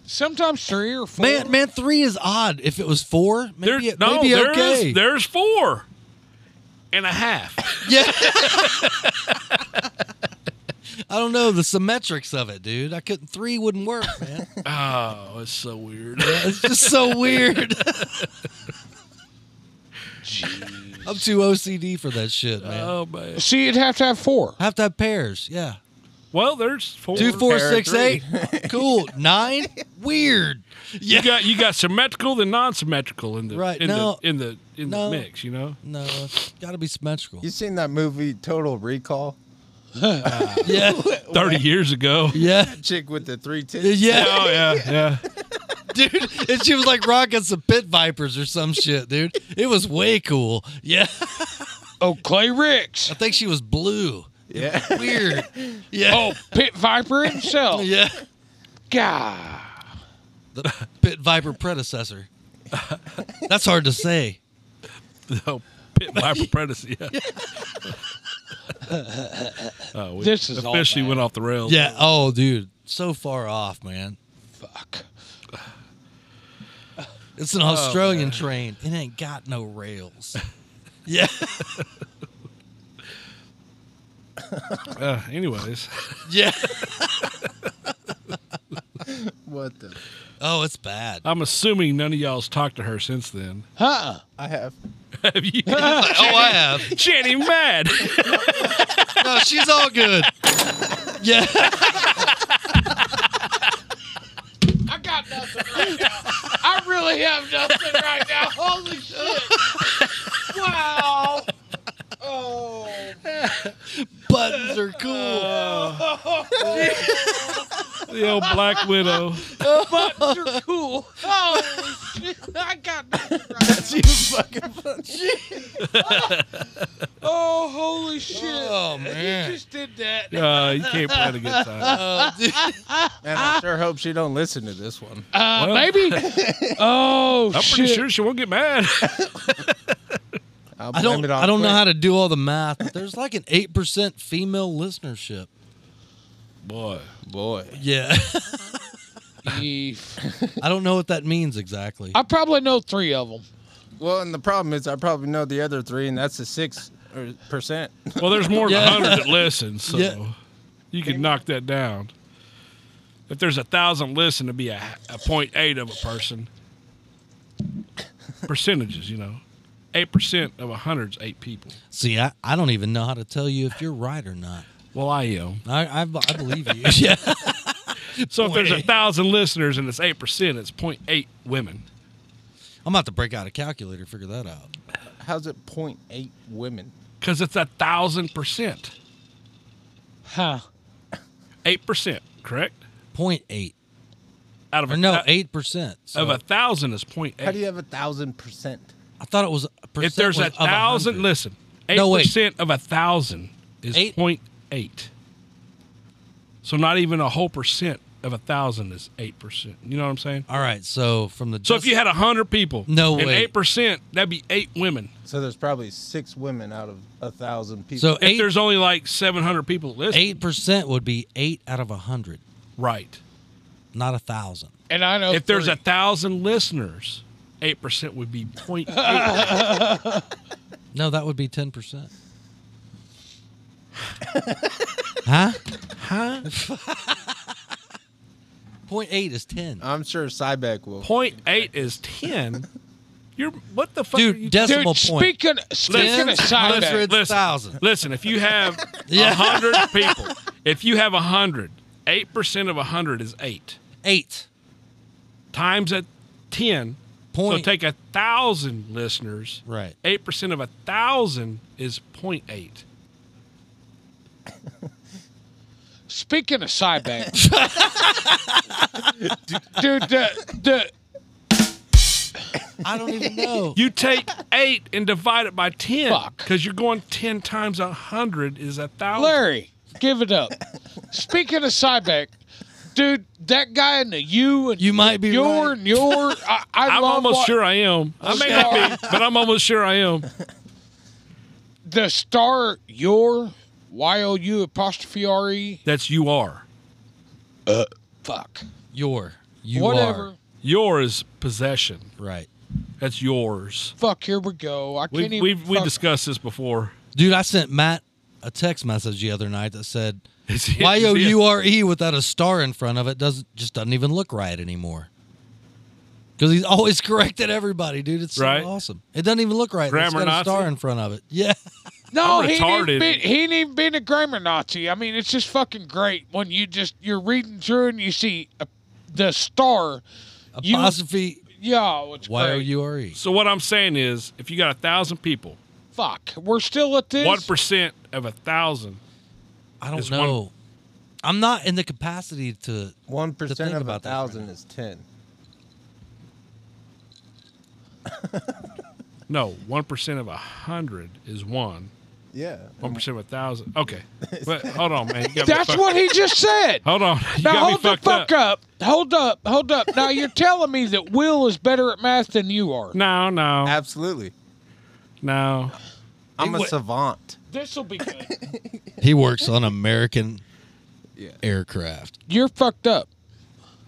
Speaker 6: Sometimes three or four.
Speaker 3: Man, man, three is odd. If it was four,
Speaker 4: There,
Speaker 3: maybe it
Speaker 4: no,
Speaker 3: maybe
Speaker 4: there
Speaker 3: okay.
Speaker 4: is- there's four and a half.
Speaker 3: yeah. I don't know the symmetrics of it, dude. I couldn't. Three wouldn't work, man.
Speaker 4: Oh, it's so weird.
Speaker 3: It's just so weird. I'm too OCD for that shit, man.
Speaker 4: Oh man.
Speaker 6: See, you'd have to have four.
Speaker 3: I have to have pairs. Yeah.
Speaker 4: Well, there's four.
Speaker 3: Two, four,
Speaker 9: pair of
Speaker 3: six,
Speaker 9: three.
Speaker 3: eight. Cool. Nine. Weird.
Speaker 4: You got you got symmetrical then non-symmetrical in the
Speaker 3: Right,
Speaker 4: in
Speaker 3: no.
Speaker 4: the in the in
Speaker 3: No.
Speaker 4: the mix. You know.
Speaker 3: No, it's got to be symmetrical.
Speaker 9: You seen that movie Total Recall?
Speaker 3: Yeah.
Speaker 4: Thirty years ago.
Speaker 3: Yeah.
Speaker 9: Chick with the three tits.
Speaker 3: Yeah.
Speaker 4: Oh yeah, yeah.
Speaker 3: dude. And she was like rocking some pit vipers or some shit, dude. It was way cool. Yeah.
Speaker 6: Oh, Clay Ricks.
Speaker 3: I think she was blue.
Speaker 9: Yeah.
Speaker 3: Weird. Yeah.
Speaker 6: Oh, Pit Viper himself.
Speaker 3: Yeah.
Speaker 6: God.
Speaker 3: The pit viper predecessor. That's hard to say.
Speaker 4: Oh, pit viper predator. Yeah. oh, we
Speaker 6: This is all
Speaker 4: officially
Speaker 6: bad.
Speaker 4: went off the rails.
Speaker 3: Yeah. Oh, dude. So far off, man.
Speaker 6: Fuck.
Speaker 3: It's an Australian train. It ain't got no rails. Yeah.
Speaker 4: Uh, anyways,
Speaker 3: Yeah.
Speaker 9: What the?
Speaker 3: Oh, it's bad.
Speaker 4: I'm assuming none of y'all's talked to her since then.
Speaker 6: Huh?
Speaker 9: I have.
Speaker 4: Have you?
Speaker 3: Oh, I have.
Speaker 4: Jenny mad.
Speaker 3: No, she's all good. Yeah.
Speaker 6: I got nothing right now. I really have nothing right now. Holy shit. Wow. Oh.
Speaker 3: Buttons are cool.
Speaker 4: the old black widow.
Speaker 6: Buttons are cool. Holy shit. I got nothing right now. Oh, holy shit.
Speaker 3: Oh,
Speaker 6: You
Speaker 3: man.
Speaker 6: just did that.
Speaker 4: Uh, you can't plan a good time.
Speaker 3: Oh, dude.
Speaker 9: And I sure hope she don't listen to this one.
Speaker 6: Uh,
Speaker 4: Well.
Speaker 6: maybe. Oh,
Speaker 4: I'm
Speaker 6: shit.
Speaker 4: pretty sure she won't get mad.
Speaker 9: I'll blame
Speaker 3: I don't.
Speaker 9: It on
Speaker 3: I don't know
Speaker 9: Clay.
Speaker 3: how to do all the math. But there's like an eight percent female listenership.
Speaker 4: Boy,
Speaker 9: Boy.
Speaker 3: Yeah,
Speaker 6: Yeef.
Speaker 3: I don't know what that means exactly.
Speaker 6: I probably know three of them.
Speaker 9: Well, and the problem is I probably know the other three, and that's the six or percent.
Speaker 4: well, there's more
Speaker 3: Yeah.
Speaker 4: than 100 that listen, so
Speaker 3: Yeah.
Speaker 4: you can knock that down. If there's a thousand listen, it'd be a, a point eight of a person. Percentages, you know, eight percent of a hundred's eight people.
Speaker 3: See, I, I don't even know how to tell you if you're right or not.
Speaker 4: Well, I am.
Speaker 3: I I, I believe you. yeah,
Speaker 4: So if there's a
Speaker 3: Boy.
Speaker 4: thousand listeners and it's eight percent, it's point eight women.
Speaker 3: I'm about to break out a calculator, figure that out.
Speaker 9: How's it 0.8 women?
Speaker 4: Because it's a thousand percent,
Speaker 6: Huh.
Speaker 4: eight percent, correct?
Speaker 3: Point eight
Speaker 4: Out of
Speaker 3: or
Speaker 4: a,
Speaker 3: no
Speaker 4: thou-
Speaker 3: eight percent. So
Speaker 4: Uh, of a thousand is point
Speaker 9: How do you
Speaker 4: eight.
Speaker 9: have a thousand percent?
Speaker 3: I thought it was a percent
Speaker 4: If there's
Speaker 3: was
Speaker 4: a
Speaker 3: of 100.
Speaker 4: thousand, listen, eight
Speaker 3: No, wait.
Speaker 4: percent of a thousand is
Speaker 3: Eight?
Speaker 4: point eight. So not even a whole percent of a thousand is eight percent. You know what I'm saying?
Speaker 3: All right, so from the
Speaker 4: So if you had a hundred people,
Speaker 3: No
Speaker 4: and
Speaker 3: way.
Speaker 4: eight percent, that'd be eight women.
Speaker 9: So there's probably six women out of a thousand people.
Speaker 3: So
Speaker 4: if there's only like seven hundred people listening,
Speaker 3: eight percent would be eight out of a hundred,
Speaker 4: right?
Speaker 3: not a thousand.
Speaker 6: And I know
Speaker 4: If there's
Speaker 6: three.
Speaker 4: a thousand listeners, eight percent would be point eight.
Speaker 3: No, that would be ten percent. huh?
Speaker 4: huh?
Speaker 3: Point eight is ten.
Speaker 4: Uh,
Speaker 9: I'm sure Cybeck will.
Speaker 4: Point eight is ten. You're what the fuck?
Speaker 3: Dude,
Speaker 4: are you
Speaker 6: Dude,
Speaker 3: decimal point.
Speaker 6: speaking speaking of
Speaker 3: Tens,
Speaker 6: Cybeck,
Speaker 3: hundreds.
Speaker 4: listen,
Speaker 3: thousand.
Speaker 4: Listen, if you have a
Speaker 3: Yeah.
Speaker 4: hundred people, if you have a hundred, eight percent of a hundred is eight
Speaker 3: Eight
Speaker 4: times a ten.
Speaker 3: point.
Speaker 4: So take a thousand listeners.
Speaker 3: right.
Speaker 4: Eight percent of a thousand is point eight.
Speaker 6: speaking of Cybeck, dude, the, the
Speaker 3: I don't even know.
Speaker 4: You take eight and divide it by ten
Speaker 6: Fuck.
Speaker 4: because you're going ten times a hundred is a thousand.
Speaker 6: Larry, give it up. Speaking of Cybeck, dude, that guy in the you and
Speaker 3: You might be
Speaker 6: your
Speaker 3: right.
Speaker 6: and your. I, I
Speaker 4: I'm
Speaker 6: love
Speaker 4: almost
Speaker 6: what-
Speaker 4: sure I am. I may not be, but I'm almost sure I am.
Speaker 6: the star your y o u apostrophe r e.
Speaker 4: That's you are.
Speaker 6: Fuck,
Speaker 3: your you
Speaker 6: whatever.
Speaker 4: Your is possession.
Speaker 3: are right,
Speaker 4: That's yours.
Speaker 6: Fuck, here we go. I can't
Speaker 4: We
Speaker 6: even.
Speaker 4: we we
Speaker 6: fuck-
Speaker 4: discussed this before.
Speaker 3: dude. I sent Matt a text message the other night that said
Speaker 4: It's his-
Speaker 3: Y O U R E without a star in front of it doesn't just doesn't even look right anymore. Because he's always corrected everybody, dude. It's so
Speaker 4: Right.
Speaker 3: awesome. It doesn't even look right.
Speaker 4: Grammar
Speaker 3: it's got a
Speaker 4: Nazi.
Speaker 3: star in front of it. Yeah.
Speaker 6: No,
Speaker 4: I'm
Speaker 6: he ain't,
Speaker 4: retarded.
Speaker 6: even been, he ain't even been a grammar Nazi. I mean, it's just fucking great when you just you're reading through and you see a, the star. You-
Speaker 3: Apostrophe
Speaker 6: Yeah, it's
Speaker 3: Y O
Speaker 6: great.
Speaker 3: U R E.
Speaker 4: So what I'm saying is, if you got a thousand people,
Speaker 6: Fuck, we're still at this.
Speaker 4: one percent of a thousand.
Speaker 3: I don't
Speaker 4: It's one-
Speaker 3: know. I'm not in the capacity to.
Speaker 9: One
Speaker 3: To
Speaker 9: percent
Speaker 3: think
Speaker 9: of a
Speaker 3: about this right
Speaker 9: thousand is ten.
Speaker 4: No, one percent of a hundred is one.
Speaker 9: Yeah.
Speaker 4: One percent of a thousand. Okay, but hold on, man. You got me
Speaker 6: That's
Speaker 4: fuck-
Speaker 6: what he just said.
Speaker 4: Hold on. You
Speaker 6: now
Speaker 4: got me
Speaker 6: hold the
Speaker 4: fucked
Speaker 6: fuck up. Hold up, hold up. Now you're telling me that Will is better at math than you are.
Speaker 4: No, no,
Speaker 9: Absolutely.
Speaker 4: no.
Speaker 9: I'm a savant.
Speaker 6: This will be good.
Speaker 3: He works on American
Speaker 9: Yeah.
Speaker 3: aircraft.
Speaker 6: You're fucked up.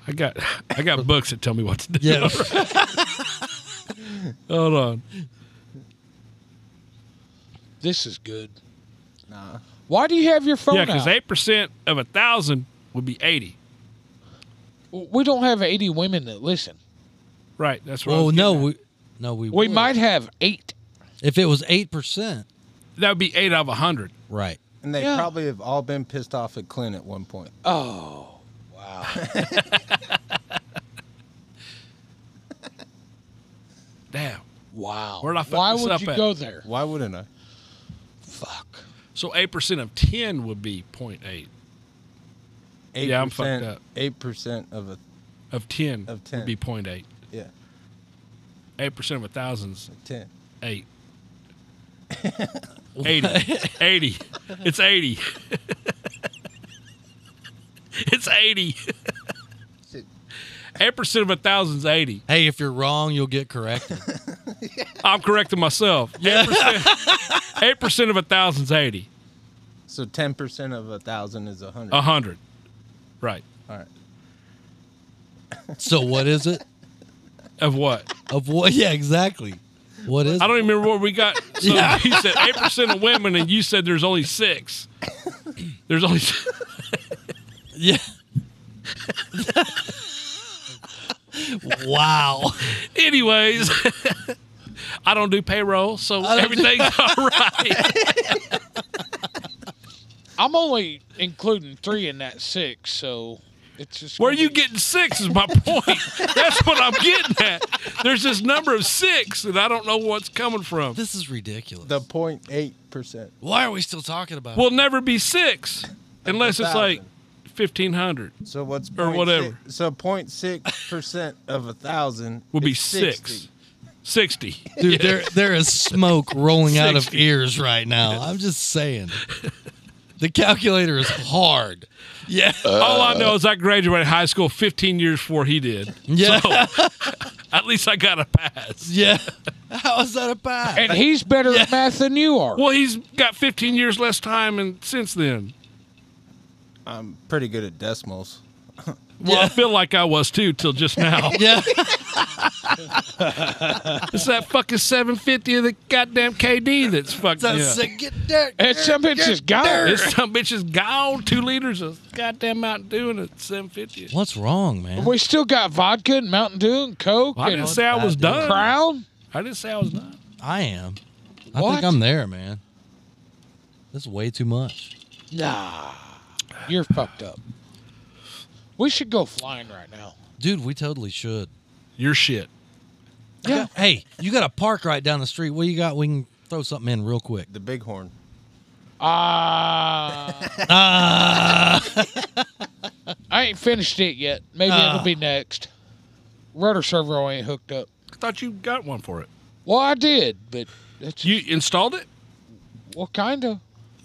Speaker 4: I got I got books that tell me what to do.
Speaker 3: Yeah.
Speaker 4: Hold on.
Speaker 6: This is good.
Speaker 9: Nah.
Speaker 6: Why do you have your phone
Speaker 4: Yeah,
Speaker 6: out?
Speaker 4: because eight percent of a thousand would be eighty.
Speaker 6: we don't have 80 women that listen.
Speaker 4: Right. That's what. I
Speaker 3: Well,
Speaker 4: was
Speaker 3: Oh, no,
Speaker 4: getting at.
Speaker 3: we, no, we.
Speaker 6: We
Speaker 3: would.
Speaker 6: might have eight.
Speaker 3: If it was eight percent,
Speaker 4: that would be eight out of a hundred.
Speaker 3: right?
Speaker 9: And they
Speaker 6: Yeah.
Speaker 9: probably have all been pissed off at Clint at one point.
Speaker 6: Oh, wow.
Speaker 4: Damn.
Speaker 6: Wow.
Speaker 4: Where'd I fuck
Speaker 6: Why
Speaker 4: this
Speaker 6: would
Speaker 4: up
Speaker 6: you
Speaker 4: at?
Speaker 6: go there?
Speaker 9: Why wouldn't I?
Speaker 6: Fuck.
Speaker 4: So eight percent of ten would be 0.8.
Speaker 9: Eight
Speaker 4: Yeah, I'm fucked up.
Speaker 9: Eight percent of a
Speaker 4: Of ten
Speaker 9: Of 10.
Speaker 4: would be 0.8.
Speaker 9: yeah
Speaker 4: Eight percent of a thousand's
Speaker 9: ten.
Speaker 4: eight. 80. 80. It's 80. it's 80. 8% of a thousand's 80.
Speaker 3: Hey, if you're wrong, you'll get corrected.
Speaker 4: I'm correcting myself. 8%, 8% of a thousand's 80.
Speaker 9: So ten percent of a thousand is a hundred.
Speaker 4: 100. Right.
Speaker 9: All right.
Speaker 3: so what is it?
Speaker 4: Of what?
Speaker 3: Of what? Yeah, exactly. What is?
Speaker 4: I
Speaker 3: it?
Speaker 4: don't even remember what we got. So you said 8% of women, and you said there's only six. There's only.
Speaker 3: Yeah. wow.
Speaker 4: Anyways, I don't do payroll, so everything's all right.
Speaker 6: I'm only including three in that six, so it's just.
Speaker 4: Where
Speaker 6: gonna
Speaker 4: you
Speaker 6: be-
Speaker 4: getting six is my point. That's what I'm getting at. There's this number of six that I don't know what's coming from.
Speaker 3: This is ridiculous.
Speaker 9: The point eight percent.
Speaker 3: Why are we still talking about
Speaker 4: We'll never be six unless it's like 1,500.
Speaker 9: So what's
Speaker 4: Or
Speaker 9: 0.6
Speaker 4: whatever.
Speaker 9: so point six percent of a thousand
Speaker 4: We'll be
Speaker 9: is
Speaker 4: six.
Speaker 9: 60.
Speaker 4: 60.
Speaker 3: it? Dude, there there is smoke rolling out of
Speaker 4: 60.
Speaker 3: ears right now. I'm just saying. The calculator is hard. Yeah.
Speaker 4: All I know is I graduated high school 15 years before he did.
Speaker 3: Yeah.
Speaker 4: So, at least I got a pass.
Speaker 3: Yeah. How is that a pass?
Speaker 6: And he's better at math than you are.
Speaker 4: Well, he's got 15 years less time and since then.
Speaker 9: I'm pretty good at decimals.
Speaker 4: Well, I feel like I was too till just now.
Speaker 3: Yeah.
Speaker 4: it's that fucking 750 of the goddamn KD that's fucked
Speaker 3: So
Speaker 4: me up.
Speaker 3: sick. Get dirt.
Speaker 6: And some bitch is gone.
Speaker 4: This some bitch is gone. Two liters of goddamn Mountain Dew and a 750.
Speaker 3: What's wrong, man?
Speaker 6: We still got vodka and Mountain Dew and Coke
Speaker 4: Well, I
Speaker 6: and
Speaker 4: didn't say I was
Speaker 3: Dude.
Speaker 4: done.
Speaker 6: Crown.
Speaker 4: I didn't say I was done.
Speaker 3: I am. I
Speaker 6: What?
Speaker 3: think I'm there, man. That's way too much.
Speaker 6: Nah, you're fucked up. We should go flying right now.
Speaker 3: Dude, we totally should.
Speaker 4: Your shit.
Speaker 6: Yeah.
Speaker 3: Hey, you got a park right down the street. What you got? We can throw something in real quick.
Speaker 9: The bighorn.
Speaker 6: Ah,
Speaker 3: Ah,
Speaker 6: I ain't finished it yet. Maybe it'll be next. Rudder servo ain't hooked up.
Speaker 4: I thought you got one for it.
Speaker 6: Well, I did, but that's
Speaker 4: You installed it?
Speaker 6: well, kind of.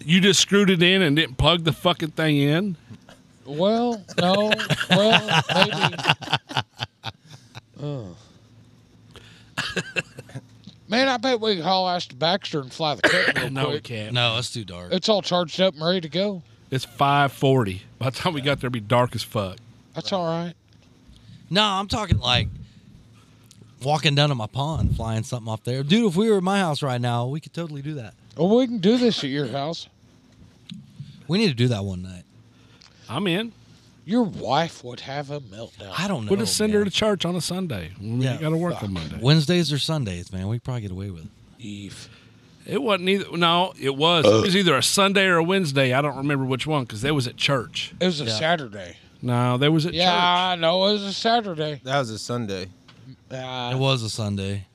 Speaker 4: You just screwed it in and didn't plug the fucking thing in?
Speaker 6: Well, no. well, maybe. Oh. Man, I bet we can haul ass to Baxter and fly the kite real
Speaker 4: No, we
Speaker 6: quick.
Speaker 4: can't.
Speaker 3: no, that's too dark.
Speaker 6: It's all charged up and ready to go.
Speaker 4: It's 540. By the time we got there, it'd be dark as fuck.
Speaker 6: That's all right.
Speaker 3: No, I'm talking like walking down to my pond, flying something off there. Dude, if we were at my house right now, we could totally do that.
Speaker 6: Well, we can do this at your house.
Speaker 3: We need to do that one night.
Speaker 4: I'm in.
Speaker 6: Your wife would have a meltdown.
Speaker 3: I don't know.
Speaker 4: We'll just send her
Speaker 3: Oh, man.
Speaker 4: to church on a Sunday. We
Speaker 3: Yeah,
Speaker 4: got to work on Monday.
Speaker 3: Wednesdays or Sundays, man. We could probably get away with it.
Speaker 6: Eve.
Speaker 4: It wasn't either. No, it was. It was either a Sunday or a Wednesday. I don't remember which one because they was at church.
Speaker 6: It was a Saturday.
Speaker 4: No, they was at
Speaker 6: Yeah,
Speaker 4: church.
Speaker 6: I know. It was a Saturday.
Speaker 9: That was a Sunday
Speaker 3: It
Speaker 6: Uh,
Speaker 3: was a Sunday.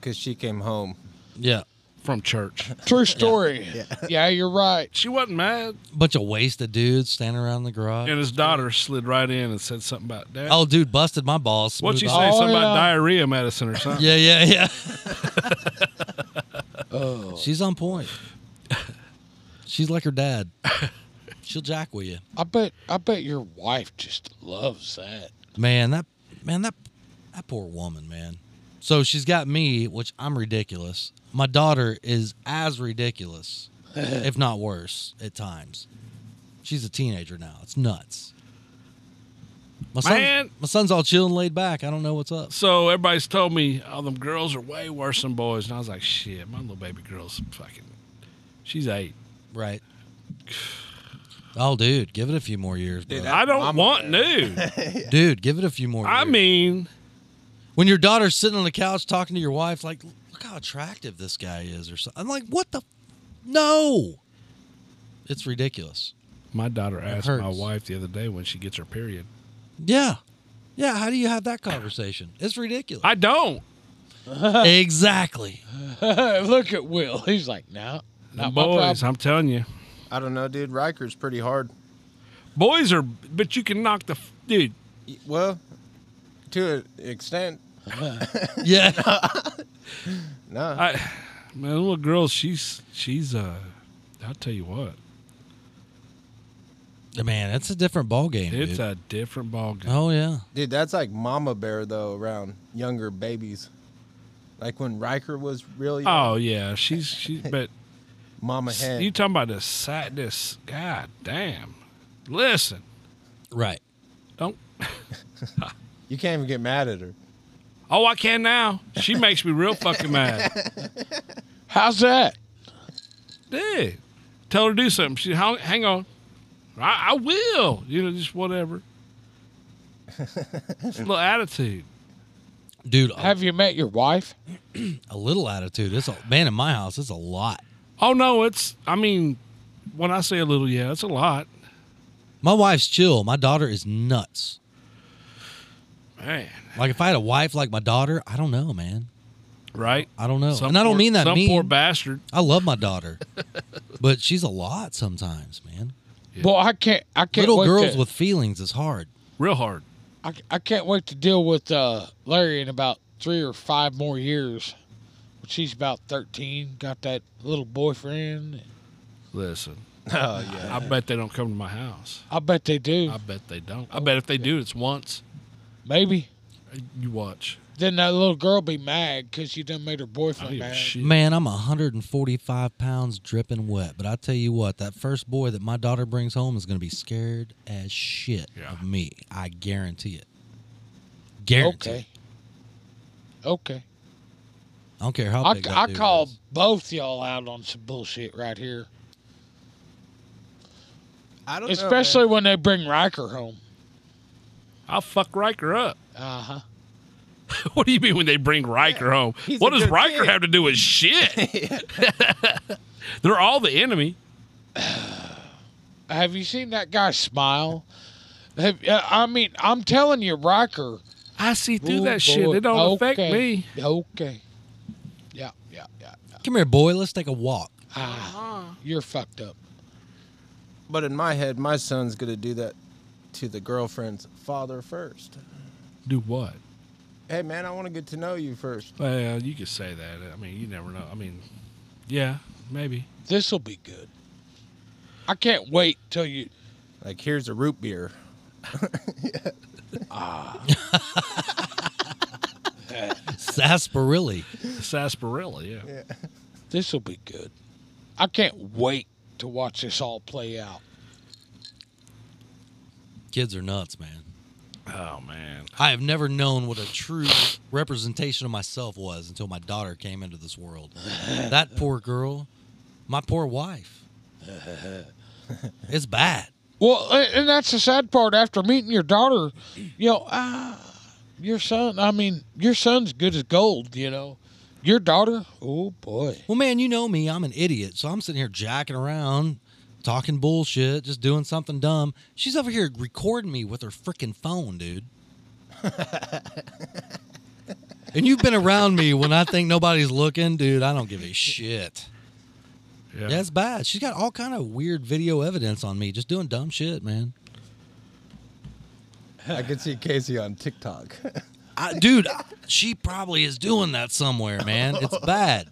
Speaker 9: because she came home.
Speaker 3: Yeah.
Speaker 4: From church.
Speaker 6: true story. Yeah. you're right.
Speaker 4: She wasn't mad.
Speaker 3: Bunch of wasted dudes standing around the garage.
Speaker 4: And his daughter slid right in and said something about that.
Speaker 3: Oh, dude, busted my balls.
Speaker 4: What'd she
Speaker 3: Smooth
Speaker 4: say?
Speaker 3: op-
Speaker 6: Oh,
Speaker 4: something about
Speaker 6: yeah.
Speaker 4: diarrhea medicine or something.
Speaker 3: Yeah, yeah, yeah. She's on point. She's like her dad. She'll jack with you.
Speaker 6: I bet. I bet your wife just loves that.
Speaker 3: Man, that man, that that poor woman, man. So she's got me, which I'm ridiculous. My daughter is as ridiculous, if not worse, at times. She's a teenager now. It's nuts. My son's,
Speaker 4: Man.
Speaker 3: my son's all chill and laid back. I don't know what's up.
Speaker 4: So everybody's told me, oh, them girls are way worse than boys. And I was like, shit, my little baby girl's fucking, she's eight.
Speaker 3: Right. Oh, dude, give it a few more years, bro.
Speaker 9: Dude,
Speaker 3: Dude,
Speaker 9: That's
Speaker 4: I don't
Speaker 9: mama
Speaker 4: want new.
Speaker 3: give it a few more
Speaker 4: I
Speaker 3: years.
Speaker 4: mean,
Speaker 3: when your daughter's sitting on the couch talking to your wife, like, look how attractive this guy is, or something. I'm like, what the? No, it's ridiculous.
Speaker 4: my daughter asked my
Speaker 3: hurts.
Speaker 4: wife the other day when she gets her period.
Speaker 3: Yeah, yeah. How do you have that conversation? It's ridiculous.
Speaker 4: I don't.
Speaker 3: exactly.
Speaker 6: Look at Will. He's like, no,
Speaker 4: Them
Speaker 6: not my
Speaker 4: boys,
Speaker 6: problem.
Speaker 4: I'm telling you.
Speaker 9: I don't know, dude. Riker's pretty hard.
Speaker 4: Boys are, but you can knock the, f- dude,
Speaker 9: Y- Well, to an extent,
Speaker 3: Yeah,
Speaker 9: no.
Speaker 4: I, man, the little girl, she's, she's, uh, I'll tell you what,
Speaker 3: man, it's a different ball game,
Speaker 4: it's
Speaker 3: dude.
Speaker 4: a different ballgame.
Speaker 3: oh yeah,
Speaker 9: Dude, that's like mama bear though around younger babies. Like when Riker was really
Speaker 4: Oh yeah, she's she. But
Speaker 9: mama hen.
Speaker 4: you talking about this side? This god damn. Listen,
Speaker 3: right.
Speaker 4: don't.
Speaker 9: you can't even get mad at her.
Speaker 4: Oh, I can now. She makes me real fucking mad.
Speaker 6: How's that?
Speaker 4: Dude, tell her to do something. She hang, hang on. I, I will. You know, just whatever. It's a little attitude.
Speaker 3: Dude, a,
Speaker 6: Have you met your wife?
Speaker 3: a little attitude. It's a man in my house. It's a lot.
Speaker 4: Oh no, it's. I mean, when I say a little, yeah, it's a lot.
Speaker 3: My wife's chill. My daughter is nuts.
Speaker 4: Man,
Speaker 3: Like if I had a wife like my daughter, I don't know, man.
Speaker 4: right?
Speaker 3: I don't know,
Speaker 4: Some
Speaker 3: and I don't
Speaker 4: poor-
Speaker 3: mean that
Speaker 4: Some
Speaker 3: mean.
Speaker 4: poor bastard.
Speaker 3: I love my daughter, but she's a lot sometimes, man.
Speaker 6: Well, I can't. I can't.
Speaker 3: Little
Speaker 6: wait
Speaker 3: girls
Speaker 6: to,
Speaker 3: with feelings is hard.
Speaker 4: Real hard.
Speaker 6: I, I can't wait to deal with uh, Larry in about three or five more years. When she's about 13, got that little boyfriend.
Speaker 4: Listen.
Speaker 9: Oh, yeah.
Speaker 4: I bet they don't come to my house.
Speaker 6: I bet they do.
Speaker 4: I bet they don't. I bet if they do, it's once.
Speaker 6: Maybe.
Speaker 4: You watch.
Speaker 6: Then that little girl be mad because you done made her
Speaker 4: I
Speaker 6: boyfriend
Speaker 4: don't give a
Speaker 6: mad.
Speaker 4: shit.
Speaker 3: Man, I'm 145 pounds dripping wet, but I tell you what, that first boy that my daughter brings home is going to be scared as shit
Speaker 4: Yeah.
Speaker 3: of me. I guarantee it. Guarantee.
Speaker 6: Okay.
Speaker 3: it.
Speaker 6: Okay.
Speaker 3: I don't care how
Speaker 6: I,
Speaker 3: big that
Speaker 6: I
Speaker 3: dude
Speaker 6: call
Speaker 3: is.
Speaker 6: both y'all out on some bullshit right here.
Speaker 9: I don't
Speaker 6: Especially
Speaker 9: know,
Speaker 6: when they bring Riker home.
Speaker 4: I'll fuck Riker up.
Speaker 6: Uh huh.
Speaker 4: what do you mean when they bring Riker home?
Speaker 9: he's
Speaker 4: What
Speaker 9: a
Speaker 4: does
Speaker 9: good
Speaker 4: Riker
Speaker 9: kid.
Speaker 4: have to do with shit? They're all the enemy.
Speaker 6: Have you seen that guy smile? Have, uh, I mean, I'm telling you, Riker.
Speaker 4: I see through
Speaker 6: Ooh,
Speaker 4: that shit.
Speaker 6: boy.
Speaker 4: It don't affect
Speaker 6: Okay.
Speaker 4: me.
Speaker 6: Okay. Yeah, yeah, yeah. yeah.
Speaker 3: Come here, boy. Let's take a walk.
Speaker 6: Ah, you're fucked up.
Speaker 9: But in my head, my son's gonna do that to the girlfriend's father first.
Speaker 4: Do what?
Speaker 9: Hey man, I want to get to know you first.
Speaker 4: Well, you could say that. I mean, you never know. I mean, yeah, maybe.
Speaker 6: This will be good. I can't wait till you.
Speaker 9: Like here's a root beer.
Speaker 3: Sarsaparilla.
Speaker 4: Sarsaparilla, yeah.
Speaker 6: This will be good. I can't wait to watch this all play out.
Speaker 3: Kids are nuts, man.
Speaker 4: Oh man.
Speaker 3: I have never known what a true representation of myself was until my daughter came into this world. That poor girl, my poor wife. It's bad.
Speaker 6: Well, a- and that's the sad part. After meeting your daughter, you know, ah, your son. I mean, your son's good as gold. You know, your daughter. Oh boy.
Speaker 3: Well, man, you know me. I'm an idiot. So I'm sitting here jacking around, talking bullshit, just doing something dumb. She's over here recording me with her freaking phone, dude. and you've been around me when I think nobody's looking, dude. I don't give a shit.
Speaker 4: Yeah.
Speaker 3: That's bad. She's got all kind of weird video evidence on me, just doing dumb shit, man.
Speaker 9: I could see Casey on TikTok.
Speaker 3: I, dude, I- she probably is doing that somewhere, man. It's bad.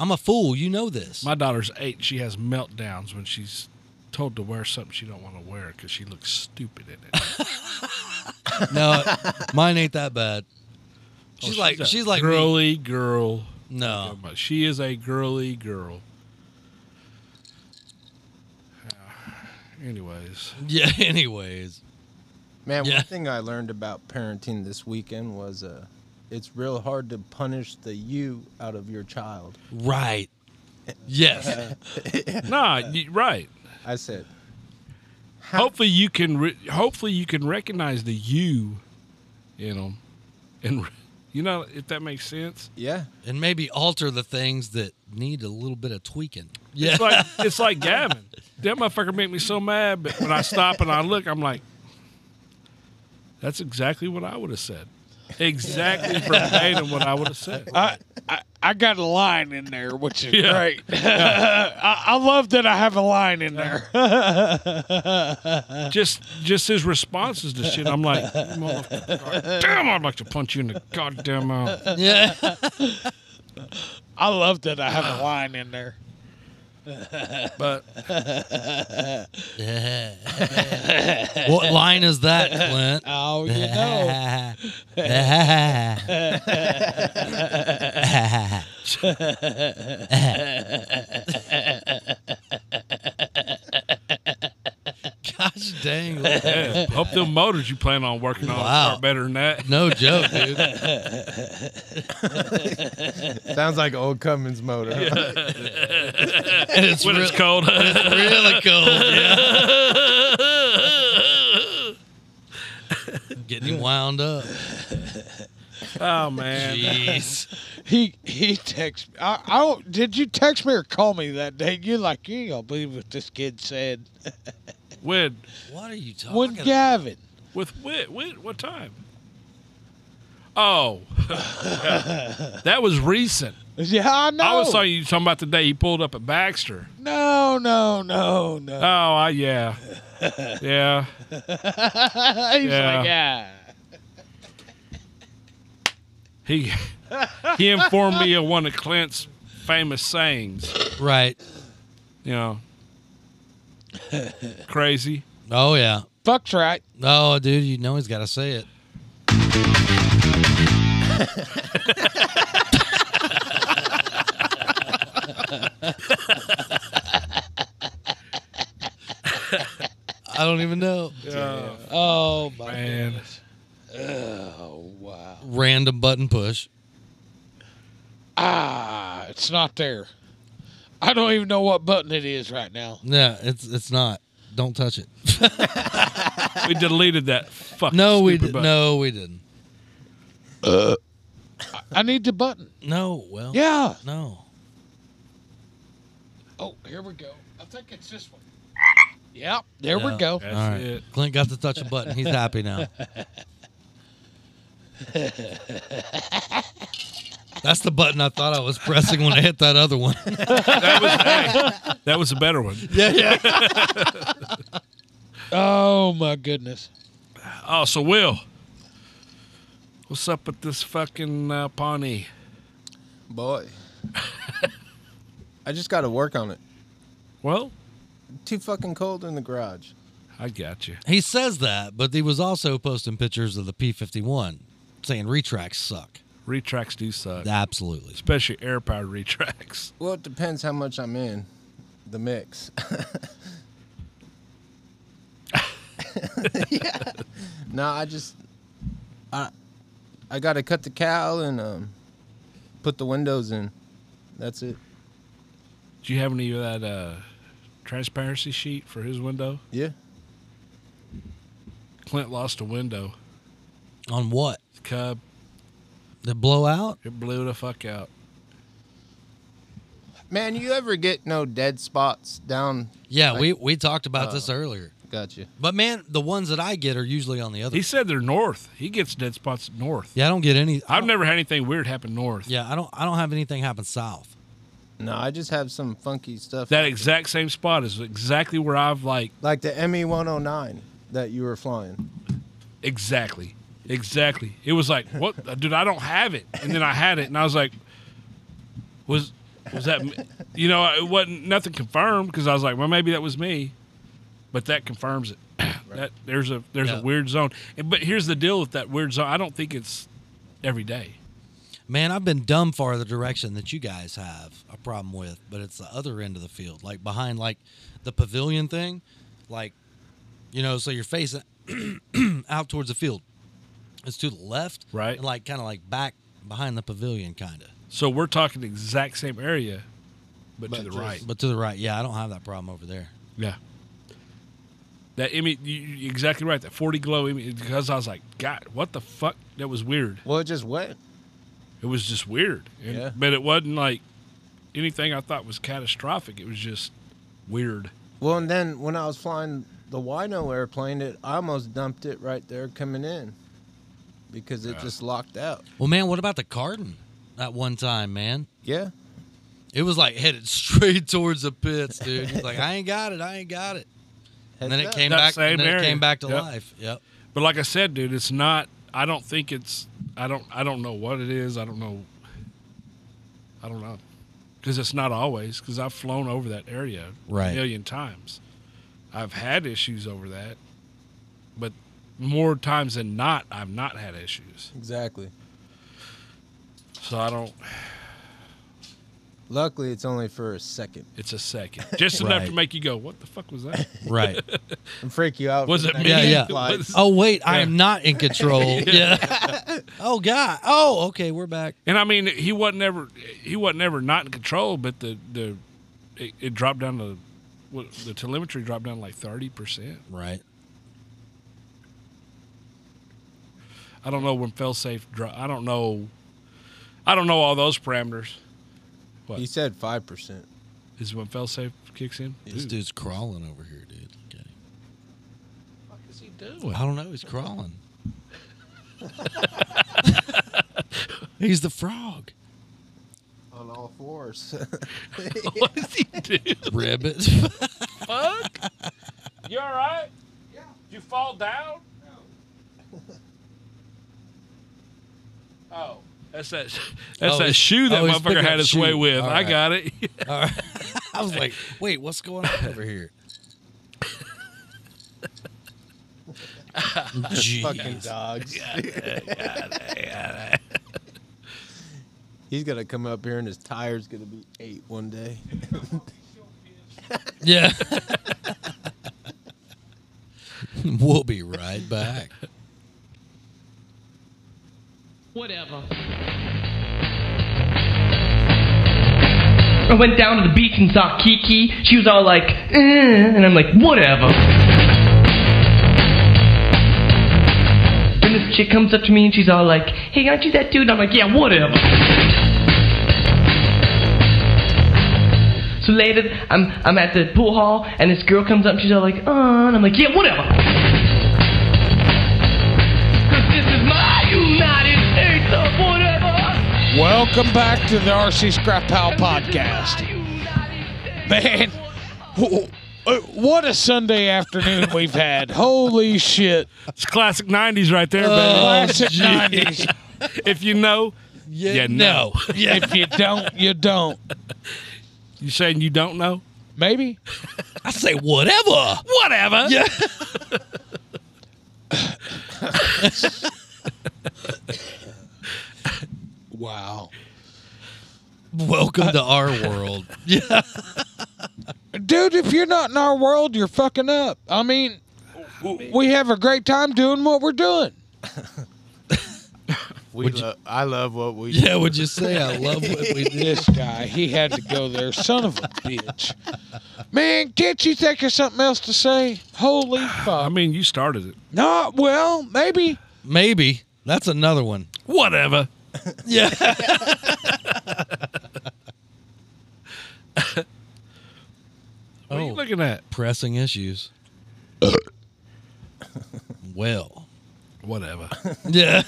Speaker 3: I'm a fool. You know this.
Speaker 4: My daughter's eight. She has meltdowns when she's told to wear something she don't want to wear because she looks stupid in it. Oh,
Speaker 3: no, mine ain't that bad. Oh, She's
Speaker 4: Oh,
Speaker 3: like,
Speaker 4: a
Speaker 3: she's, like, me.
Speaker 4: girly girl.
Speaker 3: no,
Speaker 4: She is a girly girl. Anyways,
Speaker 3: yeah. Anyways,
Speaker 9: Man,
Speaker 3: Yeah.
Speaker 9: one thing I learned about parenting this weekend was uh, it's real hard to punish the you out of your child.
Speaker 3: right? Yes.
Speaker 4: nah, you, right.
Speaker 9: I said,
Speaker 4: Hopefully you can. Re- hopefully you can recognize the you in them, and re- you know if that makes sense.
Speaker 9: yeah,
Speaker 3: and maybe alter the things that need a little bit of tweaking. Yeah.
Speaker 4: It's like it's like Gavin. That motherfucker make me so mad. But when I stop and I look, I'm like, that's exactly what I would have said. Exactly verbatim what I would have said.
Speaker 6: I, I I got a line in there, which is
Speaker 4: Yeah.
Speaker 6: great. I, I love that I have a line in there.
Speaker 4: just just his responses to shit. I'm like, "Motherfucker, damn, I'd like to punch you in the goddamn mouth.
Speaker 3: yeah.
Speaker 6: I love that I have a line in there.
Speaker 4: But
Speaker 3: What line is that, Clint?
Speaker 6: Oh, you know.
Speaker 3: Gosh dang. look at
Speaker 4: yeah, hope them motors you plan on working on
Speaker 3: Wow.
Speaker 4: start better than that.
Speaker 3: that. No joke, dude.
Speaker 9: sounds like old Cummins motor.
Speaker 3: And it's
Speaker 4: When
Speaker 3: real-
Speaker 4: it's cold.
Speaker 3: really cold. Yeah. Getting him wound up.
Speaker 4: oh man.
Speaker 3: Jeez.
Speaker 6: He he texts me. I, I don't- did you text me or call me that day? You're like you ain't gonna believe what this kid said.
Speaker 4: When
Speaker 3: What are you talking
Speaker 4: Oh,
Speaker 6: When
Speaker 3: about?
Speaker 6: Gavin,
Speaker 4: with wit wit what time? Oh. Yeah. that was recent.
Speaker 6: yeah, I know.
Speaker 4: I was talking you talking about the day he pulled up at Baxter.
Speaker 6: no, no, no, no.
Speaker 4: Oh I, yeah. Yeah.
Speaker 6: He's
Speaker 4: Oh, yeah.
Speaker 6: like, yeah.
Speaker 4: He he informed me of one of Clint's famous sayings.
Speaker 3: Right.
Speaker 4: you know, crazy.
Speaker 3: Oh yeah.
Speaker 6: Fuck's right.
Speaker 3: Oh, dude, you know he's got to say it. I don't even know.
Speaker 4: Yeah.
Speaker 6: Oh my
Speaker 4: Man.
Speaker 6: goodness. Oh wow.
Speaker 3: Random button push.
Speaker 6: Ah, it's not there. I don't even know what button it is right now.
Speaker 3: Yeah, it's it's not. Don't touch it.
Speaker 4: We deleted that. Fuck.
Speaker 3: No, we
Speaker 4: stupid
Speaker 3: did.
Speaker 4: button.
Speaker 3: No, we didn't.
Speaker 6: I need the button.
Speaker 3: No. Well.
Speaker 6: Yeah.
Speaker 3: No.
Speaker 6: Oh, here we go. I think it's this one. Yep, there we
Speaker 3: Yeah.
Speaker 6: go.
Speaker 4: That's
Speaker 3: All right.
Speaker 4: it.
Speaker 3: Clint got to touch a button. He's happy now. That's the button I thought I was pressing when I hit that other one.
Speaker 4: That was hey, that was a better one.
Speaker 3: yeah, yeah.
Speaker 6: Oh my goodness.
Speaker 4: Oh, so Will, what's up with this fucking uh, Pawnee?
Speaker 9: Boy. I just got to work on it.
Speaker 4: Well,
Speaker 9: Too fucking cold in the garage.
Speaker 4: I got you.
Speaker 3: He says that, but he was also posting pictures of the P51 saying retracts suck.
Speaker 4: Retracts do suck,
Speaker 3: Absolutely.
Speaker 4: especially air powered retracts.
Speaker 9: Well, it depends how much I'm in the mix. yeah. No, I just I I got to cut the cow and um put the windows in. That's it.
Speaker 4: Do you have any of that uh, transparency sheet for his window?
Speaker 9: Yeah.
Speaker 4: Clint lost a window.
Speaker 3: On what?
Speaker 4: The Cub,
Speaker 3: The blowout?
Speaker 4: it blew the fuck out.
Speaker 9: Man, you ever get no dead spots down?
Speaker 3: Yeah, we, we talked about
Speaker 6: Uh,
Speaker 3: this earlier.
Speaker 9: Gotcha.
Speaker 3: But man, the ones that I get are usually on the other.
Speaker 4: He said they're north. He gets dead spots north.
Speaker 3: yeah, I don't get any. I
Speaker 4: I've
Speaker 3: don't-
Speaker 4: never had anything weird happen north.
Speaker 3: Yeah, I don't. I don't have anything happen south.
Speaker 9: No, I just have some funky stuff.
Speaker 4: That exact same spot is exactly where I've like
Speaker 9: like the E ME 109 that you were flying.
Speaker 4: exactly, exactly. It was like, what, dude? I don't have it, and then I had it, and I was like, was was that, me? you know, it wasn't nothing confirmed because I was like, well, maybe that was me, but that confirms it. That there's a there's
Speaker 3: Yeah.
Speaker 4: a weird zone, and, but here's the deal with that weird zone. I don't think it's every day.
Speaker 3: Man, I've been dumb far the direction that you guys have a problem with, but it's the other end of the field, like behind like the pavilion thing, like you know, so you're facing out towards the field. It's to the left,
Speaker 4: Right.
Speaker 3: and like kind of like back behind the pavilion, kind of,
Speaker 4: So we're talking the exact same area, but, to
Speaker 9: But
Speaker 4: the
Speaker 9: just-
Speaker 4: right.
Speaker 3: but to the right. Yeah, I don't have that problem over there.
Speaker 4: Yeah. That I mean, you- you're exactly right. That 40 glow image because I was like, God, what the fuck? That was weird.
Speaker 9: Well, it just went.
Speaker 4: It was just weird. And-
Speaker 9: Yeah.
Speaker 4: But it wasn't like anything I thought was catastrophic. It was just weird.
Speaker 9: Well, and then when I was flying the Wino airplane, it I almost dumped it right there coming in because it just locked out.
Speaker 3: Well, man, what about the Carden? That one time, man,
Speaker 9: Yeah.
Speaker 3: it was like headed straight towards the pits, dude. He's like, I ain't got it, I ain't got it, and then
Speaker 9: Heads
Speaker 3: it
Speaker 9: up.
Speaker 3: came
Speaker 4: That
Speaker 3: back,
Speaker 4: same
Speaker 3: and then it
Speaker 4: area.
Speaker 3: came back to
Speaker 4: Yep.
Speaker 3: life. Yep.
Speaker 4: But like I said, dude, it's not. I don't think it's. I don't. I don't know what it is. I don't know. I don't know, because it's not always. Because I've flown over that area
Speaker 3: Right.
Speaker 4: a million times. I've had issues over that, but more times than not, I've not had issues.
Speaker 9: Exactly.
Speaker 4: So I don't.
Speaker 9: Luckily, it's only for a second.
Speaker 4: It's a second, just enough to
Speaker 3: Right.
Speaker 4: make you go, "What the fuck was that?"
Speaker 3: Right.
Speaker 9: And freak you out.
Speaker 4: Was
Speaker 9: for the
Speaker 4: it
Speaker 9: next
Speaker 4: me?
Speaker 3: Yeah, yeah.
Speaker 9: flight.
Speaker 4: Was-
Speaker 3: Oh wait, I
Speaker 4: Yeah.
Speaker 3: am not in control. yeah. oh god. Oh, okay, we're back.
Speaker 4: And I mean, he wasn't ever. He wasn't ever not in control, but the the it, it dropped down to what the telemetry dropped down to like thirty percent.
Speaker 3: Right.
Speaker 4: I don't know when failsafe. Dro- I don't know. I don't know all those parameters.
Speaker 9: He said 5%.
Speaker 4: Is when failsafe kicks in.
Speaker 3: This
Speaker 4: Dude,
Speaker 3: dude's crawling over here, dude. Okay.
Speaker 4: what is he doing?
Speaker 3: I don't know, he's crawling. he's the frog.
Speaker 9: On all fours.
Speaker 4: What is he doing?
Speaker 3: Ribbit.
Speaker 4: Fuck. You all right? Yeah. You fall down? No. oh, that's that. That's
Speaker 3: Oh,
Speaker 4: that
Speaker 3: he's-
Speaker 4: shoe that
Speaker 3: oh, he's
Speaker 4: motherfucker
Speaker 3: picking
Speaker 4: had
Speaker 3: up
Speaker 4: his
Speaker 3: shoe.
Speaker 4: way with.
Speaker 3: All
Speaker 4: I
Speaker 3: right.
Speaker 4: got it.
Speaker 3: All right. I I was like, wait, what's going on over here? Jeez.
Speaker 9: Fucking dogs. He's gonna come up here and his tire's gonna be eight one day.
Speaker 3: Yeah. we'll be right back.
Speaker 11: Whatever.
Speaker 12: I went down to the beach and saw Kiki. She was all like, eh, and I'm like, whatever. Then this chick comes up to me and she's all like, hey, aren't you that dude? I'm like, yeah, whatever. So later, I'm, I'm at the pool hall and this girl comes up and she's all like, uh, and I'm like, yeah, whatever. 'Cause this is my United States of whatever.
Speaker 6: Welcome back to the RC Scrap Pal podcast. Man, wh- wh- what a Sunday afternoon we've had. Holy shit.
Speaker 4: It's classic 90s right there,
Speaker 3: Uh,
Speaker 6: Oh,
Speaker 4: man.
Speaker 6: Classic geez. 90s.
Speaker 4: if you know,
Speaker 3: you,
Speaker 4: know.
Speaker 6: If you don't, you don't.
Speaker 4: You saying you don't know?
Speaker 6: Maybe.
Speaker 3: I say whatever.
Speaker 4: Whatever.
Speaker 3: Yeah.
Speaker 6: Wow.
Speaker 3: Welcome to our world. Yeah.
Speaker 6: Dude, if you're not in our world, you're fucking up. I mean, w we have a great time doing what we're doing.
Speaker 9: We lo- I love what we.
Speaker 3: Yeah,
Speaker 9: do.
Speaker 3: would you say I love what we did?
Speaker 6: This guy, he had to go there. Son of a bitch. Man, can't you think of something else to say? Holy fuck.
Speaker 4: I mean, you started it.
Speaker 6: No, well, maybe.
Speaker 3: Maybe. That's another one.
Speaker 4: Whatever.
Speaker 3: Yeah.
Speaker 4: What
Speaker 3: Oh.
Speaker 4: are you looking at?
Speaker 3: Pressing issues. well.
Speaker 4: Whatever.
Speaker 3: Yeah.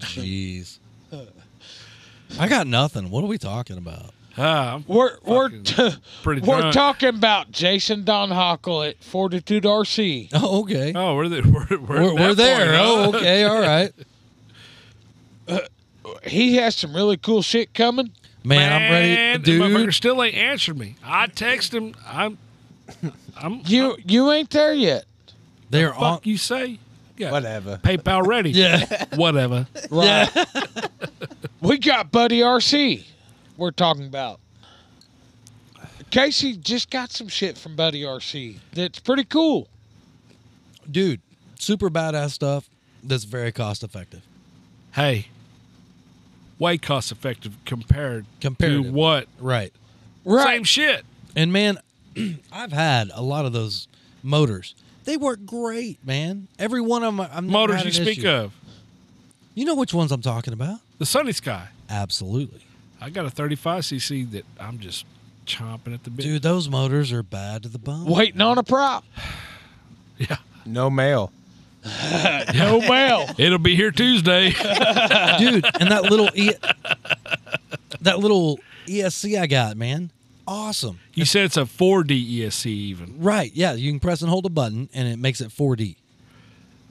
Speaker 3: Jeez. I got nothing. What are we talking about?
Speaker 4: Ah, I'm
Speaker 6: We're we're t-
Speaker 4: pretty
Speaker 6: we're
Speaker 4: drunk.
Speaker 6: talking about Jason Don Hockle at Fortitude RC.
Speaker 3: Oh, okay.
Speaker 4: oh, we're there. We're, we're,
Speaker 3: We're,
Speaker 4: at
Speaker 3: we're
Speaker 4: that
Speaker 3: there.
Speaker 4: point, huh?
Speaker 3: Oh, okay. All right.
Speaker 6: He has some really cool shit coming.
Speaker 3: Man,
Speaker 4: Man,
Speaker 3: I'm ready.
Speaker 4: that motherfucker
Speaker 3: Dude,
Speaker 4: still ain't answered me. I text him. I'm. I'm.
Speaker 6: You you ain't there yet.
Speaker 3: they're on.
Speaker 4: Fuck you say. Yeah.
Speaker 9: Whatever.
Speaker 4: PayPal ready.
Speaker 3: Yeah.
Speaker 4: Whatever.
Speaker 3: Right. Yeah.
Speaker 6: We got Buddy RC. We're talking about. Casey just got some shit from Buddy RC that's pretty cool.
Speaker 3: Dude, super badass stuff that's very cost effective.
Speaker 4: Hey. Way cost effective compared to
Speaker 3: Comparatively.
Speaker 4: what?
Speaker 3: Right.
Speaker 6: Right.
Speaker 4: Same shit.
Speaker 3: And man, I've had a lot of those motors. They work great, man. Every one of them, I'm
Speaker 4: Motors you speak of.
Speaker 3: You know which ones I'm talking about?
Speaker 4: The Sunny Sky.
Speaker 3: Absolutely,
Speaker 4: I got a 35cc that I'm just chomping at the bit.
Speaker 3: dude. Those motors are bad to the bone.
Speaker 6: Waiting on a prop.
Speaker 4: Yeah.
Speaker 9: No mail.
Speaker 6: No mail.
Speaker 4: It'll be here Tuesday.
Speaker 3: dude? And that little e- that little ESC I got, man. Awesome.
Speaker 4: you said it's a 4D ESC even.
Speaker 3: Right? Yeah. You can press and hold a button, and it makes it 4D.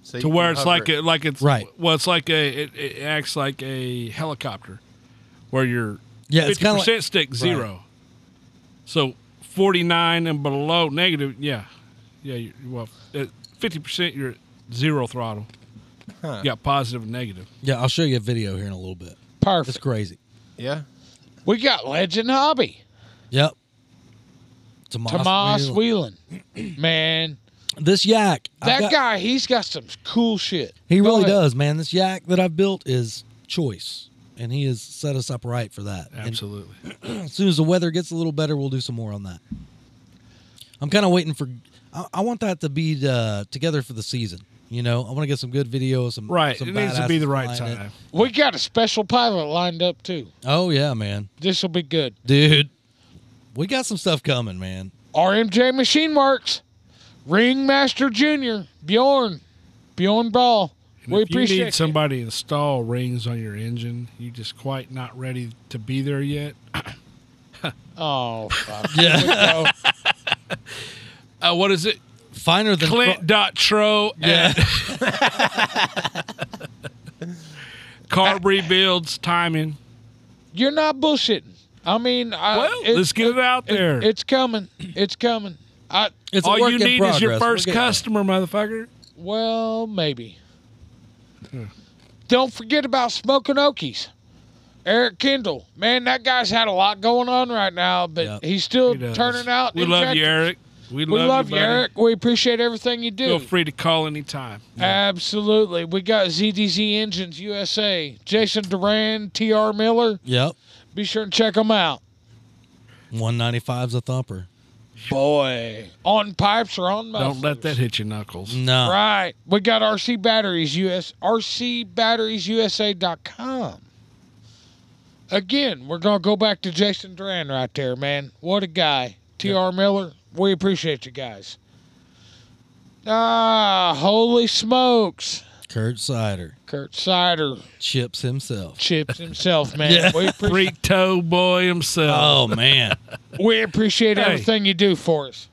Speaker 9: So
Speaker 4: to
Speaker 9: you
Speaker 4: where
Speaker 9: can
Speaker 4: it's
Speaker 9: hover
Speaker 4: like
Speaker 9: it.
Speaker 4: a, like it's
Speaker 3: Right.
Speaker 4: Well, it's like a it, it acts like a helicopter, where you're
Speaker 3: Yeah, it's
Speaker 4: fifty
Speaker 3: kinda like-
Speaker 4: percent stick zero. So forty nine and below negative, yeah, yeah. you well, uh, fifty percent you're at zero throttle. You got positive and negative.
Speaker 3: Yeah, I'll show you a video here in a little bit. It's
Speaker 6: Perfect.
Speaker 3: crazy.
Speaker 9: Yeah.
Speaker 6: We got Legend Hobby.
Speaker 3: Yep. Tomas,
Speaker 6: Tomas
Speaker 3: Wheeler.
Speaker 6: Wheelan. Man,
Speaker 3: this yak. I've
Speaker 6: that
Speaker 3: got-
Speaker 6: guy, he's got some cool shit.
Speaker 3: He
Speaker 6: Go
Speaker 3: really
Speaker 6: ahead.
Speaker 3: does, man. This yak that I've built is choice, and he has set us up right for that. And
Speaker 4: Absolutely.
Speaker 3: as soon as the weather gets a little better, we'll do some more on that. I'm kind of waiting for. I, I want that to be uh, together for the season. You know, I want to get some good video, some
Speaker 4: Right.
Speaker 3: Some
Speaker 4: it needs to be the
Speaker 3: badasses
Speaker 4: right
Speaker 3: flying it.
Speaker 4: time.
Speaker 6: We got a special pilot lined up too.
Speaker 3: Oh yeah, man,
Speaker 6: This will be good.
Speaker 3: dude, we got some stuff coming, man.
Speaker 6: RMJ Machine Works, Ringmaster Jr., Bjorn, Bjorn Ball.
Speaker 4: And
Speaker 6: we
Speaker 4: if you
Speaker 6: appreciate
Speaker 4: need somebody to install rings on your engine, you just quite not ready to be there yet.
Speaker 6: It. Oh, fuck.
Speaker 3: Yeah,
Speaker 4: Uh, what is it?
Speaker 3: finer than
Speaker 4: Clint dot Tro
Speaker 3: Yeah,
Speaker 4: Carb rebuilds timing.
Speaker 6: You're not bullshitting. I mean, I,
Speaker 4: Well,
Speaker 6: Uh, it-
Speaker 4: let's get it out there.
Speaker 6: it's coming. It's coming. I,
Speaker 4: All you need is your first customer, motherfucker.
Speaker 6: Well, maybe. Don't forget about smoking Okies. Eric Kendall, man, that guy's had a lot going on right now, but he's still
Speaker 4: does.
Speaker 6: turning out.
Speaker 4: We
Speaker 6: new
Speaker 4: love you,
Speaker 6: chapters.
Speaker 4: Eric. We love, you, buddy.
Speaker 6: Eric. We appreciate everything you do.
Speaker 4: Feel free to call anytime.
Speaker 6: Absolutely. We got ZDZ Engines USA, Jason Duran, TR Miller.
Speaker 3: Yep.
Speaker 6: Be sure and check them out.
Speaker 3: 195's a thumper.
Speaker 6: Boy. On pipes or on mufflers.
Speaker 4: Don't let that hit your knuckles.
Speaker 3: No.
Speaker 6: Right. We got RC Batteries US RCBatteriesUSA.com. Again, we're gonna go back to Jason Duran right there, man. What a guy. TR Miller, we appreciate you guys. Ah, holy smokes.
Speaker 3: Kurt Sider.
Speaker 6: Kurt Sider.
Speaker 3: Chips himself.
Speaker 6: Chips himself, man. We appreciate
Speaker 4: Three toe boy himself.
Speaker 3: Oh, man.
Speaker 6: we appreciate
Speaker 4: Hey.
Speaker 6: everything you do for us.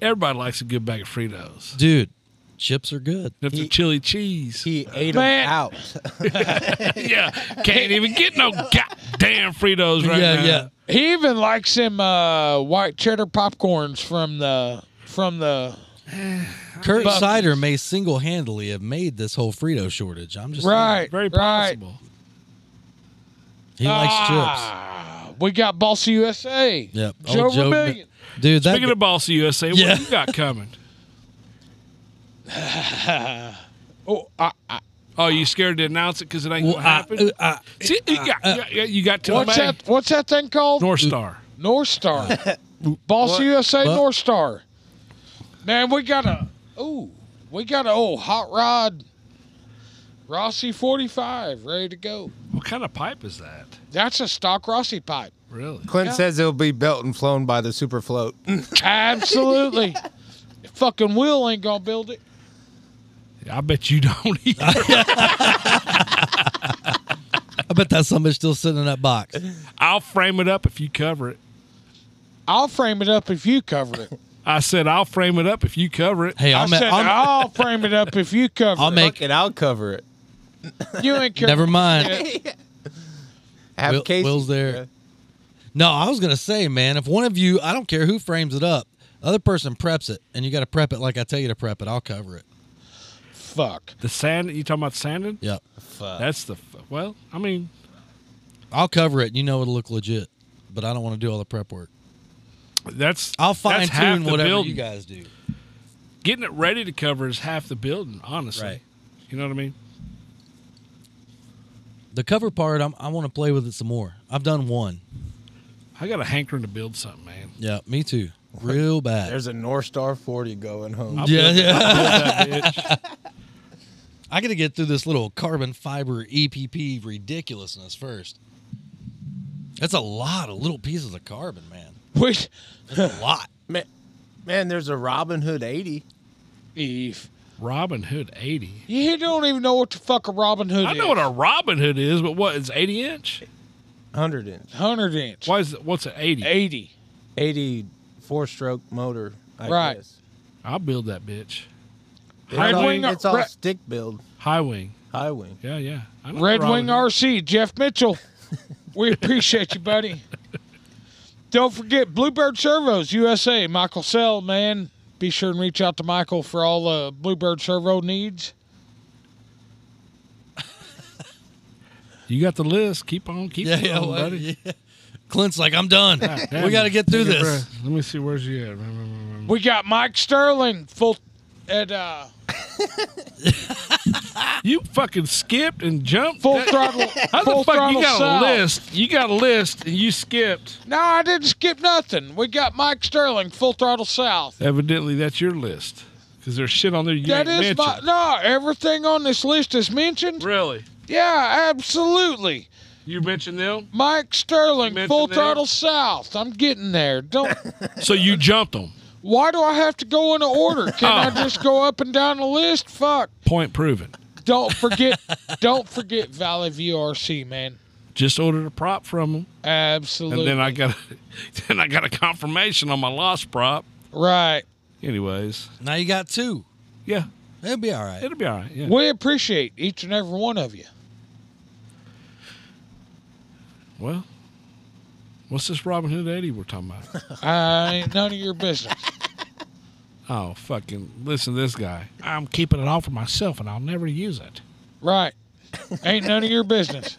Speaker 4: Everybody likes a good bag of Fritos.
Speaker 3: Dude, chips are good.
Speaker 4: If they're chili cheese.
Speaker 9: He ate
Speaker 6: 'em Man.
Speaker 9: out.
Speaker 4: yeah. Can't even get no goddamn Fritos right
Speaker 3: Yeah,
Speaker 4: now.
Speaker 3: yeah.
Speaker 6: He even likes them uh, white cheddar popcorns from the from the
Speaker 3: Kurt
Speaker 6: Buffers.
Speaker 3: Sider may single handedly have made this whole Frito shortage. I'm just
Speaker 6: right.
Speaker 4: Very
Speaker 6: right.
Speaker 4: possible.
Speaker 3: Saying. He likes chips.
Speaker 6: ah, We got Bossy USA.
Speaker 3: Yep.
Speaker 6: Joe
Speaker 3: Old Joe-
Speaker 6: Vermillion.
Speaker 3: Dude, that
Speaker 4: Speaking of Boss USA,
Speaker 3: Yeah.
Speaker 4: what you got coming?
Speaker 6: oh, I, I,
Speaker 4: Oh, you scared to announce it because it ain't
Speaker 3: Well,
Speaker 4: gonna
Speaker 3: I- uh,
Speaker 4: happen?
Speaker 3: I- uh,
Speaker 4: See, you got, yeah, you got to
Speaker 6: what's that? What's that thing called?
Speaker 4: North Star.
Speaker 6: North Star. Boss
Speaker 9: What?
Speaker 6: USA
Speaker 3: What?
Speaker 6: North Star. Man, we got a ooh, we got a old hot rod Rossi 45 ready to go.
Speaker 4: What kind of pipe is that?
Speaker 6: That's a stock Rossi pipe.
Speaker 4: Really?
Speaker 9: Clint
Speaker 6: Yeah.
Speaker 9: says it'll be built and flown by the super float.
Speaker 6: Absolutely. Fucking Will ain't gonna build it.
Speaker 4: I bet you don't either.
Speaker 3: I bet that somebody's still sitting in that box.
Speaker 4: I'll frame it up if you cover it.
Speaker 6: I'll frame it up if you cover it.
Speaker 4: I said I'll frame it up if you cover it.
Speaker 3: Hey,
Speaker 6: I
Speaker 3: I'll, ma-
Speaker 6: said
Speaker 4: "Oh,
Speaker 3: I'll,
Speaker 6: I'll, frame it up if you cover
Speaker 3: I'll
Speaker 6: it.
Speaker 3: make.
Speaker 9: Fuck it, I'll cover it.
Speaker 6: you ain't care.
Speaker 3: Never mind.
Speaker 9: Have
Speaker 3: Will-
Speaker 9: Casey.
Speaker 3: Will's there. No, I was gonna say, man, if one of you, I don't care who frames it up, other person preps it, and you got to prep it like I tell you to prep it. I'll cover it.
Speaker 6: Fuck.
Speaker 4: The sand you talking about sanding?
Speaker 3: Yep,
Speaker 4: That's the f- well. I mean,
Speaker 3: I'll cover it. You know it'll look legit, but I don't want to do all the prep work.
Speaker 4: that's
Speaker 3: I'll
Speaker 4: that's
Speaker 3: fine
Speaker 4: half
Speaker 3: tune
Speaker 4: the
Speaker 3: whatever
Speaker 4: building.
Speaker 3: you guys do.
Speaker 4: Getting it ready to cover is half the building. Honestly,
Speaker 3: Right.
Speaker 4: you know what I mean.
Speaker 3: The cover part, I'm, I want to play with it some more. I've done one.
Speaker 4: I got a hankering to build something, man.
Speaker 3: Yeah, me too. Real bad.
Speaker 9: There's a North Star 40 going home.
Speaker 4: I'll
Speaker 3: Yeah,
Speaker 4: build-
Speaker 3: yeah.
Speaker 4: I'll build that bitch.
Speaker 3: I got to get through this little carbon fiber EPP ridiculousness first. That's a lot of little pieces of carbon, man.
Speaker 6: Wait.
Speaker 3: That's a lot.
Speaker 9: Man, man, there's a Robin Hood 80.
Speaker 6: Eve.
Speaker 4: Robin Hood eighty.
Speaker 6: You don't even know what the fuck a Robin Hood
Speaker 4: I
Speaker 6: is.
Speaker 4: know what a Robin Hood is, but what is eighty inch?
Speaker 9: 100 inch.
Speaker 6: 100 inch.
Speaker 4: Why is it, what's an eighty?
Speaker 6: 80.
Speaker 9: 80 four stroke motor. I
Speaker 6: Right.
Speaker 9: guess.
Speaker 4: I'll build that bitch.
Speaker 9: It's
Speaker 4: Red
Speaker 9: all,
Speaker 4: Wing-
Speaker 9: it's all
Speaker 6: Re-
Speaker 9: stick build.
Speaker 4: High wing.
Speaker 9: High wing.
Speaker 4: Yeah, yeah. I know
Speaker 6: Red Wing
Speaker 4: Robin Hood.
Speaker 6: RC, Jeff Mitchell. We appreciate you, buddy. Don't forget Bluebird Servos USA, Michael Sell, man. Be sure and reach out to Michael for all uh, Bluebird Servo needs.
Speaker 4: You got the list. Keep on, keep
Speaker 3: Yeah,
Speaker 4: on,
Speaker 3: yeah, well,
Speaker 4: buddy.
Speaker 3: Oh, yeah. Clint's like, I'm done.
Speaker 4: Damn
Speaker 3: we got to
Speaker 4: it.
Speaker 3: get through
Speaker 4: Take a
Speaker 3: this.
Speaker 4: breath. Let me see where's you at. Mm, mm, mm,
Speaker 6: We got Mike Sterling full at uh,
Speaker 4: mm. You fucking skipped and jumped.
Speaker 6: full
Speaker 4: That-
Speaker 6: throttle.
Speaker 4: How the
Speaker 6: full
Speaker 4: fuck you
Speaker 6: throttle
Speaker 4: got
Speaker 6: Sal.
Speaker 4: a list? You got a list and you skipped.
Speaker 6: No, I didn't skip nothing. We got Mike Sterling full throttle south.
Speaker 4: Evidently, that's your list because there's shit on there you
Speaker 6: that
Speaker 4: ain't
Speaker 6: is my
Speaker 4: mentioned.
Speaker 6: no. Everything on this list is mentioned.
Speaker 4: Really?
Speaker 6: Yeah, absolutely.
Speaker 4: You mentioned them,
Speaker 6: Mike Sterling,
Speaker 4: You
Speaker 6: Full
Speaker 4: mentioned that?
Speaker 6: Throttle South. I'm getting there. Don't.
Speaker 4: so you jumped them.
Speaker 6: why do I have to go in order? Can I
Speaker 4: Oh.
Speaker 6: just go up and down the list? Fuck.
Speaker 4: Point proven.
Speaker 6: Don't forget. don't forget Valley VRC, man.
Speaker 4: Just ordered a prop from them,
Speaker 6: Absolutely.
Speaker 4: and then I got, then I got a confirmation on my lost prop.
Speaker 6: right.
Speaker 4: Anyways,
Speaker 3: Now you got two.
Speaker 4: yeah,
Speaker 3: It'll be all right.
Speaker 4: it'll be all right. Yeah.
Speaker 6: We appreciate each and every one of you.
Speaker 4: Well, what's this Robin Hood Eddie we're talking about?
Speaker 6: I ain't none of your business.
Speaker 4: Oh, fucking listen to this guy. I'm keeping it all for myself and I'll never use it.
Speaker 6: Right. Ain't none of your business.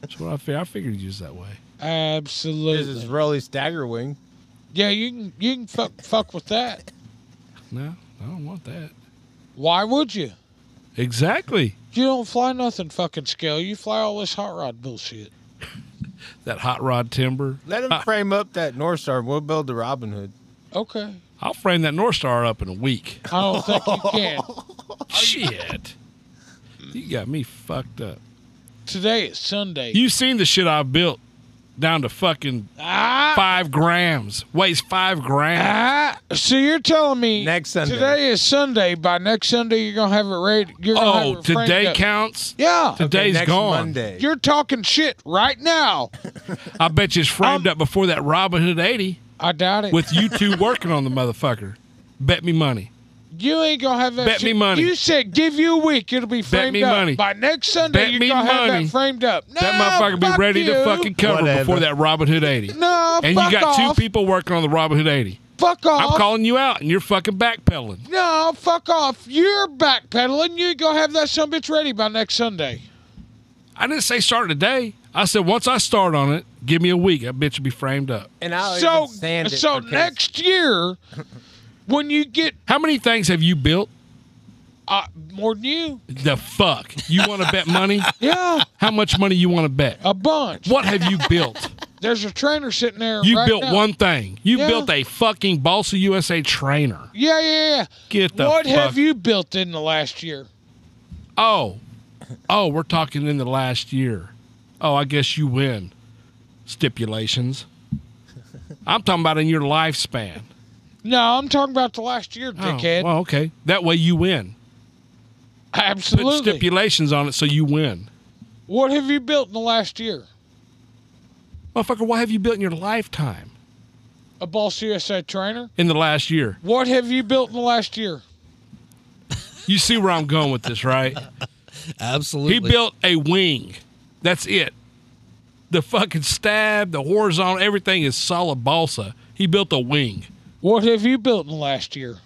Speaker 4: That's what I figured. I figured you'd use that way.
Speaker 6: Absolutely.
Speaker 9: This is Rolly's dagger wing.
Speaker 6: Yeah, you can you can fuck fuck with that.
Speaker 4: No, I don't want that.
Speaker 6: Why would you?
Speaker 4: Exactly.
Speaker 6: You don't fly nothing fucking scale. You fly all this hot rod bullshit.
Speaker 4: That hot rod timber.
Speaker 9: Let him frame up that North Star. We'll build the Robin Hood.
Speaker 6: Okay.
Speaker 4: I'll frame that North Star up in a week.
Speaker 6: I don't think you can.
Speaker 9: Oh,
Speaker 4: Shit. You got me fucked up.
Speaker 6: Today is Sunday.
Speaker 4: You've seen the shit I built down to fucking five grams. Weighs five grams.
Speaker 6: Ah, so you're telling me
Speaker 9: Next Sunday.
Speaker 6: today is Sunday. By next Sunday, you're gonna have it ready. You're gonna have
Speaker 4: oh,
Speaker 6: it framed
Speaker 4: today
Speaker 6: up.
Speaker 4: counts?
Speaker 6: Yeah,
Speaker 4: Today's
Speaker 9: next
Speaker 4: gone.
Speaker 9: Monday.
Speaker 6: you're talking shit right now.
Speaker 4: I bet you it's framed
Speaker 6: Um,
Speaker 4: up before that Robin Hood 80
Speaker 6: I doubt it.
Speaker 4: with you two working on the motherfucker. Bet me money.
Speaker 6: you ain't gonna have that.
Speaker 4: Bet me
Speaker 6: shit.
Speaker 4: money.
Speaker 6: You said give you a week, it'll be framed
Speaker 4: me
Speaker 6: up.
Speaker 4: money.
Speaker 6: By next Sunday,
Speaker 4: Bet
Speaker 6: you're
Speaker 4: me
Speaker 6: gonna have
Speaker 4: money.
Speaker 6: that framed up. No,
Speaker 4: That motherfucker be
Speaker 6: Ah, fuck
Speaker 4: ready to
Speaker 6: you.
Speaker 4: fucking cover
Speaker 9: Whatever.
Speaker 4: before that Robin Hood 80.
Speaker 6: No,
Speaker 4: and
Speaker 6: fuck
Speaker 4: you got
Speaker 6: off.
Speaker 4: two people working on the Robin Hood 80.
Speaker 6: Fuck
Speaker 4: I'm
Speaker 6: off.
Speaker 4: calling you out and you're fucking backpedaling.
Speaker 6: no, fuck off. You're backpedaling. You ain't gonna have that son bitch ready by next Sunday.
Speaker 4: I didn't say start today. I said once I start on it, give me a week. That bitch will be framed up.
Speaker 9: And I'll
Speaker 6: so,
Speaker 9: even sand it.
Speaker 6: so
Speaker 9: for kids.
Speaker 6: next year, when you get
Speaker 4: How many things have you built?
Speaker 6: uh, more than you,
Speaker 4: The fuck? You want to bet money?
Speaker 6: yeah,
Speaker 4: How much money you want to bet?
Speaker 6: a bunch.
Speaker 4: What have you built?
Speaker 6: There's a trainer sitting there.
Speaker 4: You
Speaker 6: right
Speaker 4: built
Speaker 6: now.
Speaker 4: one thing. You
Speaker 6: Yeah.
Speaker 4: built a fucking Balsa USA trainer.
Speaker 6: Yeah, yeah,
Speaker 4: Get
Speaker 6: yeah.
Speaker 4: the
Speaker 6: What
Speaker 4: fuck.
Speaker 6: have you built in the last year?
Speaker 4: Oh, oh, we're talking in the last year. Oh, I guess you win. Stipulations. I'm talking about in your lifespan.
Speaker 6: No, I'm talking about the last year,
Speaker 4: Oh,
Speaker 6: dickhead.
Speaker 4: well, okay. That way you win. Put
Speaker 6: Absolutely.
Speaker 4: stipulations on it so you win.
Speaker 6: what have you built in the last year?
Speaker 4: Motherfucker, what have you built in your lifetime?
Speaker 6: A Boss USA trainer.
Speaker 4: In the last year.
Speaker 6: What have you built in the last year?
Speaker 4: You see where I'm going with this, right?
Speaker 3: Absolutely.
Speaker 4: He built a wing. That's it. The fucking stab, the horizontal, everything is solid balsa. He built a wing.
Speaker 6: What have you built in the last year?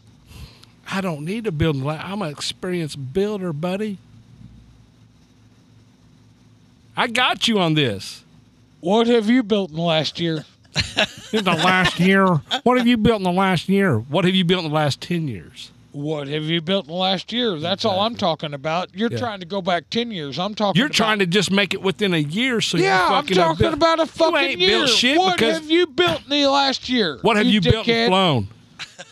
Speaker 4: I don't need to build. li- I'm an experienced builder, buddy. I got you on this.
Speaker 6: What have you built in the last year?
Speaker 4: In the last year, what have you built in the last year? What have you built in the last ten years?
Speaker 6: What have you built in the last year? That's all I'm talking about. You're
Speaker 4: Yeah.
Speaker 6: trying to go back ten years. I'm talking.
Speaker 4: You're trying to just make it within a year, so
Speaker 6: Yeah,
Speaker 4: you
Speaker 6: I'm
Speaker 4: fucking have
Speaker 6: talking
Speaker 4: built-
Speaker 6: about a fucking
Speaker 4: you ain't
Speaker 6: year.
Speaker 4: built shit
Speaker 6: what
Speaker 4: because
Speaker 6: have you built in the last year?
Speaker 4: what have you, built
Speaker 6: dickhead?
Speaker 4: and flown?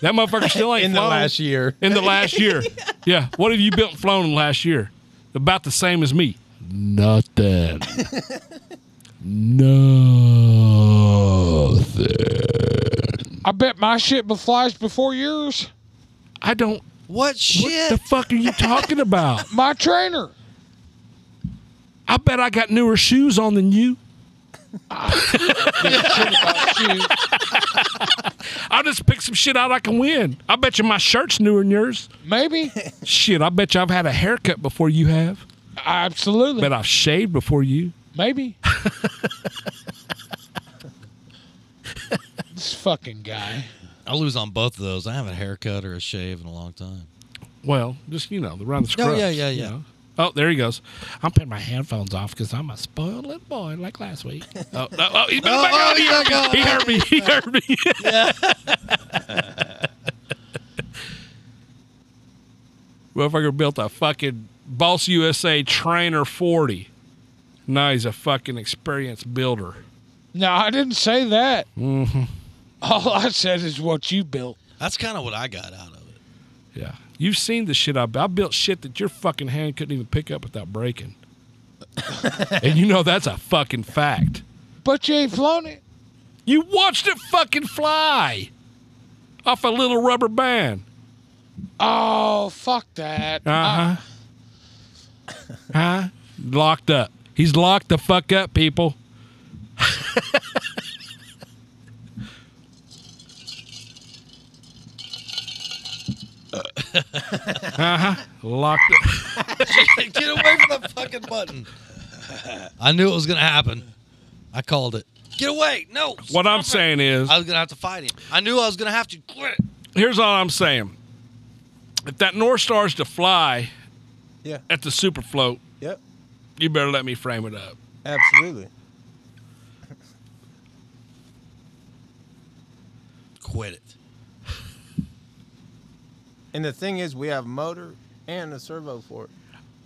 Speaker 4: That motherfucker still ain't
Speaker 9: in the
Speaker 4: flown.
Speaker 9: last year.
Speaker 4: in the last year. Yeah. What have you built and flown in the last year? About the same as me. Nothing. Nothing.
Speaker 6: I bet my shit be- flies before yours.
Speaker 4: I don't.
Speaker 3: what
Speaker 4: What
Speaker 3: shit?
Speaker 4: the fuck are you talking about?
Speaker 6: My trainer.
Speaker 4: I bet I got newer shoes on than you.
Speaker 6: Shoot.
Speaker 4: I'll just pick some shit out I can win. I bet you my shirt's newer than yours.
Speaker 6: Maybe.
Speaker 4: Shit, I bet you I've had a haircut before you have.
Speaker 6: Absolutely.
Speaker 4: Bet I've shaved before you.
Speaker 6: Maybe. this fucking guy.
Speaker 3: I lose on both of those. I haven't had a haircut or a shave in a long time.
Speaker 4: Well, just you know, around the scrubs.
Speaker 3: yeah, yeah,
Speaker 4: you
Speaker 3: yeah.
Speaker 4: know. Oh, there he goes. I'm putting my headphones off because I'm a spoiled little boy like last week. oh, oh, oh, he's back
Speaker 3: oh,
Speaker 4: on. He
Speaker 3: he's back
Speaker 4: heard me. He heard me. He heard me. Motherfucker built a fucking Boss USA Trainer 40. Now he's a fucking experienced builder.
Speaker 6: No, I didn't say that. Mm-hmm. All I said is what you built.
Speaker 3: That's kind of what I got out of it.
Speaker 4: Yeah. You've seen the shit I, I built shit that your fucking hand couldn't even pick up without breaking. and you know that's a fucking fact.
Speaker 6: But you ain't flown it.
Speaker 4: You watched it fucking fly off a little rubber band.
Speaker 6: Oh, fuck that.
Speaker 4: Uh huh. huh? Locked up. He's locked the fuck up, people. uh huh. Locked up.
Speaker 3: Get away from the fucking button. I knew it was going to happen. I called it. Get away! No.
Speaker 4: What I'm saying is,
Speaker 3: I was gonna have to fight him. I knew I was gonna have to quit.
Speaker 4: here's all I'm saying. If that North Star's to fly
Speaker 9: Yeah.
Speaker 4: at the super float,
Speaker 9: Yep.
Speaker 4: you better let me frame it up.
Speaker 9: Absolutely.
Speaker 3: Quit it.
Speaker 9: And the thing is, we have motor and a servo for it.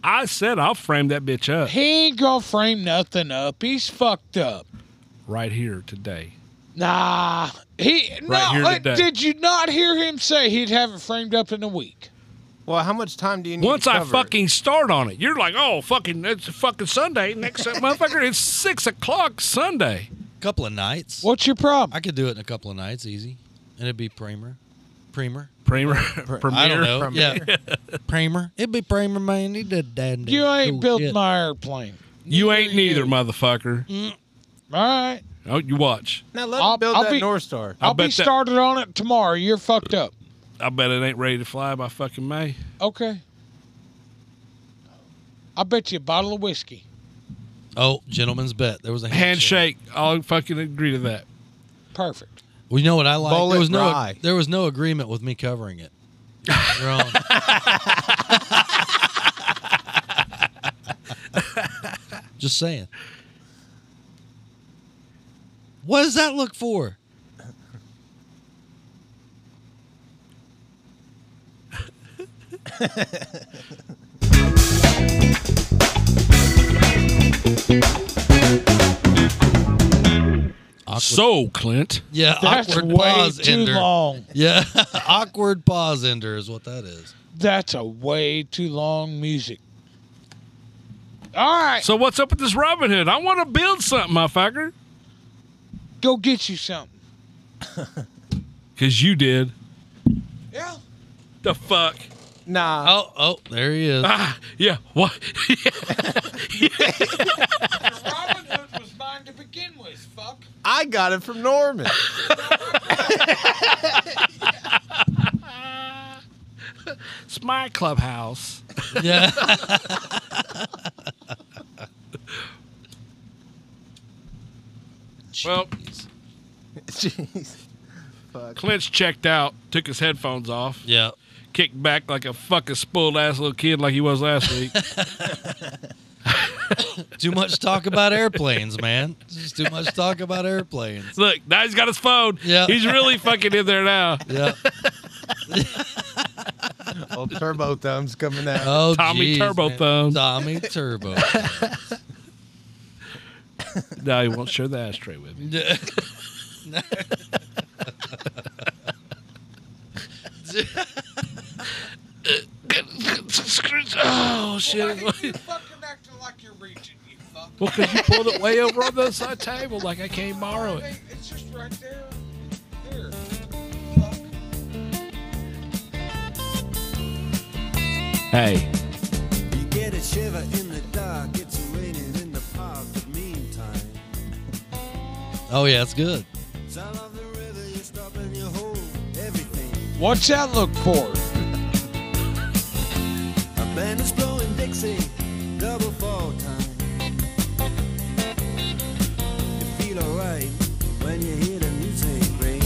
Speaker 4: I said I'll frame that bitch up
Speaker 6: He ain't gonna frame nothing up. He's fucked up.
Speaker 4: right here today.
Speaker 6: Nah, he
Speaker 4: Right here
Speaker 6: no. uh,
Speaker 4: today.
Speaker 6: did you not hear him say he'd have it framed up in a week?
Speaker 9: Well, how much time do you need?
Speaker 4: Once
Speaker 9: to
Speaker 4: I
Speaker 9: cover it?
Speaker 4: fucking start on it, you're like, oh fucking, it's fucking Sunday next motherfucker. It's six o'clock Sunday.
Speaker 3: Couple of nights.
Speaker 6: What's your problem?
Speaker 3: I could do it in a couple of nights, easy, and it'd be Primer, Primer,
Speaker 4: Premier,
Speaker 3: I don't know.
Speaker 4: Premier.
Speaker 3: Yeah, Primer. It'd be Primer, man. He did that.
Speaker 6: You ain't built my airplane.
Speaker 4: You ain't neither, motherfucker.
Speaker 6: All right,
Speaker 4: Oh, you watch.
Speaker 9: Now let
Speaker 6: I'll-
Speaker 9: him build
Speaker 6: I'll
Speaker 9: that
Speaker 6: be-
Speaker 9: North Star.
Speaker 4: I
Speaker 6: I'll be
Speaker 4: bet that-
Speaker 6: started on it tomorrow. You're fucked up.
Speaker 4: I bet it ain't ready to fly by fucking May.
Speaker 6: Okay. I bet you a bottle of whiskey.
Speaker 3: Oh, gentleman's bet. There was a handshake.
Speaker 4: Handshake. I'll fucking agree to that.
Speaker 6: Perfect.
Speaker 3: Well, you know what I like?
Speaker 9: Bullet
Speaker 3: there was no
Speaker 9: rye.
Speaker 3: there was no agreement with me covering it. You're on. Just saying. What does that look for? Awkward-
Speaker 4: So, Clint.
Speaker 3: yeah,
Speaker 6: That's
Speaker 3: awkward
Speaker 6: way
Speaker 3: pause
Speaker 6: too
Speaker 3: ender.
Speaker 6: long.
Speaker 3: Yeah, awkward pause ender is what that is.
Speaker 6: That's a way too long music. All right,
Speaker 4: So what's up with this Robin Hood? I want to build something, motherfucker.
Speaker 6: go get you something.
Speaker 4: Cause you did.
Speaker 6: Yeah.
Speaker 4: The fuck.
Speaker 9: Nah.
Speaker 3: Oh, oh, there he is.
Speaker 4: Ah, yeah. What?
Speaker 6: Robin Hood was mine to begin with. Fuck.
Speaker 9: I got it from Norman.
Speaker 4: it's my clubhouse.
Speaker 3: Yeah.
Speaker 4: Well-
Speaker 3: Jeez.
Speaker 9: Jeez. Fuck.
Speaker 4: Clint's checked out. Took his headphones off.
Speaker 3: yeah.
Speaker 4: Kicked back like a fucking spoiled ass little kid, like he was last week.
Speaker 3: Too much talk about airplanes, man. Just too much talk about airplanes.
Speaker 4: Look, now he's got his phone.
Speaker 3: Yeah.
Speaker 4: He's really fucking in there now.
Speaker 3: Yeah.
Speaker 9: Old turbo thumbs coming out.
Speaker 3: Oh,
Speaker 4: Tommy
Speaker 3: geez,
Speaker 4: Turbo
Speaker 3: man.
Speaker 4: Thumbs.
Speaker 3: Tommy Turbo.
Speaker 4: No, he won't share the ashtray with me. oh shit.
Speaker 6: fucking acting like you're reaching, you fuck.
Speaker 4: Well, because you pulled it way over on the side table, like I can't borrow it.
Speaker 6: It's just right there. There.
Speaker 4: Hey,
Speaker 5: You get a shiver in the dark, it's raining in the park, but meantime.
Speaker 3: Oh yeah, it's good.
Speaker 5: Sound of the river, you stop and you hold everything.
Speaker 6: What's that look for?
Speaker 5: A band is blowing Dixie, double fall time. You feel alright when you hear the music ring.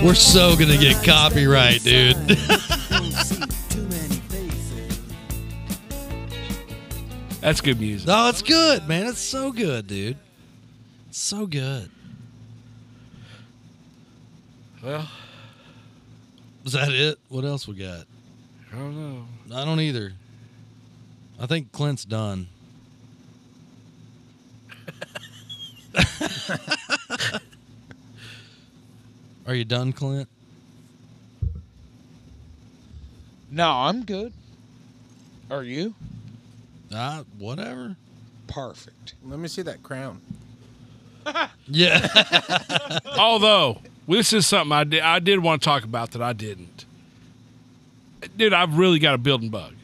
Speaker 3: We're so gonna get copyright, dude.
Speaker 5: Don't see too many faces.
Speaker 4: that's good music.
Speaker 3: No, it's good, man. It's so good, dude. It's so good.
Speaker 4: Well,
Speaker 3: Is that it? What else we got?
Speaker 4: I don't know.
Speaker 3: I don't either. I think Clint's done. Are you done, Clint?
Speaker 6: No, I'm good. Are you?
Speaker 3: Uh, whatever.
Speaker 6: Perfect.
Speaker 9: Let me see that crown.
Speaker 3: Yeah.
Speaker 4: Although this is something I did, I did want to talk about that I didn't. Dude, I've really got a building bug,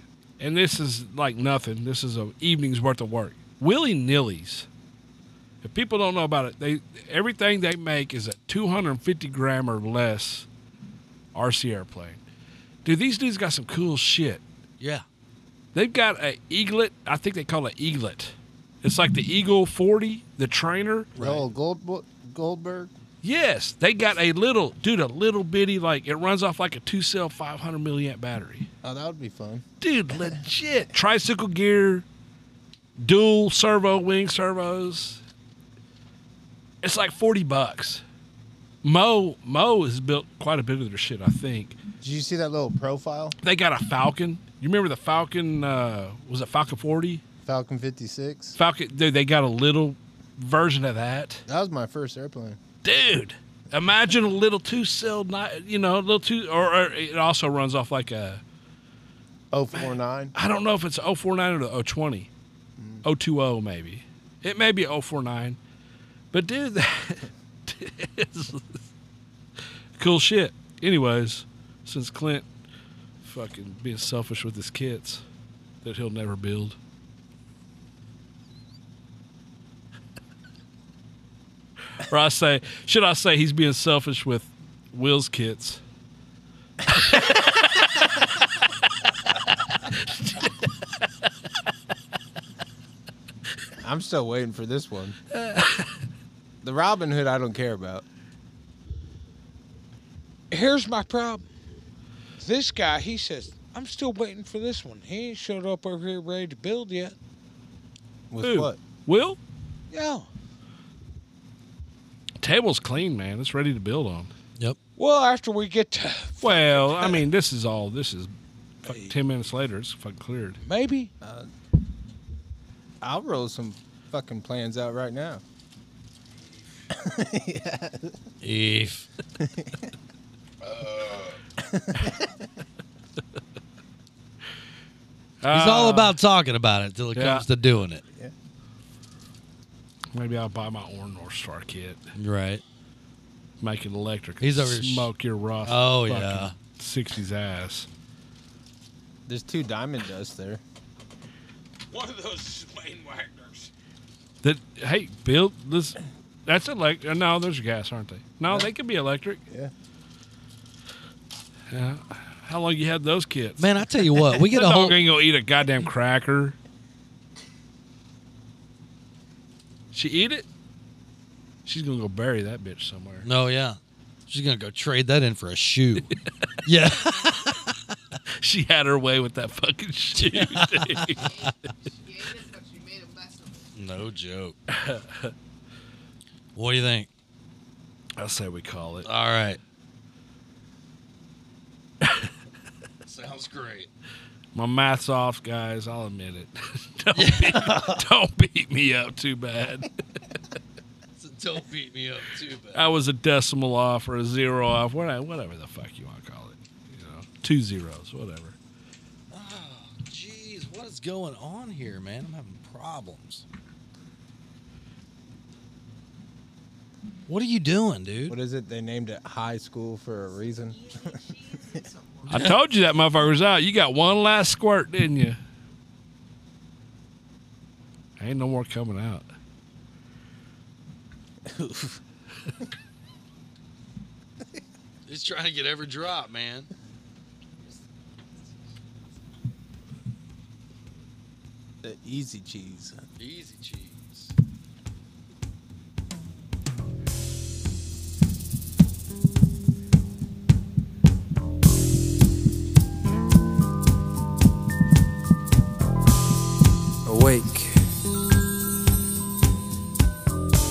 Speaker 4: and this is like nothing. This is an evening's worth of work. Willy nillies. If people don't know about it, they everything they make is a 250 gram or less RC airplane. Dude, these dudes got some cool shit.
Speaker 3: yeah.
Speaker 4: They've got a eaglet. I think they call it eaglet. It's like the Eagle 40, the trainer.
Speaker 9: Oh, Gold, Goldberg.
Speaker 4: Yes, they got a little dude, a little bitty like it runs off like a two cell 500 milliamp battery.
Speaker 9: Oh, that would be fun.
Speaker 4: Dude, legit tricycle gear, dual servo wing servos. It's like 40 bucks. Mo Mo has built quite a bit of their shit, I think.
Speaker 9: Did you see that little profile?
Speaker 4: They got a Falcon. You remember the Falcon? Uh, was it Falcon 40?
Speaker 9: Falcon 56.
Speaker 4: Falcon. Dude, they got a little version of that.
Speaker 9: That was my first airplane.
Speaker 4: Dude, imagine a little two cell, you know, a little two, or, or it also runs off like a
Speaker 9: 049.
Speaker 4: I don't know if it's 049 or the 020.
Speaker 9: Mm.
Speaker 4: 020 oh, maybe. It may be 049. But dude, that is cool shit. Anyways, since Clint fucking being selfish with his kits that he'll never build. or I say, should I say he's being selfish with Will's kits?
Speaker 9: I'm still waiting for this one. the Robin Hood, I don't care about.
Speaker 6: Here's my problem. This guy, he says, I'm still waiting for this one. He ain't showed up over here ready to build yet.
Speaker 9: With
Speaker 4: Who?
Speaker 9: what?
Speaker 4: Will?
Speaker 6: Yeah.
Speaker 4: Table's clean, man. It's ready to build on.
Speaker 3: Yep.
Speaker 6: Well, after we get to
Speaker 4: Well, I mean, this is all. This is fucking ten minutes later. It's fucking cleared.
Speaker 6: maybe
Speaker 9: Uh, I'll roll some fucking plans out right now. yeah.
Speaker 3: If he's
Speaker 4: Uh,
Speaker 3: all about talking about it till it
Speaker 4: yeah.
Speaker 3: comes to doing it,
Speaker 4: Maybe I'll buy my own North Star kit.
Speaker 3: right?
Speaker 4: Make it electric.
Speaker 3: He's
Speaker 4: and
Speaker 3: over here sh-
Speaker 4: smoke your rough.
Speaker 3: Oh,
Speaker 4: fucking
Speaker 3: yeah.
Speaker 4: Sixties ass.
Speaker 9: There's two diamond dust there.
Speaker 2: One of those Wayne Wagners.
Speaker 4: That hey, Bill. This that's electric. No, those are gas, aren't they? No, they could be electric.
Speaker 9: Yeah.
Speaker 4: Yeah. How long you had those kits?
Speaker 3: Man, I tell you what, we get
Speaker 4: that
Speaker 3: a whole
Speaker 4: dog ain't gonna eat a goddamn cracker. She eat it. She's gonna go bury that bitch somewhere.
Speaker 3: No, yeah. She's gonna go trade that in for a shoe. yeah.
Speaker 4: She had her way with that fucking shoe. dude.
Speaker 3: No joke. what do you think?
Speaker 4: I say we call it.
Speaker 3: All right. Sounds great.
Speaker 4: My math's off, guys. I'll admit it. don't, beat, don't beat me up too bad.
Speaker 3: don't beat me up too bad.
Speaker 4: I was a decimal off or a zero off, whatever, whatever the fuck you want to call it. You know, two zeros, whatever.
Speaker 3: Oh, jeez, what is going on here, man? I'm having problems. What are you doing, dude?
Speaker 9: What is it? They named it high school for a reason.
Speaker 4: I told you that motherfucker was out. You got one last squirt, didn't you? Ain't no more coming out.
Speaker 3: He's trying to get every drop, man.
Speaker 9: the easy cheese.
Speaker 3: Easy cheese.
Speaker 13: Awake.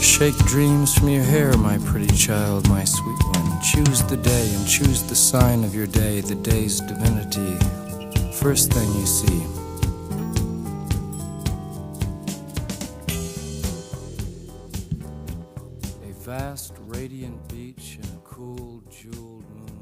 Speaker 13: Shake dreams from your hair, my pretty child, my sweet one. Choose the day and choose the sign of your day, the day's divinity. First thing you see. A vast, radiant beach and a cool, jeweled moon.